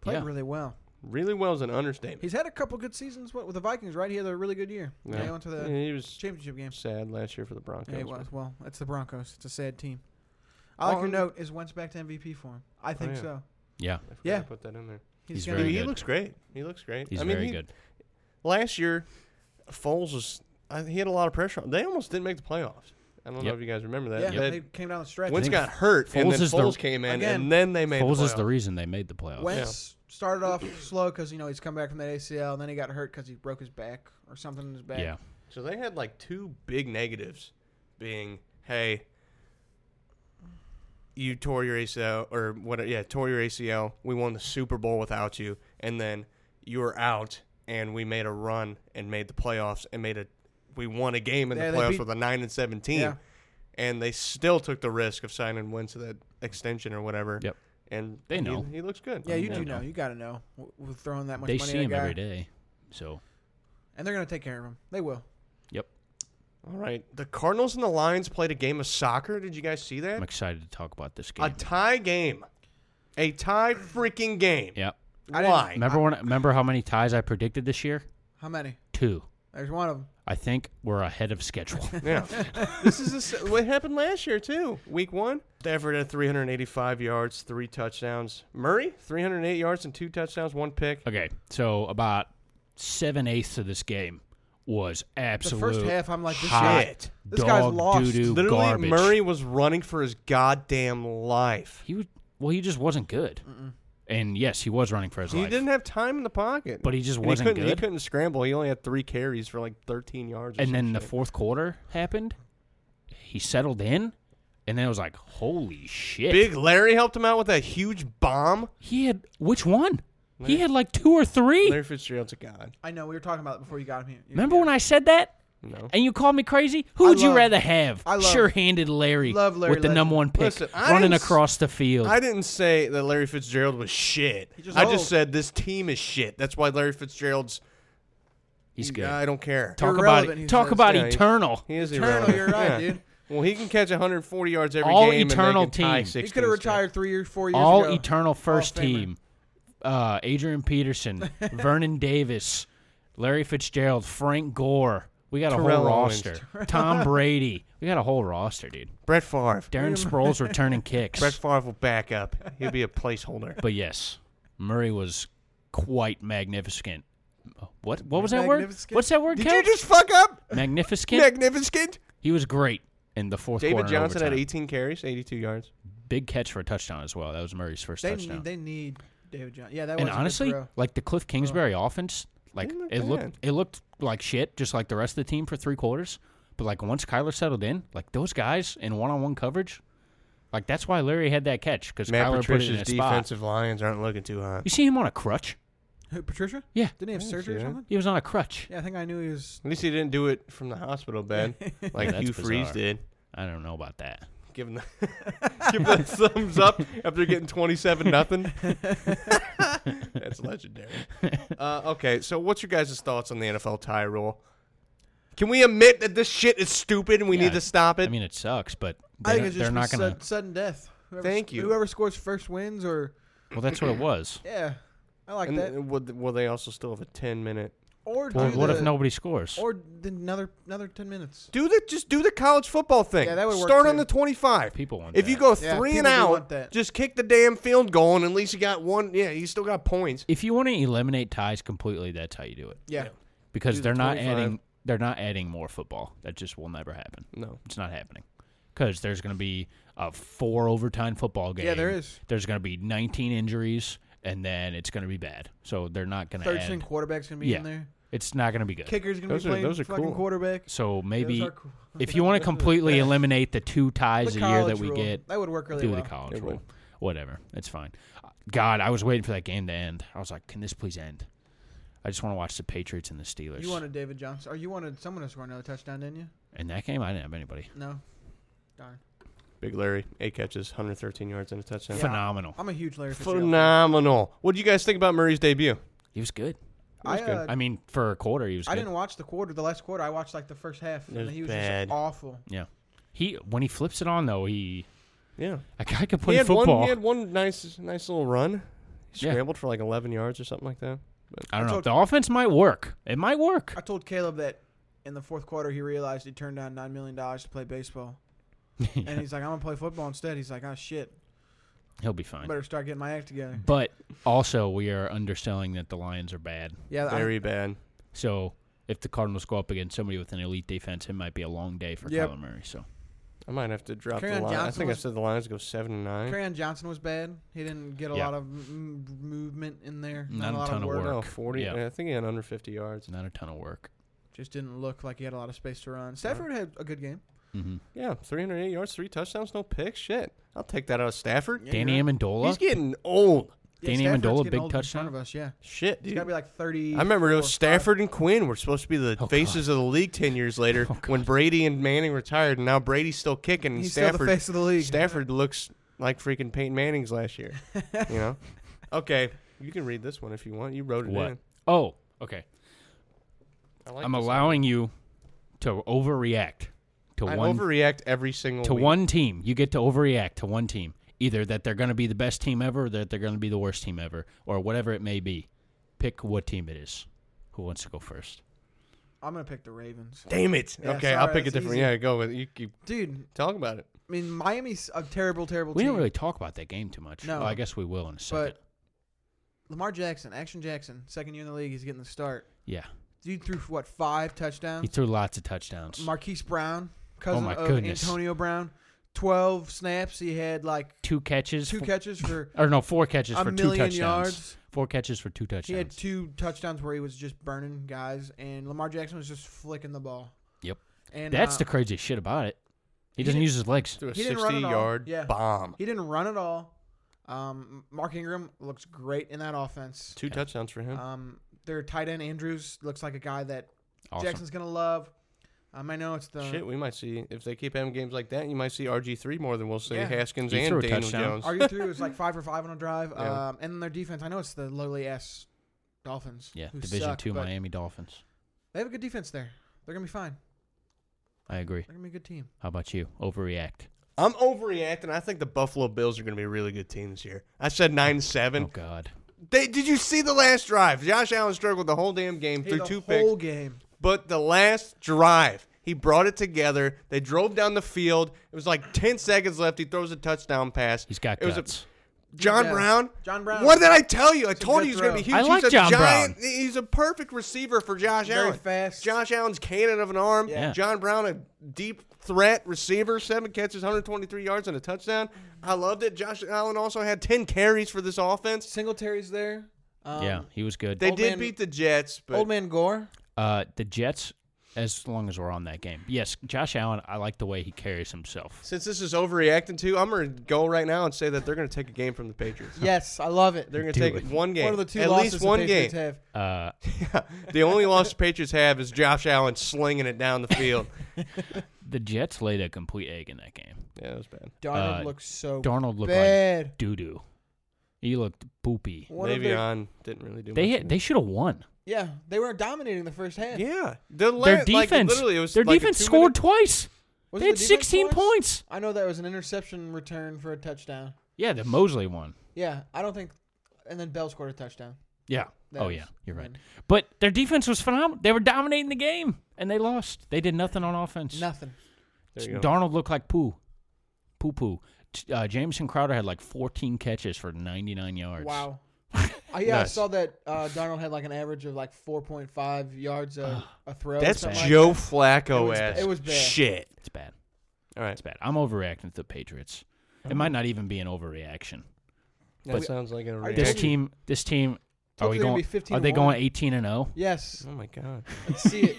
Speaker 4: Played
Speaker 3: Yeah.
Speaker 4: really well.
Speaker 2: Really well is an understatement.
Speaker 4: He's had a couple good seasons what, with the Vikings, right? He had a really good year.
Speaker 2: Yeah.
Speaker 4: They went to the
Speaker 2: Yeah, he was
Speaker 4: championship game.
Speaker 2: sad last year for the Broncos.
Speaker 4: Yeah, it
Speaker 2: but-
Speaker 4: was. Well, it's the Broncos. It's a sad team. I like
Speaker 2: Oh,
Speaker 4: your
Speaker 2: he-
Speaker 4: note. Is Wentz back to MVP form? I think
Speaker 2: Oh, yeah.
Speaker 4: so.
Speaker 3: Yeah.
Speaker 2: I forgot
Speaker 4: Yeah.
Speaker 2: to put that in there.
Speaker 3: He's
Speaker 4: gonna-
Speaker 3: very
Speaker 2: he
Speaker 3: good.
Speaker 2: looks great. He looks great.
Speaker 3: He's
Speaker 2: I mean,
Speaker 3: very
Speaker 2: he-
Speaker 3: good.
Speaker 2: Last year, Foles was I, he had a lot of pressure. on They almost didn't make the playoffs. I don't know
Speaker 3: Yep.
Speaker 2: if you guys remember
Speaker 4: Yeah,
Speaker 2: that.
Speaker 3: Yep.
Speaker 4: they
Speaker 2: that
Speaker 4: came down the stretch.
Speaker 2: Wentz
Speaker 3: think
Speaker 2: got hurt, and
Speaker 3: Foles
Speaker 2: then
Speaker 3: is the-
Speaker 2: Foles came in,
Speaker 4: Again,
Speaker 2: and then they made
Speaker 3: Foles
Speaker 2: the
Speaker 3: is the
Speaker 2: playoffs.
Speaker 3: reason they made the playoffs.
Speaker 4: Wentz started off slow because you know he's come back from that ACL, and then he got hurt because he broke his back or something in his back.
Speaker 3: Yeah.
Speaker 2: So they had like two big negatives being, hey, you tore your ACL or what yeah, tore your ACL. We won the Super Bowl without you and then you were out and we made a run and made the playoffs and made a we won a game in
Speaker 4: Yeah,
Speaker 2: the
Speaker 4: they
Speaker 2: playoffs
Speaker 4: beat-
Speaker 2: with a 9 and 17.
Speaker 4: Yeah.
Speaker 2: And they still took the risk of signing Wentz to that extension or whatever.
Speaker 3: Yep.
Speaker 2: And
Speaker 3: They
Speaker 2: he-
Speaker 3: know.
Speaker 2: he, looks good.
Speaker 4: Yeah, you
Speaker 3: Yeah.
Speaker 4: do know. You got to know w- with throwing that much
Speaker 3: They
Speaker 4: money.
Speaker 3: see
Speaker 4: at a
Speaker 3: him
Speaker 4: guy.
Speaker 3: every day. So,
Speaker 4: and they're gonna take care of him. They will.
Speaker 3: yep.
Speaker 2: All right. The Cardinals and the Lions played a game of soccer. Did you guys see that?
Speaker 3: I'm excited to talk about this
Speaker 2: A
Speaker 3: game.
Speaker 2: tie game. A tie freaking game.
Speaker 3: yep.
Speaker 4: I didn't-
Speaker 2: Why?
Speaker 3: Remember when? Remember how many ties I predicted this year?
Speaker 4: How many?
Speaker 3: Two.
Speaker 4: There's one of them.
Speaker 3: I think we're ahead of schedule.
Speaker 2: Yeah. this is a s what happened last year, too. Week one. Stafford had 385 yards, three touchdowns. Murray, 308 yards and two touchdowns, one pick.
Speaker 3: okay, so about seven eighths of this game was absolute.
Speaker 4: first half, I'm like, this
Speaker 3: hot
Speaker 2: guy-
Speaker 4: this guy's
Speaker 3: dog
Speaker 4: lost.
Speaker 3: doo-doo
Speaker 2: Literally,
Speaker 3: garbage.
Speaker 2: Murray was running for his goddamn life.
Speaker 3: He was well. He just wasn't good. And yes, he was running for his
Speaker 2: He
Speaker 3: life.
Speaker 2: didn't have time in the pocket.
Speaker 3: But he just
Speaker 2: And
Speaker 3: wasn't
Speaker 2: couldn't, He
Speaker 3: good?
Speaker 2: couldn't scramble. He only had three carries for like 13 yards. or
Speaker 3: and
Speaker 2: some
Speaker 3: then the
Speaker 2: shit.
Speaker 3: fourth quarter happened. He settled in, and then it was like, holy shit!
Speaker 2: Big Larry helped him out with that huge bomb.
Speaker 3: He had which one? He had like two or three.
Speaker 2: Larry Fitzgerald's a god.
Speaker 4: I know we were talking about it before you got here. You-
Speaker 3: Remember when I said that?
Speaker 2: No.
Speaker 3: And you called me crazy? Who
Speaker 4: I
Speaker 3: would you
Speaker 4: love-
Speaker 3: rather have?
Speaker 4: I love-
Speaker 3: Sure-handed Larry,
Speaker 4: Love Larry
Speaker 3: with the number
Speaker 4: Legend.
Speaker 3: one pick
Speaker 2: Listen, I
Speaker 3: running
Speaker 2: didn't s-
Speaker 3: across the field.
Speaker 2: I didn't say that Larry Fitzgerald was shit.
Speaker 4: He just Oh.
Speaker 2: I
Speaker 4: old.
Speaker 2: just said this team is shit. That's why Larry Fitzgerald's.
Speaker 3: He's good.
Speaker 2: I don't care.
Speaker 3: talk
Speaker 4: Irrelevant,
Speaker 3: about
Speaker 4: he's
Speaker 3: talk
Speaker 4: good.
Speaker 3: about
Speaker 2: Yeah, he-
Speaker 3: eternal.
Speaker 2: He is
Speaker 4: Eternal,
Speaker 2: irrelevant.
Speaker 4: you're right, dude.
Speaker 2: Well, he can catch 140 yards every
Speaker 3: All
Speaker 2: game.
Speaker 3: eternal
Speaker 2: and they can tie
Speaker 3: team. He
Speaker 2: 16
Speaker 4: He could have retired three years, four years
Speaker 3: All
Speaker 4: ago.
Speaker 3: eternal first
Speaker 4: Famer.
Speaker 3: team. Uh, Adrian Peterson, Vernon Davis, Larry Fitzgerald, Frank Gore. We got a
Speaker 2: Terrell
Speaker 3: whole
Speaker 2: Owens.
Speaker 3: roster. Tom Brady. We got a whole roster, dude.
Speaker 2: straight. Brett Favre.
Speaker 3: Darren Sproles returning kicks.
Speaker 2: Brett Favre will back up. He'll be a placeholder.
Speaker 3: But yes, Murray was quite magnificent. What what was that word?
Speaker 4: Magnificent?
Speaker 3: What's that word?
Speaker 2: Did
Speaker 3: Cal?
Speaker 2: you just fuck up?
Speaker 3: magnificent?
Speaker 2: Magnificent.
Speaker 3: he was great in the fourth
Speaker 2: David
Speaker 3: quarter.
Speaker 2: Johnson
Speaker 3: and
Speaker 2: had
Speaker 3: overtime.
Speaker 2: 18 carries, 82 yards.
Speaker 3: big catch for a touchdown as well. That was Murray's first
Speaker 4: They
Speaker 3: touchdown.
Speaker 4: need, they need David Johnson. Yeah, that
Speaker 3: and
Speaker 4: was a good
Speaker 3: honestly,
Speaker 4: throw.
Speaker 3: like the Cliff Kingsbury offense, like
Speaker 2: Didn't look
Speaker 3: it
Speaker 2: bad.
Speaker 3: looked it looked like shit, just like the rest of the team for three quarters. But like once Kyler settled in, like those guys in one on one coverage, like that's why Larry had that catch because
Speaker 2: Matt
Speaker 3: Kyler put it in
Speaker 2: Patricia's
Speaker 3: his spot.
Speaker 2: defensive Lions aren't looking too hot.
Speaker 3: You see him on a crutch.
Speaker 4: Who, Patricia?
Speaker 3: Yeah.
Speaker 4: Didn't he have
Speaker 2: Yeah,
Speaker 4: surgery or
Speaker 2: yeah.
Speaker 4: something?
Speaker 3: He was on a crutch.
Speaker 4: Yeah, I think I knew he was.
Speaker 2: At least he didn't do it from the hospital bed like
Speaker 3: That's
Speaker 2: Hugh Freeze
Speaker 3: bizarre.
Speaker 2: did.
Speaker 3: I don't know about that.
Speaker 2: Give him the, give him the thumbs up after getting 27 nothing. That's legendary. Uh, okay, so what's your guys' thoughts on the NFL tie rule? Can we admit that this shit is stupid and we
Speaker 3: Yeah,
Speaker 2: need to stop it?
Speaker 3: I mean, it sucks, but
Speaker 4: I think
Speaker 3: they're,
Speaker 4: it's
Speaker 3: they're
Speaker 4: just
Speaker 3: not
Speaker 4: for
Speaker 3: going
Speaker 4: sud-
Speaker 3: to.
Speaker 4: sudden death. Whoever,
Speaker 2: Thank you.
Speaker 4: Whoever scores first wins, or
Speaker 3: Well, that's what it was.
Speaker 4: yeah, I like
Speaker 2: and
Speaker 4: that.
Speaker 2: will, th- will they also still have a 10 minute?
Speaker 4: Or
Speaker 3: Well,
Speaker 4: do
Speaker 3: what
Speaker 4: the,
Speaker 3: if nobody scores?
Speaker 4: Or d- another another ten minutes.
Speaker 2: Do the just do the college football thing.
Speaker 4: Yeah, that would work
Speaker 2: Start on
Speaker 4: too.
Speaker 2: the 25.
Speaker 3: People want
Speaker 2: If you
Speaker 3: that.
Speaker 2: go
Speaker 4: Yeah,
Speaker 2: three and
Speaker 4: people do
Speaker 2: out,
Speaker 4: want that.
Speaker 2: just kick the damn field goal and at least you got one. Yeah, you still got points.
Speaker 3: if you want to eliminate ties completely, that's how you do it.
Speaker 4: Yeah.
Speaker 3: Because
Speaker 2: Do the
Speaker 3: they're not
Speaker 2: 25.
Speaker 3: adding. They're not adding more football. That just will never happen.
Speaker 2: No.
Speaker 3: It's not happening. Because there's going to be a four overtime football game.
Speaker 4: Yeah, there is.
Speaker 3: There's going to be 19 injuries, and then it's going to be bad. So they're not going to
Speaker 4: Third
Speaker 3: add.
Speaker 4: string quarterback's gonna be
Speaker 3: yeah,
Speaker 4: in there.
Speaker 3: it's not going to be good.
Speaker 4: Kicker's gonna
Speaker 2: Those
Speaker 4: be
Speaker 2: are-
Speaker 4: playing
Speaker 2: those are
Speaker 4: fucking
Speaker 2: cool.
Speaker 4: quarterback.
Speaker 3: So maybe
Speaker 4: are cool.
Speaker 3: if you want to completely eliminate the two ties
Speaker 4: The
Speaker 3: a year that
Speaker 4: college
Speaker 3: we
Speaker 4: rule.
Speaker 3: get,
Speaker 4: That would work really
Speaker 3: do
Speaker 4: well.
Speaker 3: the college
Speaker 2: It
Speaker 3: rule.
Speaker 2: would.
Speaker 3: Whatever, it's fine. God, I was waiting for that game to end. I was like, can this please end? I just want to watch the Patriots and the Steelers.
Speaker 4: You wanted David Johnson, or you wanted someone to score another touchdown, didn't you?
Speaker 3: In that game, I didn't have anybody.
Speaker 4: No. Darn.
Speaker 2: Big Larry, eight catches, 113 yards and a touchdown.
Speaker 3: Phenomenal.
Speaker 4: I'm a huge Larry Fitzgerald. fan.
Speaker 2: Phenomenal. What do you guys think about Murray's debut?
Speaker 3: He was good.
Speaker 4: I,
Speaker 2: good.
Speaker 4: uh,
Speaker 3: I mean, for a quarter, he was.
Speaker 4: I
Speaker 3: good.
Speaker 4: didn't watch the quarter, the last quarter. I watched like the first half,
Speaker 2: It was
Speaker 4: and he was
Speaker 2: bad.
Speaker 4: just awful.
Speaker 3: Yeah. He when he flips it on though, he
Speaker 2: Yeah.
Speaker 3: a guy can
Speaker 2: he
Speaker 3: play
Speaker 2: had
Speaker 3: football.
Speaker 2: one. He had one nice, nice little run. He
Speaker 3: Yeah.
Speaker 2: scrambled for like 11 yards or something like that.
Speaker 3: I don't
Speaker 4: I
Speaker 3: know.
Speaker 4: told-
Speaker 3: The offense might work. It might
Speaker 4: I
Speaker 3: work.
Speaker 4: told Caleb that in the fourth quarter he realized he turned down nine million dollars to play baseball, and he's like, "I'm gonna play football instead." He's like, "Ah, shit,
Speaker 3: He'll be fine.
Speaker 4: better start getting my act together."
Speaker 3: But also, we are underselling that the Lions are bad.
Speaker 4: Yeah, I-
Speaker 2: Very bad.
Speaker 3: So if the Cardinals go up against somebody with an elite defense, it might be a long day for
Speaker 4: Yep.
Speaker 3: Kyler Murray. So
Speaker 2: I might have to drop
Speaker 4: Kerryon
Speaker 2: the line. I
Speaker 4: Johnson
Speaker 2: think I
Speaker 4: was-
Speaker 2: said the Lions go seven and nine.
Speaker 4: Crayon Johnson was bad. He didn't get a
Speaker 3: Yeah.
Speaker 4: lot of m- m- movement in there.
Speaker 3: Not a
Speaker 4: lot
Speaker 3: ton of work.
Speaker 2: No, 40.
Speaker 3: Yeah.
Speaker 2: I think he had under 50 yards.
Speaker 3: it's not a ton of work.
Speaker 4: Just didn't look like he had a lot of space to run. Stafford had a good game.
Speaker 3: hmm
Speaker 2: Yeah, 308 yards, three touchdowns, no picks. Shit, I'll take that out of Stafford.
Speaker 3: Danny Amendola.
Speaker 2: He's getting old.
Speaker 3: Danny
Speaker 4: Stafford's
Speaker 3: Amendola,
Speaker 4: getting
Speaker 3: big
Speaker 4: old in front
Speaker 3: touchdown?
Speaker 4: of us. Yeah,
Speaker 2: Shit,
Speaker 4: he's
Speaker 2: dude.
Speaker 4: got to be like thirty.
Speaker 2: I remember it
Speaker 4: four or
Speaker 2: was
Speaker 4: five.
Speaker 2: Stafford and Quinn were supposed to be the
Speaker 3: Oh,
Speaker 2: faces of the league ten years later when Brady and Manning retired, and now Brady's still kicking. And
Speaker 4: He's still the
Speaker 2: Stafford,
Speaker 4: face of the league.
Speaker 2: Stafford looks like freaking Peyton Manning's last year. you know? Okay, you can read this one if you want. You wrote it
Speaker 3: What?
Speaker 2: in.
Speaker 3: Oh, okay.
Speaker 2: I like
Speaker 3: I'm
Speaker 2: this.
Speaker 3: allowing you to overreact to
Speaker 2: I
Speaker 3: one
Speaker 2: overreact every single
Speaker 3: to
Speaker 2: week.
Speaker 3: one team. You get to overreact to one team, either that they're going to be the best team ever, or that they're going to be the worst team ever, or whatever it may be. Pick what team it is. Who wants to go first?
Speaker 4: I'm gonna pick the Ravens,
Speaker 2: Damn it!
Speaker 4: Yeah,
Speaker 2: okay, I'll
Speaker 4: sorry,
Speaker 2: pick a
Speaker 4: that's
Speaker 2: different.
Speaker 4: easy.
Speaker 2: Yeah, go with it. You keep
Speaker 4: dude.
Speaker 2: talk about it.
Speaker 4: I mean, Miami's a terrible, terrible
Speaker 3: We
Speaker 4: team.
Speaker 3: didn't really talk about that game too much.
Speaker 4: No.
Speaker 3: Well, I guess we will in a second.
Speaker 4: But Lamar Jackson, Action Jackson, second year in the league, he's getting the start.
Speaker 3: yeah,
Speaker 4: Dude threw what five
Speaker 3: he
Speaker 4: touchdowns.
Speaker 3: threw lots of touchdowns.
Speaker 4: Marquise Brown, cousin
Speaker 3: my
Speaker 4: of
Speaker 3: goodness.
Speaker 4: Antonio Brown, twelve snaps. He had like
Speaker 3: two catches.
Speaker 4: two
Speaker 3: for-
Speaker 4: catches for.
Speaker 3: Or no, four catches
Speaker 4: A
Speaker 3: for two
Speaker 4: million
Speaker 3: touchdowns.
Speaker 4: yards.
Speaker 3: Four catches for two touchdowns.
Speaker 4: He had two touchdowns where he was just burning guys, and Lamar Jackson was just flicking the ball.
Speaker 3: Yep.
Speaker 4: And
Speaker 3: That's
Speaker 4: uh,
Speaker 3: the craziest shit about it. He,
Speaker 4: he
Speaker 3: doesn't
Speaker 4: didn't-
Speaker 3: use his legs.
Speaker 2: Do a
Speaker 4: He didn't run at all.
Speaker 2: sixty-yard
Speaker 4: Yeah.
Speaker 2: bomb.
Speaker 4: He didn't run at all. Um, Mark Ingram looks great in that offense.
Speaker 2: Two touchdowns for him.
Speaker 4: Um, their tight end Andrews looks like a guy that
Speaker 3: Awesome.
Speaker 4: Jackson's gonna love. Um, I know it's the
Speaker 2: Shit, we might see if they keep having games like that. You might see RG three more than we'll see
Speaker 4: Yeah.
Speaker 2: Haskins
Speaker 3: He threw
Speaker 2: and
Speaker 3: a
Speaker 2: Daniel
Speaker 3: touchdown.
Speaker 2: Jones.
Speaker 4: RG three was like five for five on a drive.
Speaker 2: Yeah.
Speaker 4: Um, and their defense, I know it's the lowly ass Dolphins.
Speaker 3: yeah,
Speaker 4: who
Speaker 3: Division
Speaker 4: suck,
Speaker 3: Two
Speaker 4: but
Speaker 3: Miami Dolphins.
Speaker 4: They have a good defense there. They're gonna be fine.
Speaker 3: I agree.
Speaker 4: They're gonna be a good team.
Speaker 3: How about you? Overreact.
Speaker 2: I'm overreacting. I think the Buffalo Bills are going to be a really good team this year. I said nine seven.
Speaker 3: oh God.
Speaker 2: They did you see the last drive? Josh Allen struggled the whole damn game
Speaker 4: Hey,
Speaker 2: through
Speaker 4: the
Speaker 2: two picks,
Speaker 4: whole game.
Speaker 2: but the last drive he brought it together. They drove down the field. It was like ten seconds left. He throws a touchdown pass.
Speaker 3: He's got
Speaker 2: it was a-
Speaker 3: guts.
Speaker 2: John
Speaker 4: Yeah.
Speaker 2: Brown.
Speaker 4: John Brown.
Speaker 2: What did I tell you? I
Speaker 4: It's a
Speaker 2: told
Speaker 4: good
Speaker 2: you he was going to be
Speaker 4: throw.
Speaker 2: huge.
Speaker 3: I like
Speaker 2: he's a
Speaker 3: John
Speaker 2: giant,
Speaker 3: Brown.
Speaker 2: He's a perfect receiver for Josh
Speaker 4: Very
Speaker 2: Allen.
Speaker 4: fast.
Speaker 2: Josh Allen's cannon of an arm.
Speaker 3: Yeah.
Speaker 2: John Brown, a deep threat receiver, seven catches, 123 yards, and a touchdown. I loved it. Josh Allen also had 10 carries for this offense.
Speaker 4: Singletary's there. Um,
Speaker 3: yeah, he was good.
Speaker 2: They
Speaker 4: Old
Speaker 2: did
Speaker 4: man-
Speaker 2: beat the Jets, but
Speaker 4: Old man Gore.
Speaker 3: Uh, the Jets as long as we're on that game. Yes, Josh Allen, I like the way he carries himself.
Speaker 2: Since this is overreacting to, I'm going to go right now and say that they're going to take a game from the Patriots.
Speaker 4: Yes, I love it.
Speaker 2: They're going
Speaker 3: Do
Speaker 2: to take
Speaker 3: it.
Speaker 2: one game.
Speaker 4: One of the two
Speaker 2: At
Speaker 4: losses
Speaker 2: least
Speaker 4: the
Speaker 2: one
Speaker 4: Patriots
Speaker 2: game.
Speaker 4: have.
Speaker 3: Uh,
Speaker 2: the only loss the Patriots have is Josh Allen slinging it down the field.
Speaker 3: the Jets laid a complete egg in that game.
Speaker 2: yeah, it was bad.
Speaker 4: Darnold
Speaker 3: Uh,
Speaker 4: looks so
Speaker 3: Darnold looked
Speaker 4: Oh, bad.
Speaker 3: like doo doo. He looked boopy.
Speaker 4: One of their-
Speaker 2: Le'Veon didn't really do
Speaker 3: They
Speaker 2: much.
Speaker 3: hit, they should have won.
Speaker 4: yeah, they were dominating the first half.
Speaker 2: yeah. The la-
Speaker 3: Their
Speaker 2: like,
Speaker 3: defense,
Speaker 2: literally, it was
Speaker 3: their
Speaker 2: like a
Speaker 3: defense
Speaker 2: two-minute-
Speaker 3: scored twice.
Speaker 4: Was
Speaker 3: they
Speaker 4: it
Speaker 3: had
Speaker 4: the defense
Speaker 3: 16
Speaker 4: twice?
Speaker 3: points.
Speaker 4: I know that was an interception return for a touchdown.
Speaker 3: Yeah, the Mosley one.
Speaker 4: Yeah, I don't think. And then Bell scored a touchdown.
Speaker 3: Yeah.
Speaker 4: That
Speaker 3: oh
Speaker 4: was-
Speaker 3: yeah, you're right.
Speaker 4: I mean-
Speaker 3: But their defense was phenomenal. They were dominating the game, and they lost. They did nothing on offense.
Speaker 4: Nothing.
Speaker 2: There you go.
Speaker 3: Darnold looked like poo, poo poo. T- Uh, Jameson Crowder had like 14 catches for 99 yards.
Speaker 4: Wow. I, yeah, I
Speaker 2: Nuts.
Speaker 4: saw that uh, Darnold had like an average of like 4.5 yards a,
Speaker 3: Ah,
Speaker 4: a throw. or
Speaker 2: That's
Speaker 4: something like
Speaker 2: Joe
Speaker 4: that.
Speaker 2: Flacco
Speaker 4: It
Speaker 2: ass.
Speaker 4: was- it was bad.
Speaker 2: Shit.
Speaker 3: It's bad.
Speaker 2: All right.
Speaker 3: It's bad. I'm overreacting to the Patriots. It might not even be an overreaction.
Speaker 2: That
Speaker 3: But-
Speaker 2: sounds like an
Speaker 4: Are you
Speaker 3: This
Speaker 4: Told
Speaker 2: reaction.
Speaker 3: team, this team,
Speaker 4: Told
Speaker 3: are we
Speaker 4: you they'd
Speaker 3: going?
Speaker 4: be 15
Speaker 3: Are they
Speaker 4: and
Speaker 3: going
Speaker 4: one.
Speaker 3: 18 and 0,
Speaker 4: Yes.
Speaker 2: Oh my god.
Speaker 4: Let's see it.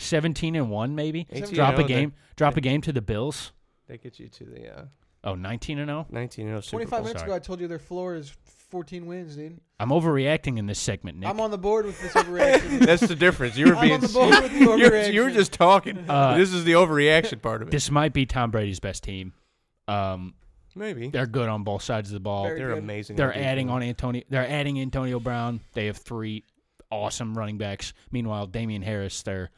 Speaker 3: 17 and one maybe?
Speaker 2: 18
Speaker 3: Drop
Speaker 2: and
Speaker 3: a
Speaker 2: 0,
Speaker 4: oh,
Speaker 3: game. Drop a game to the Bills.
Speaker 2: That gets you to the uh,
Speaker 3: Oh, 19 and 0.
Speaker 2: 19 0 Super
Speaker 4: 25
Speaker 2: Bowl.
Speaker 4: minutes
Speaker 3: Sorry.
Speaker 4: ago, I told you their floor is 14 wins, dude.
Speaker 3: I'm overreacting in this segment, Nick.
Speaker 4: I'm on the board with this overreaction.
Speaker 2: That's the difference. You were
Speaker 4: I'm
Speaker 2: being
Speaker 4: on the board with the
Speaker 2: you, were, you were
Speaker 4: overreaction.
Speaker 2: just talking.
Speaker 3: Uh,
Speaker 2: this is the overreaction part of it.
Speaker 3: this might be Tom Brady's best team. Um,
Speaker 2: Maybe.
Speaker 3: they're good on both sides of the ball.
Speaker 4: Very
Speaker 2: They're
Speaker 4: good.
Speaker 2: amazing.
Speaker 3: They're
Speaker 2: on defense.
Speaker 3: adding on Antonio. They're adding Antonio Brown. They have three awesome running backs. Meanwhile, Damian Harris, their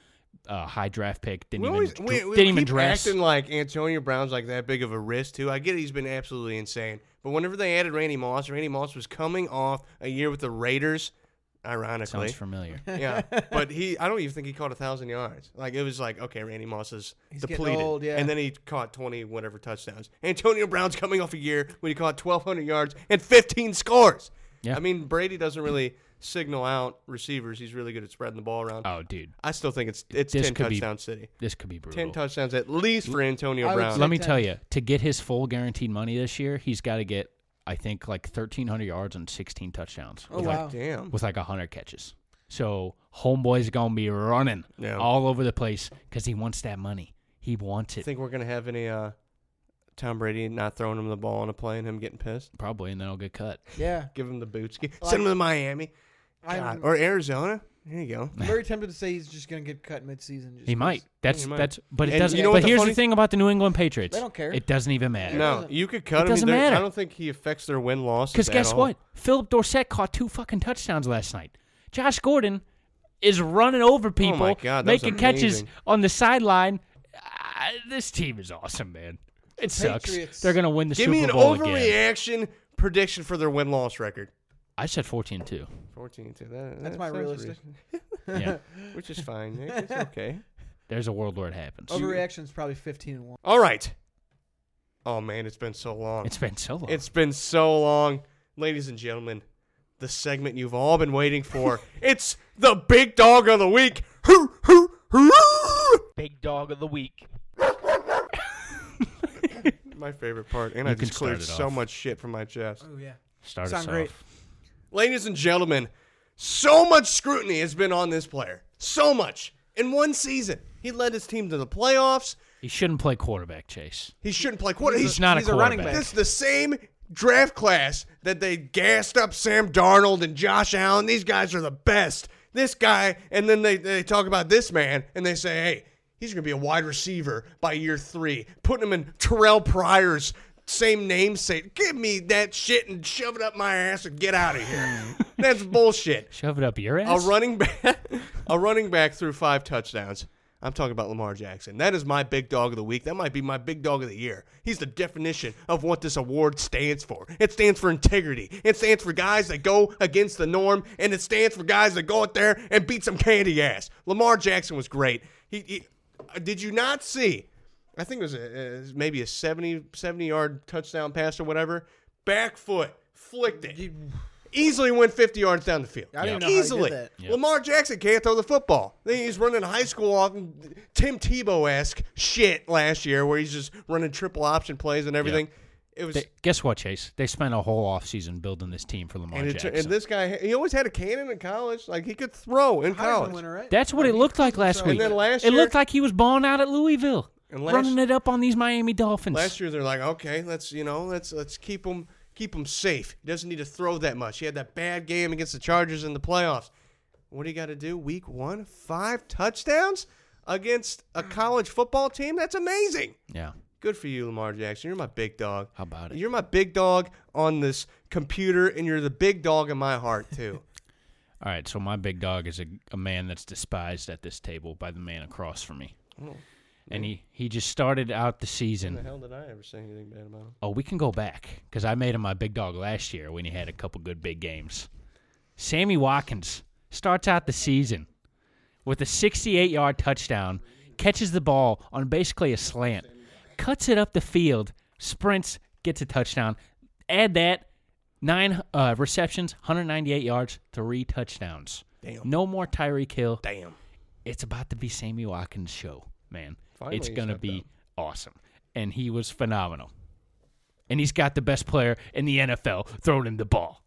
Speaker 3: uh, high draft pick, didn't
Speaker 2: we
Speaker 3: even
Speaker 2: always,
Speaker 3: dr-
Speaker 2: we, we
Speaker 3: didn't even
Speaker 2: keep
Speaker 3: dress.
Speaker 2: acting like Antonio Brown's like that big of a risk too. I get he's been absolutely insane, but whenever they added Randy Moss, Randy Moss was coming off a year with the Raiders, ironically.
Speaker 3: Sounds familiar.
Speaker 2: yeah, but he I don't even think he caught a thousand yards. Like it was like okay, Randy Moss is
Speaker 4: He's getting
Speaker 2: depleted,
Speaker 4: old, yeah.
Speaker 2: and then he caught twenty whatever touchdowns. Antonio Brown's coming off a year when he caught twelve hundred yards and fifteen scores.
Speaker 3: Yeah.
Speaker 2: I mean Brady doesn't really signal out receivers. He's really good at spreading the ball around.
Speaker 3: Oh, dude,
Speaker 2: I still think it's it's
Speaker 3: This
Speaker 2: ten
Speaker 3: could be
Speaker 2: touchdown city.
Speaker 3: this could be
Speaker 2: Ten
Speaker 3: brutal.
Speaker 2: touchdowns at least for
Speaker 4: I
Speaker 2: Antonio
Speaker 4: would
Speaker 2: Brown.
Speaker 4: say-
Speaker 3: Let me
Speaker 4: touchdowns.
Speaker 3: tell you, to get his full guaranteed money this year, he's got to get, I think, like thirteen hundred yards and sixteen touchdowns
Speaker 4: Oh,
Speaker 3: with
Speaker 4: wow.
Speaker 3: like
Speaker 2: Damn.
Speaker 3: with like hundred catches. So homeboy's gonna be running
Speaker 2: Yeah.
Speaker 3: all over the place because he wants that money. He wants it.
Speaker 2: Think we're gonna have any uh, Tom Brady not throwing him the ball on a play and him getting pissed?
Speaker 3: Probably, and then I'll get cut.
Speaker 4: yeah.
Speaker 2: Give him the boots. Gi-
Speaker 4: Like-
Speaker 2: Send him to Miami God.
Speaker 4: I'm
Speaker 2: or Arizona. There you go.
Speaker 4: very tempted to say he's just going to get cut midseason. Just
Speaker 3: He might.
Speaker 4: 'cause
Speaker 3: That's
Speaker 2: might.
Speaker 3: that's. But it
Speaker 2: And
Speaker 3: doesn't.
Speaker 2: you know what
Speaker 3: but
Speaker 2: the
Speaker 3: here's
Speaker 2: funny-
Speaker 3: the thing about the New England Patriots.
Speaker 4: They don't care.
Speaker 3: It doesn't even matter.
Speaker 2: No, you could cut
Speaker 3: It
Speaker 2: him.
Speaker 3: doesn't
Speaker 2: There-
Speaker 3: matter.
Speaker 2: I don't think he affects their win loss.
Speaker 3: Because guess what? Philip Dorsett caught two fucking touchdowns last night. Josh Gordon is running over people,
Speaker 2: Oh my God, that was
Speaker 3: making catches
Speaker 2: amazing.
Speaker 3: on the sideline. Ah, this team is awesome, man. It sucks.
Speaker 4: Patriots.
Speaker 3: They're gonna win the
Speaker 2: Give
Speaker 3: Super
Speaker 2: me an
Speaker 3: Bowl again.
Speaker 2: overreaction prediction for their win loss record.
Speaker 3: I said 14-2.
Speaker 2: 14 to that,
Speaker 4: That's
Speaker 2: that
Speaker 4: my
Speaker 2: sounds
Speaker 4: realistic.
Speaker 3: Yeah,
Speaker 2: reasonable, Which is fine. Nick. It's okay.
Speaker 3: there's a world where it happens.
Speaker 4: Overreaction's probably 15 and 1.
Speaker 2: All right. Oh, man, it's been so long.
Speaker 3: It's been so long.
Speaker 2: It's been so long, ladies and gentlemen. The segment you've all been waiting for. it's the big dog of the week. Hoo, hoo, hoo.
Speaker 7: Big dog of the week.
Speaker 2: My favorite part, and
Speaker 3: You
Speaker 2: I
Speaker 3: can
Speaker 2: just cleared
Speaker 3: start it
Speaker 2: so
Speaker 3: off.
Speaker 2: much shit from my chest.
Speaker 4: Oh, yeah.
Speaker 3: Start
Speaker 4: Sound
Speaker 3: us
Speaker 4: great.
Speaker 3: off.
Speaker 2: Ladies and gentlemen, so much scrutiny has been on this player. So much in one season. He led his team to the playoffs.
Speaker 3: He shouldn't play quarterback, Chase.
Speaker 2: He shouldn't play quarter.
Speaker 3: He's not a
Speaker 4: he's a running
Speaker 3: quarterback.
Speaker 4: back.
Speaker 2: This is the same draft class that they gassed up Sam Darnold and Josh Allen. These guys are the best. This guy, and then they, they talk about this man and they say, hey, he's going to be a wide receiver by year three, putting him in Terrell Pryor's same namesake. Give me that shit and shove it up my ass and get out of here. That's bullshit.
Speaker 3: Shove it up your
Speaker 2: A
Speaker 3: ass.
Speaker 2: running back, a running back threw five touchdowns. I'm talking about Lamar Jackson. That is my big dog of the week. That might be my big dog of the year. He's the definition of what this award stands for. It stands for integrity. It stands for guys that go against the norm, and it stands for guys that go out there and beat some candy ass. Lamar Jackson was great. He, he uh, did you not see? I think it was a, uh, maybe a 70, 70 yard touchdown pass or whatever. Back foot flicked it. Easily went 50 yards down the field.
Speaker 4: I don't even know how he did
Speaker 2: Easily.
Speaker 4: that.
Speaker 3: Yep.
Speaker 2: Lamar Jackson can't throw the football. Then He's running high school off Tim Tebow esque shit last year where he's just running triple option plays and everything. It was,
Speaker 3: They, guess what, Chase? They spent a whole offseason building this team for Lamar
Speaker 2: and, it,
Speaker 3: Jackson.
Speaker 2: and this guy, he always had a cannon in college. Like he could throw in
Speaker 4: Heisman
Speaker 2: college.
Speaker 4: winner, right?
Speaker 3: That's what it looked like last
Speaker 4: So-
Speaker 3: week.
Speaker 2: And then last
Speaker 3: it
Speaker 2: year-
Speaker 3: looked like he was balling out at Louisville,
Speaker 2: And last-
Speaker 3: running it up on these Miami Dolphins.
Speaker 2: Last year they're like, okay, let's you know, let's let's keep him keep him safe. He doesn't need to throw that much. He had that bad game against the Chargers in the playoffs. What do you got to do? Week one, five touchdowns against a college football team. That's amazing.
Speaker 3: yeah,
Speaker 2: Good for you, Lamar Jackson. You're my big dog.
Speaker 3: how about it?
Speaker 2: You're my big dog on this computer, and you're the big dog in my heart too.
Speaker 3: All right, so my big dog is a, a man that's despised at this table by the man across from me.
Speaker 2: Oh.
Speaker 3: And he, he just started out the season.
Speaker 2: hell did I ever say anything bad about him?
Speaker 3: Oh, we can go back because I made him my big dog last year when he had a couple good big games. Sammy Watkins starts out the season with a 68 yard touchdown, catches the ball on basically a slant, cuts it up the field, sprints, gets a touchdown. Add that, nine uh, receptions, 198 yards, three touchdowns.
Speaker 2: Damn.
Speaker 3: No more Tyreek Hill.
Speaker 2: Damn.
Speaker 3: It's about to be Sammy Watkins' show, man. it's
Speaker 2: Finally, you
Speaker 3: going to
Speaker 2: said
Speaker 3: be awesome. And he was phenomenal. And he's got the best player in the NFL throwing him the ball.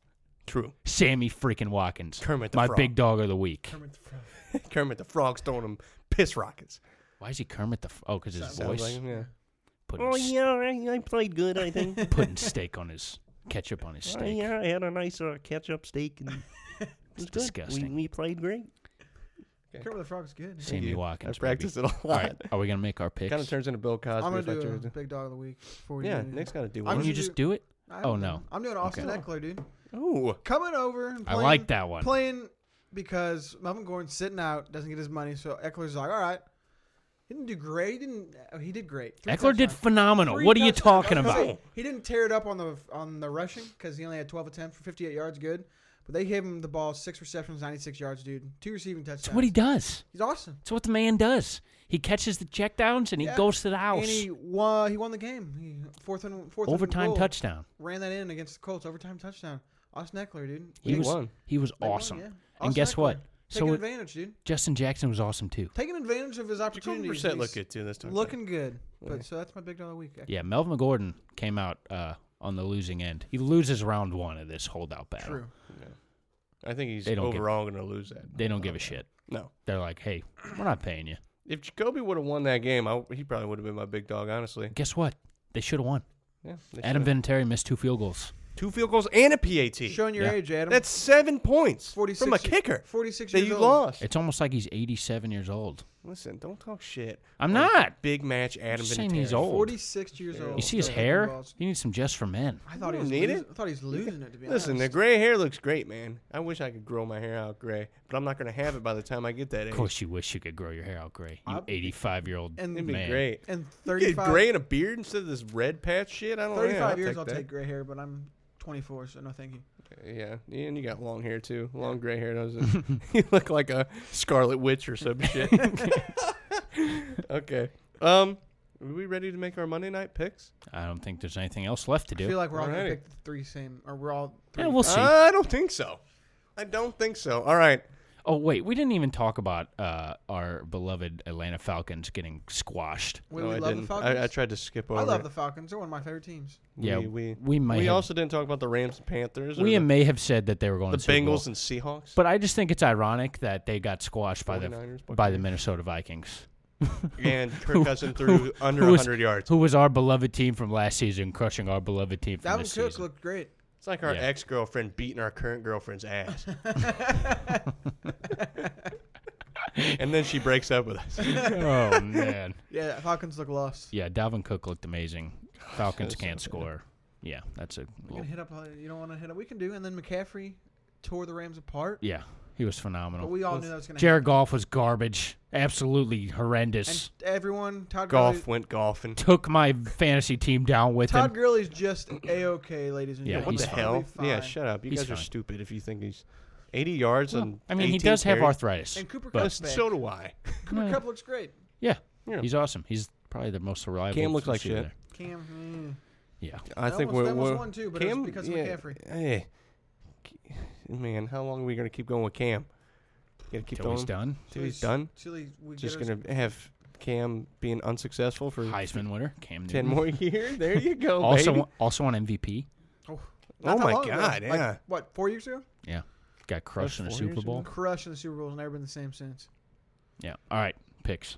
Speaker 2: True.
Speaker 3: Sammy freaking Watkins.
Speaker 2: Kermit the
Speaker 3: My
Speaker 2: Frog.
Speaker 3: big dog of the week.
Speaker 2: Kermit the Frog's throwing him piss rockets.
Speaker 3: Why is he Kermit the Frog? Oh, because his
Speaker 2: Sounds
Speaker 3: voice.
Speaker 2: like him, yeah.
Speaker 3: putting,
Speaker 7: Oh
Speaker 3: s-
Speaker 7: yeah, I, I played good. I think.
Speaker 3: putting steak on his. Ketchup on his
Speaker 7: Oh,
Speaker 3: steak.
Speaker 7: yeah, I had a nice uh, ketchup steak and it was good.
Speaker 3: disgusting.
Speaker 7: We, we played great.
Speaker 4: Kermit the Frog's good.
Speaker 3: Sammy
Speaker 2: you.
Speaker 3: Watkins.
Speaker 2: I practiced
Speaker 3: baby.
Speaker 2: it a
Speaker 3: All right.
Speaker 2: lot.
Speaker 3: Are we going to make our picks?
Speaker 2: Kind of turns into Bill Cosby.
Speaker 4: I'm gonna
Speaker 2: if I
Speaker 4: do
Speaker 2: turn
Speaker 4: a
Speaker 2: it-
Speaker 4: big dog of the week for we
Speaker 2: Yeah,
Speaker 4: do-
Speaker 2: Nick's got to do
Speaker 3: Didn't
Speaker 4: I'm
Speaker 2: one.
Speaker 3: you
Speaker 4: gonna
Speaker 3: just
Speaker 4: do-
Speaker 3: do it?
Speaker 4: I
Speaker 3: Oh,
Speaker 4: haven't
Speaker 3: no.
Speaker 4: done- I'm doing Austin
Speaker 3: Okay.
Speaker 4: Eckler, dude.
Speaker 2: Ooh,
Speaker 4: Coming over. And
Speaker 3: I
Speaker 4: playing-
Speaker 3: like that one.
Speaker 4: Playing because Melvin Gordon's sitting out, doesn't get his money, so Eckler's like, all right. He didn't do great. He didn't. oh, He did great. Three
Speaker 3: Eckler did
Speaker 4: touchdowns.
Speaker 3: phenomenal.
Speaker 4: Three
Speaker 3: what are you
Speaker 4: touchdowns.
Speaker 3: talking
Speaker 4: I was gonna
Speaker 3: about?
Speaker 4: say, He didn't tear it up on the on the rushing because he only had 12 attempts for 58 yards. Good, but they gave him the ball six receptions, 96 yards, dude. Two receiving touchdowns.
Speaker 3: It's what he does.
Speaker 4: He's awesome.
Speaker 3: It's what the man does. He catches the checkdowns and he
Speaker 4: Yeah.
Speaker 3: goes to the house.
Speaker 4: And he won. He won the game. He, fourth and fourth and
Speaker 3: Overtime
Speaker 4: goal.
Speaker 3: touchdown.
Speaker 4: Ran that in against the Colts. Overtime touchdown. Austin Eckler, dude.
Speaker 3: He
Speaker 2: They
Speaker 3: was
Speaker 2: won.
Speaker 3: he was
Speaker 4: They won,
Speaker 3: awesome.
Speaker 4: yeah. Austin
Speaker 3: And guess
Speaker 4: Eckler,
Speaker 3: what?
Speaker 4: Taking
Speaker 3: So it,
Speaker 4: advantage, dude.
Speaker 3: Justin Jackson was awesome too.
Speaker 4: Taking advantage of his opportunity.
Speaker 2: Percent look good too this time.
Speaker 4: Looking good. But so that's my big dollar week.
Speaker 3: Yeah, Melvin Gordon came out uh, on the losing end. He loses round one of this holdout battle.
Speaker 4: True.
Speaker 2: I think he's
Speaker 3: They don't get-
Speaker 2: overall going to lose that.
Speaker 3: They don't give a shit.
Speaker 2: No.
Speaker 3: They're like, hey, we're not paying you.
Speaker 2: If Jacoby would have won that game, I, he probably would have been my big dog. Honestly.
Speaker 3: Guess what? They should have won.
Speaker 2: Yeah. they
Speaker 3: Adam
Speaker 2: should've-
Speaker 3: Vinatieri missed two field goals.
Speaker 2: Two field goals and a PAT.
Speaker 4: Showing your
Speaker 3: Yeah.
Speaker 4: age, Adam.
Speaker 2: That's seven points
Speaker 4: 46
Speaker 2: from a kicker.
Speaker 4: 46
Speaker 2: that
Speaker 4: years
Speaker 2: you
Speaker 4: old.
Speaker 2: lost.
Speaker 3: It's almost like he's 87 years old.
Speaker 2: Listen, don't talk shit.
Speaker 3: I'm
Speaker 2: on
Speaker 3: not.
Speaker 2: Big match, Adam.
Speaker 3: just saying he's
Speaker 2: Vinatieri.
Speaker 3: old.
Speaker 4: 46 years old.
Speaker 3: You see his
Speaker 4: Still fucking
Speaker 3: hair?
Speaker 4: balls.
Speaker 3: He needs some just for men.
Speaker 4: I thought he
Speaker 2: You
Speaker 4: was
Speaker 2: don't need
Speaker 4: losing,
Speaker 2: it.
Speaker 4: I thought he was losing it to be
Speaker 2: Listen, the
Speaker 4: honest.
Speaker 2: gray hair looks great, man. I wish I could grow my hair out gray, but I'm not going to have it by the time I get that age.
Speaker 3: Of course, you wish you could grow your hair out gray. You
Speaker 4: I'd be-
Speaker 3: 85 year old
Speaker 4: and-
Speaker 3: man.
Speaker 2: It'd be great.
Speaker 4: and
Speaker 2: You get
Speaker 4: 35
Speaker 2: gray and a beard instead of this red patch shit. I don't. know.
Speaker 4: 35
Speaker 2: yeah, I'll
Speaker 4: years
Speaker 2: take
Speaker 4: I'll
Speaker 2: that.
Speaker 4: take gray hair, but I'm 24, so no thank you.
Speaker 2: Yeah, and you got long hair too, long gray hair. Doesn't you look like a Scarlet Witch or some shit? okay. Um, are we ready to make our Monday night picks?
Speaker 3: I don't think there's anything else left to
Speaker 4: I feel
Speaker 3: do.
Speaker 4: like we're all going
Speaker 2: Alrighty.
Speaker 4: to pick the three same or we're all three
Speaker 3: Yeah, we'll see.
Speaker 2: I don't think so. I don't think so. All right.
Speaker 3: Oh wait, we didn't even talk about uh, our beloved Atlanta Falcons getting squashed.
Speaker 4: we,
Speaker 2: No,
Speaker 4: we
Speaker 2: I
Speaker 4: love
Speaker 2: didn't.
Speaker 4: the Falcons.
Speaker 2: I, I tried to skip over.
Speaker 4: I love
Speaker 2: it.
Speaker 4: the Falcons. They're one of my favorite teams.
Speaker 3: yeah,
Speaker 2: we we,
Speaker 3: we may have-
Speaker 2: also didn't talk about the Rams and Panthers. or
Speaker 3: We
Speaker 2: the,
Speaker 3: may have said that they were going
Speaker 2: the
Speaker 3: to Super Bowl.
Speaker 2: Bengals and Seahawks.
Speaker 3: but I just think it's ironic that they got squashed by the
Speaker 2: 49ers,
Speaker 3: by the Minnesota Vikings.
Speaker 2: and Kirk Cousins threw under
Speaker 3: who was-
Speaker 2: 100 yards.
Speaker 3: Who was our beloved team from last season, crushing our beloved team from
Speaker 4: Dalvin Cook
Speaker 3: this season?
Speaker 4: looked great.
Speaker 2: It's like our
Speaker 3: Yeah.
Speaker 2: ex girlfriend beating our current girlfriend's ass. and then she breaks up with us.
Speaker 3: oh man,
Speaker 4: Yeah, Falcons look lost.
Speaker 3: yeah, Dalvin Cook looked amazing. Falcons can't score. Yeah, that's a
Speaker 4: We can
Speaker 3: little-
Speaker 4: hit up. uh, You don't want to hit up. We can do. And then McCaffrey tore the Rams apart.
Speaker 3: yeah. He was
Speaker 4: But
Speaker 3: phenomenal.
Speaker 4: we all knew that was going to happen.
Speaker 3: Jared Goff was garbage, absolutely horrendous.
Speaker 4: And everyone, Todd
Speaker 2: Golf
Speaker 4: Gurley,
Speaker 2: went golfing.
Speaker 3: took my fantasy team down with
Speaker 4: Todd
Speaker 3: him.
Speaker 4: Gurley's just a okay, ladies and
Speaker 3: Yeah,
Speaker 4: gentlemen.
Speaker 2: What
Speaker 3: he's
Speaker 2: the
Speaker 3: fine.
Speaker 2: hell?
Speaker 4: He'll be
Speaker 2: Yeah,
Speaker 4: fine.
Speaker 2: shut up. You
Speaker 3: He's
Speaker 2: guys are
Speaker 3: fine.
Speaker 2: stupid if you think he's 80 yards
Speaker 3: Well,
Speaker 2: and.
Speaker 3: I mean, he
Speaker 2: 18
Speaker 3: does have
Speaker 2: carries.
Speaker 3: arthritis.
Speaker 4: And Cooper
Speaker 3: but-
Speaker 4: Cup.
Speaker 2: Listen, So do I.
Speaker 4: Cooper Cup looks great.
Speaker 3: Yeah,
Speaker 2: Yeah.
Speaker 3: he's awesome. He's probably the most reliable.
Speaker 2: Cam looks like
Speaker 3: receiver
Speaker 2: shit.
Speaker 4: Cam.
Speaker 3: there. Yeah,
Speaker 2: I
Speaker 4: That
Speaker 2: think we're.
Speaker 4: almost- that almost
Speaker 2: we're-
Speaker 4: won too, but it was because of
Speaker 2: yeah,
Speaker 4: McCaffrey.
Speaker 2: Hey, man, how long are we going to keep going with Cam? Gonna keep
Speaker 3: till he's
Speaker 2: going
Speaker 3: done.
Speaker 2: Till he's done.
Speaker 4: Till he, we
Speaker 2: Just
Speaker 4: get us-
Speaker 2: going to have Cam being unsuccessful for
Speaker 3: Heisman winner Cam Newton.
Speaker 2: ten more years. There you go.
Speaker 3: also,
Speaker 2: baby.
Speaker 3: also on MVP.
Speaker 4: Oh,
Speaker 2: Oh
Speaker 4: not that
Speaker 2: my
Speaker 4: long ago.
Speaker 2: God,
Speaker 4: Like,
Speaker 2: yeah.
Speaker 4: what, four years ago?
Speaker 3: Yeah, got crushed in a
Speaker 2: four
Speaker 3: Super
Speaker 2: years
Speaker 3: Bowl.
Speaker 4: Crush in the Super Bowl has never been the same since.
Speaker 3: Yeah. All right, picks.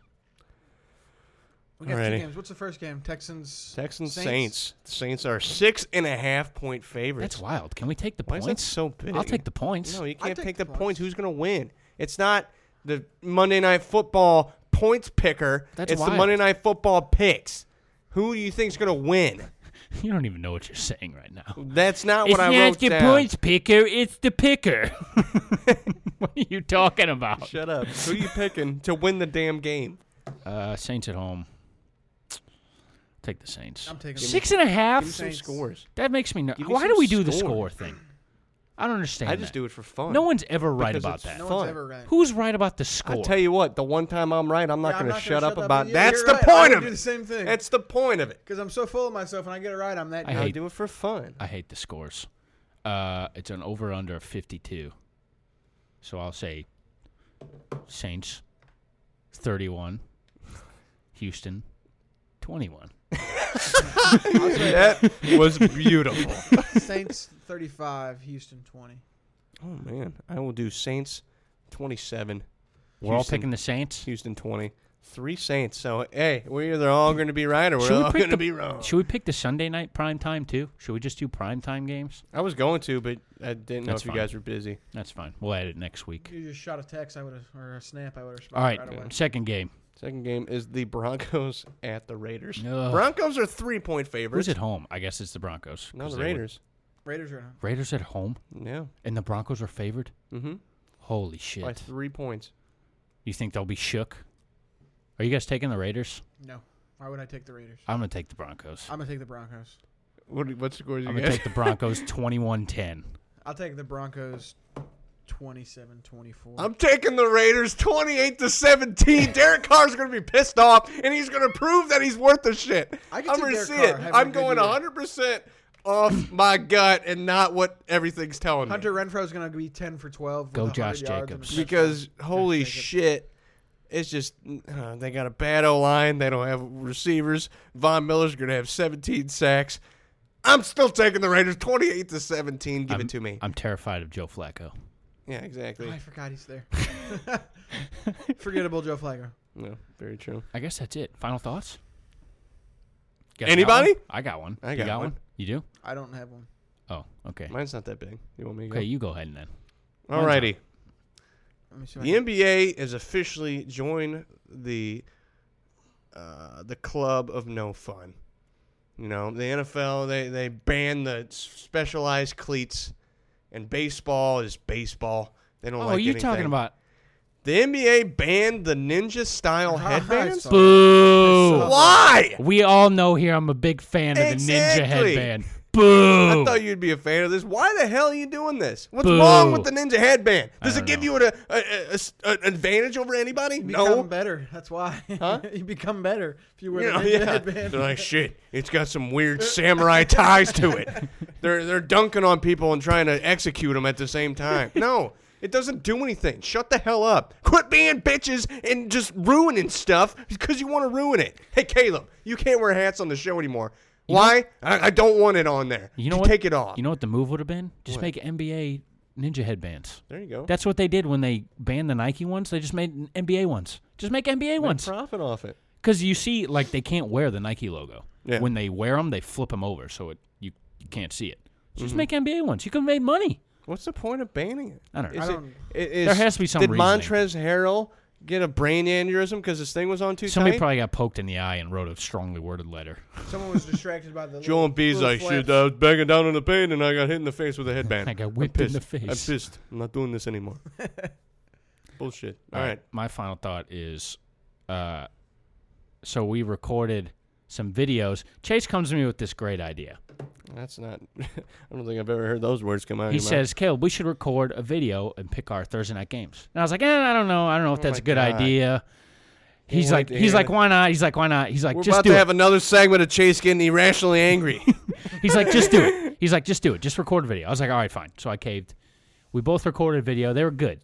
Speaker 4: We got two
Speaker 2: Alrighty.
Speaker 4: games. What's the first game? Texans.
Speaker 2: Texans Saints. The Saints are six and a half point favorites.
Speaker 3: That's wild. Can we take the
Speaker 2: Why is
Speaker 3: points?
Speaker 2: that so big?
Speaker 3: I'll take the points.
Speaker 2: No, you
Speaker 4: I
Speaker 2: can't
Speaker 4: take
Speaker 2: take,
Speaker 4: the
Speaker 2: the
Speaker 4: points.
Speaker 2: points. Who's going to win? It's not the Monday Night Football points picker.
Speaker 3: That's
Speaker 2: it's
Speaker 3: wild.
Speaker 2: the Monday Night Football picks. Who do you think's going to win?
Speaker 3: you don't even know what you're saying right now.
Speaker 2: That's not what I wrote down.
Speaker 3: picker. It's the picker. what are you talking about?
Speaker 2: Shut up. Who you picking to win the damn game?
Speaker 3: Uh, Saints at home. Take the Saints.
Speaker 4: I'm taking
Speaker 3: six and a half.
Speaker 2: Give me some
Speaker 4: Saints.
Speaker 2: scores.
Speaker 3: That makes me know.
Speaker 2: Give me
Speaker 3: Why
Speaker 2: some
Speaker 3: do we do the
Speaker 2: score.
Speaker 3: score thing? I don't understand.
Speaker 2: I just
Speaker 3: that.
Speaker 2: do it for fun.
Speaker 3: No one's ever right
Speaker 2: Because
Speaker 3: about
Speaker 2: it's
Speaker 3: that.
Speaker 4: No
Speaker 2: fun.
Speaker 4: one's ever ranked.
Speaker 3: Who's right about the
Speaker 2: I
Speaker 3: score?
Speaker 2: tell you what, the one time I'm right, I'm not
Speaker 4: Yeah, I'm
Speaker 2: going to
Speaker 4: not gonna
Speaker 2: shut up
Speaker 4: shut up,
Speaker 2: about.
Speaker 4: you're-
Speaker 2: That's
Speaker 4: you're
Speaker 2: the
Speaker 4: right. I
Speaker 2: point
Speaker 4: would
Speaker 2: of
Speaker 4: do
Speaker 2: it.
Speaker 4: the same thing.
Speaker 2: That's the point of it.
Speaker 4: Because I'm so full of myself, when I get it right, I'm that.
Speaker 3: I
Speaker 2: I,
Speaker 4: dumb.
Speaker 3: hate-
Speaker 2: do it for fun.
Speaker 3: I hate the scores. Uh, it's an over under of 52. So I'll say Saints 31, Houston 21.
Speaker 2: that was beautiful.
Speaker 4: Saints 35, Houston 20.
Speaker 2: Oh man, I will do Saints 27,
Speaker 3: We're all
Speaker 2: Houston.
Speaker 3: picking the Saints.
Speaker 2: Houston 20, three Saints. So hey, we're either all going to be right or we're all
Speaker 3: pick
Speaker 2: going to
Speaker 3: the-
Speaker 2: be wrong.
Speaker 3: Should we pick the Sunday night prime time too? Should we just do prime time games?
Speaker 2: I was going to, but I didn't know
Speaker 3: That's
Speaker 2: if you
Speaker 3: fine.
Speaker 2: guys were busy.
Speaker 3: That's fine. We'll add it next week.
Speaker 4: You just shot a text, I would have, or a snap, I would have.
Speaker 3: All right,
Speaker 4: away.
Speaker 3: second game.
Speaker 2: Second game is the Broncos at the Raiders.
Speaker 3: No.
Speaker 2: Broncos are three point favorites.
Speaker 3: Who's at home? I guess it's the Broncos.
Speaker 2: No,
Speaker 3: 'cause
Speaker 2: the
Speaker 3: they were-
Speaker 2: Raiders.
Speaker 4: Raiders are not.
Speaker 3: Raiders at home,
Speaker 2: Yeah.
Speaker 3: and the Broncos are favored.
Speaker 2: Mm-hmm.
Speaker 3: Holy
Speaker 2: By
Speaker 3: shit!
Speaker 2: three points.
Speaker 3: You think they'll be shook? Are you guys taking the Raiders?
Speaker 4: No. Why would I take the Raiders?
Speaker 3: I'm gonna take the Broncos.
Speaker 4: I'm going to take the Broncos.
Speaker 2: What what score do
Speaker 3: I'm gonna take the Broncos 21-10.
Speaker 4: I'll take the Broncos 27 24.
Speaker 2: I'm taking the Raiders 28 to 17. Derek Carr's going to be pissed off and he's going to prove that he's worth the shit.
Speaker 4: I can
Speaker 2: I'm
Speaker 4: see
Speaker 2: gonna
Speaker 4: Derek
Speaker 2: see
Speaker 4: Carr
Speaker 2: it.
Speaker 4: having a
Speaker 2: I'm
Speaker 4: good
Speaker 2: going
Speaker 4: year.
Speaker 2: 100% off my gut and not what everything's telling
Speaker 4: Hunter
Speaker 2: me.
Speaker 4: Renfro's going to be 10 for 12. with
Speaker 3: Go
Speaker 4: 100
Speaker 3: Josh
Speaker 4: yards and a
Speaker 3: Jacobs.
Speaker 2: Because holy
Speaker 4: Jacobs.
Speaker 2: shit, it's just uh, they got a bad O line. They don't have receivers. Von Miller's going to have 17 sacks. I'm still taking the Raiders 28 to 17. Give
Speaker 3: I'm-
Speaker 2: it to me.
Speaker 3: I'm terrified of Joe Flacco.
Speaker 2: yeah, exactly.
Speaker 4: touchdown. Oh, I forgot he's there. Forgettable Joe Flacco.
Speaker 2: No, very true.
Speaker 3: I guess that's it. Final thoughts? Guys got
Speaker 2: Anybody?
Speaker 3: one? I got one.
Speaker 2: I
Speaker 3: you
Speaker 2: got
Speaker 3: got one.
Speaker 2: one.
Speaker 3: You do?
Speaker 4: I don't have one.
Speaker 3: Oh, okay.
Speaker 2: Mine's not that big. You want me to go?
Speaker 3: Okay, you go ahead and then.
Speaker 2: Alrighty.
Speaker 4: Let me see. if I
Speaker 2: The
Speaker 4: can-
Speaker 2: NBA has officially joined the uh, the club of no fun. You know, the NFL they they ban the specialized cleats, and baseball is baseball. They don't
Speaker 3: Oh,
Speaker 2: like
Speaker 3: are you
Speaker 2: anything.
Speaker 3: talking about?
Speaker 2: the NBA banned the ninja style
Speaker 4: I
Speaker 2: headbands?
Speaker 4: saw that.
Speaker 3: Boo!
Speaker 2: Why?
Speaker 3: We all know here I'm a big fan of the ninja
Speaker 2: Exactly.
Speaker 3: headband. Boo!
Speaker 2: I thought you'd be a fan of this. Why the hell are you doing this? What's
Speaker 3: Boo.
Speaker 2: wrong with the ninja headband?
Speaker 3: I
Speaker 2: Does it
Speaker 3: don't
Speaker 2: give
Speaker 3: know.
Speaker 2: you an, a, a, a- a- an advantage over anybody?
Speaker 4: You
Speaker 2: no.
Speaker 4: become better. That's why. Huh? you become better if you wear
Speaker 2: You
Speaker 4: a
Speaker 2: know,
Speaker 4: ninja
Speaker 2: yeah.
Speaker 4: headband.
Speaker 2: They're like, shit, it's got some weird samurai ties to it. They're they're dunking on people and trying to execute them at the same time. No, it doesn't do anything. Shut the hell up. Quit being bitches and just ruining stuff because you want to ruin it. Hey, Caleb, you can't wear hats on the show anymore. Why? I, I don't want it on there.
Speaker 3: You know
Speaker 2: Just
Speaker 3: what?
Speaker 2: Take it off.
Speaker 3: You know what the move would have been? Just make NBA ninja headbands.
Speaker 2: there you go.
Speaker 3: That's what they did when they banned the Nike ones. They just made NBA ones. Just make NBA
Speaker 2: Make
Speaker 3: ones.
Speaker 2: profit off it.
Speaker 3: Because you see, like they can't wear the Nike logo.
Speaker 2: Yeah.
Speaker 3: When they wear them, they flip them over, so it you, you can't see it. So
Speaker 2: Mm-hmm.
Speaker 3: Just make NBA ones. You can make money.
Speaker 2: What's the point of banning it?
Speaker 3: I don't know.
Speaker 2: Is
Speaker 4: I
Speaker 2: it-
Speaker 4: don't-
Speaker 2: i- is-
Speaker 3: There has to be some
Speaker 2: Did
Speaker 3: reasoning.
Speaker 2: Montrez Harrell get a brain aneurysm because his thing was on too
Speaker 3: Somebody
Speaker 2: tight?
Speaker 3: probably got poked in the eye and wrote a strongly worded letter.
Speaker 4: Someone was distracted by the.
Speaker 2: Joel
Speaker 4: little-
Speaker 2: B's
Speaker 4: little
Speaker 2: like, shit,
Speaker 4: flaps.
Speaker 2: I was banging down in the pain and I got hit in the face with a headband.
Speaker 3: I got
Speaker 2: I'm
Speaker 3: whipped in the
Speaker 2: pissed.
Speaker 3: face."
Speaker 2: I'm pissed. I'm not doing this anymore. Bullshit. All right.
Speaker 3: My final thought is, uh, so we recorded some videos. Chase comes to me with this great idea.
Speaker 2: That's not, I don't think I've ever heard those words come out of
Speaker 3: He
Speaker 2: your mouth.
Speaker 3: says, Caleb, we should record a video and pick our Thursday night games. And I was like, eh, I don't know. I don't know if that's
Speaker 2: Oh my
Speaker 3: a good
Speaker 2: God.
Speaker 3: idea. He's
Speaker 2: wanted
Speaker 3: like,
Speaker 2: to
Speaker 3: he's
Speaker 2: hear
Speaker 3: like,
Speaker 2: it.
Speaker 3: why not? He's like, why not? He's like,
Speaker 2: We're
Speaker 3: just
Speaker 2: about
Speaker 3: do
Speaker 2: to
Speaker 3: it.
Speaker 2: have another segment of Chase getting irrationally angry.
Speaker 3: He's like, just do it. He's like, just do it. Just record a video. I was like, all right, fine. So I caved. We both recorded a video. They were good.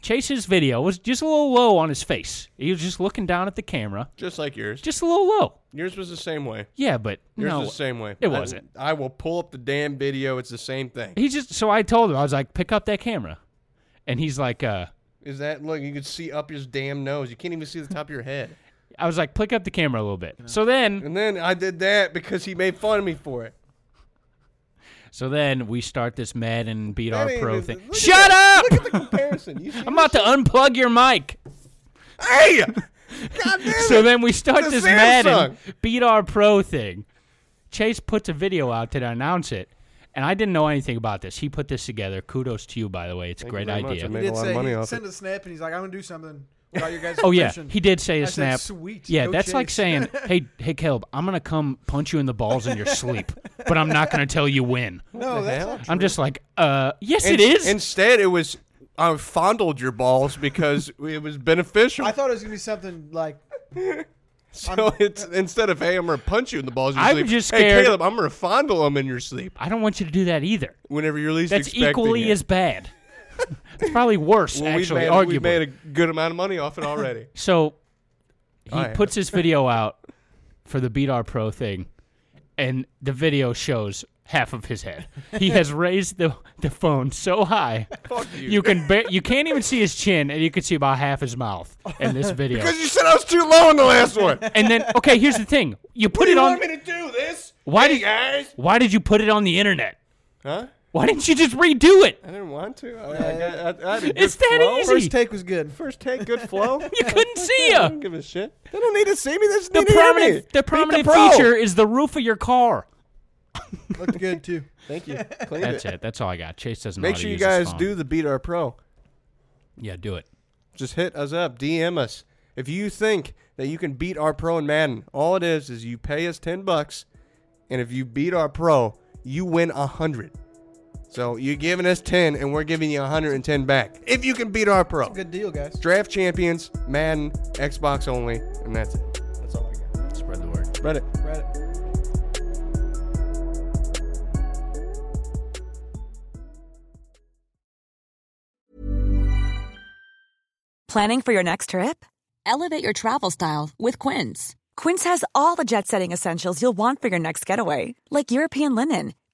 Speaker 3: Chase's video was just a little low on his face. He was just looking down at the camera,
Speaker 2: Just like yours.
Speaker 3: just a little low.
Speaker 2: yours was the same way.
Speaker 3: Yeah, but
Speaker 2: Yours
Speaker 3: no,
Speaker 2: was the same way.
Speaker 3: It
Speaker 2: I-
Speaker 3: wasn't.
Speaker 2: I will pull up the damn video. It's the same thing.
Speaker 3: He just so I told him I was like, pick up that camera, and he's like, uh,
Speaker 2: Is that look? You can see up his damn nose. You can't even see the top of your head.
Speaker 3: I was like, pick up the camera a little bit. So then,
Speaker 2: And then I did that because he made fun of me for it.
Speaker 3: so then we start this Madden beat
Speaker 2: That
Speaker 3: our
Speaker 2: ain't
Speaker 3: pro
Speaker 2: even-
Speaker 3: thing.
Speaker 2: look at
Speaker 3: Shut
Speaker 2: that.
Speaker 3: up!
Speaker 2: Look at the comparison. You see
Speaker 3: I'm about to unplug your mic.
Speaker 2: this? Hey! God damn it!
Speaker 3: So then we start
Speaker 2: The
Speaker 3: this Madden
Speaker 2: Samsung.
Speaker 3: beat our pro thing. Chase puts a video out to announce it, and I didn't know anything about this. He put this together. Kudos to you, by the way. It's a
Speaker 2: Thank you
Speaker 3: great
Speaker 2: very much. I
Speaker 3: idea.
Speaker 2: made
Speaker 4: He
Speaker 2: a
Speaker 4: did
Speaker 2: lot
Speaker 4: say
Speaker 2: of money
Speaker 4: he
Speaker 2: off
Speaker 4: sent
Speaker 2: it.
Speaker 4: a snap and he's like, "I'm gonna do something without your guys."
Speaker 3: Oh yeah,
Speaker 4: permission."
Speaker 3: he did say a
Speaker 4: I said,
Speaker 3: snap.
Speaker 4: Sweet.
Speaker 3: Yeah,
Speaker 4: Go
Speaker 3: that's like
Speaker 4: Chase."
Speaker 3: saying, "Hey, hey, Caleb, I'm gonna come punch you in the balls in your sleep, but I'm not gonna tell you when."
Speaker 4: no, that's not
Speaker 3: I'm just like, "Uh, yes,
Speaker 2: And-
Speaker 3: it is."
Speaker 2: Instead, it was I fondled your balls because it was beneficial.
Speaker 4: I thought it was gonna be something like
Speaker 2: so it's instead of hey, I'm gonna punch you in the balls. in your
Speaker 3: I'm
Speaker 2: sleep,
Speaker 3: just
Speaker 2: Hey,
Speaker 3: scared-
Speaker 2: Caleb, I'm gonna fondle them in your sleep
Speaker 3: I don't want you to do that either.
Speaker 2: whenever you're least
Speaker 3: That's
Speaker 2: expecting
Speaker 3: equally
Speaker 2: it.
Speaker 3: as bad. it's probably worse,
Speaker 2: Well,
Speaker 3: actually.
Speaker 2: we've made,
Speaker 3: arguably,
Speaker 2: we've made a good amount of money off it already.
Speaker 3: So he
Speaker 2: I am.
Speaker 3: puts his video out for the Beat Our Pro thing, and the video shows half of his head. He has raised the, the phone so high
Speaker 2: Fuck you.
Speaker 3: you can ba- you can't even see his chin, and you can see about half his mouth in this video.
Speaker 2: Because you said I was too low in the last one. Put
Speaker 3: and then okay, here's the thing: you put it on.
Speaker 2: to do this?
Speaker 3: Why
Speaker 2: Hey,
Speaker 3: did why did you put it on the internet?
Speaker 2: Huh?
Speaker 3: Why didn't you just redo it?
Speaker 2: I didn't want to. Oh, I, I, got, I, I had a good
Speaker 3: It's that
Speaker 2: flow.
Speaker 3: easy.
Speaker 4: first take was good.
Speaker 2: First take, good flow.
Speaker 3: You couldn't
Speaker 2: I
Speaker 3: see ya.
Speaker 2: don't give a shit. They don't need to see me. They just
Speaker 3: The
Speaker 2: need to hear me.
Speaker 3: prominent the
Speaker 2: Beat
Speaker 3: prominent
Speaker 2: pro.
Speaker 3: feature is the roof of your car.
Speaker 4: Looked good too.
Speaker 2: Thank you. Cleaned
Speaker 3: That's
Speaker 2: it.
Speaker 3: it. That's all I got. Chase doesn't. know
Speaker 2: Make
Speaker 3: how
Speaker 2: sure
Speaker 3: to
Speaker 2: you
Speaker 3: use his
Speaker 2: guys
Speaker 3: phone.
Speaker 2: do the Beat Our Pro.
Speaker 3: Yeah, do it.
Speaker 2: Just hit us up. DM us. If you think that you can beat our pro in Madden, all it is is you pay us 10 bucks, and if you beat our pro, you win 100. So you're giving us 10, and we're giving you 110 back. If you can beat our pro.
Speaker 4: Good deal, guys.
Speaker 2: Draft Champions, Madden, Xbox only, and that's it. That's all I got.
Speaker 3: Spread the word.
Speaker 2: Read it.
Speaker 4: Read it.
Speaker 5: Planning for your next trip? Elevate your travel style with Quince. Quince has all the jet setting essentials you'll want for your next getaway, like European linen,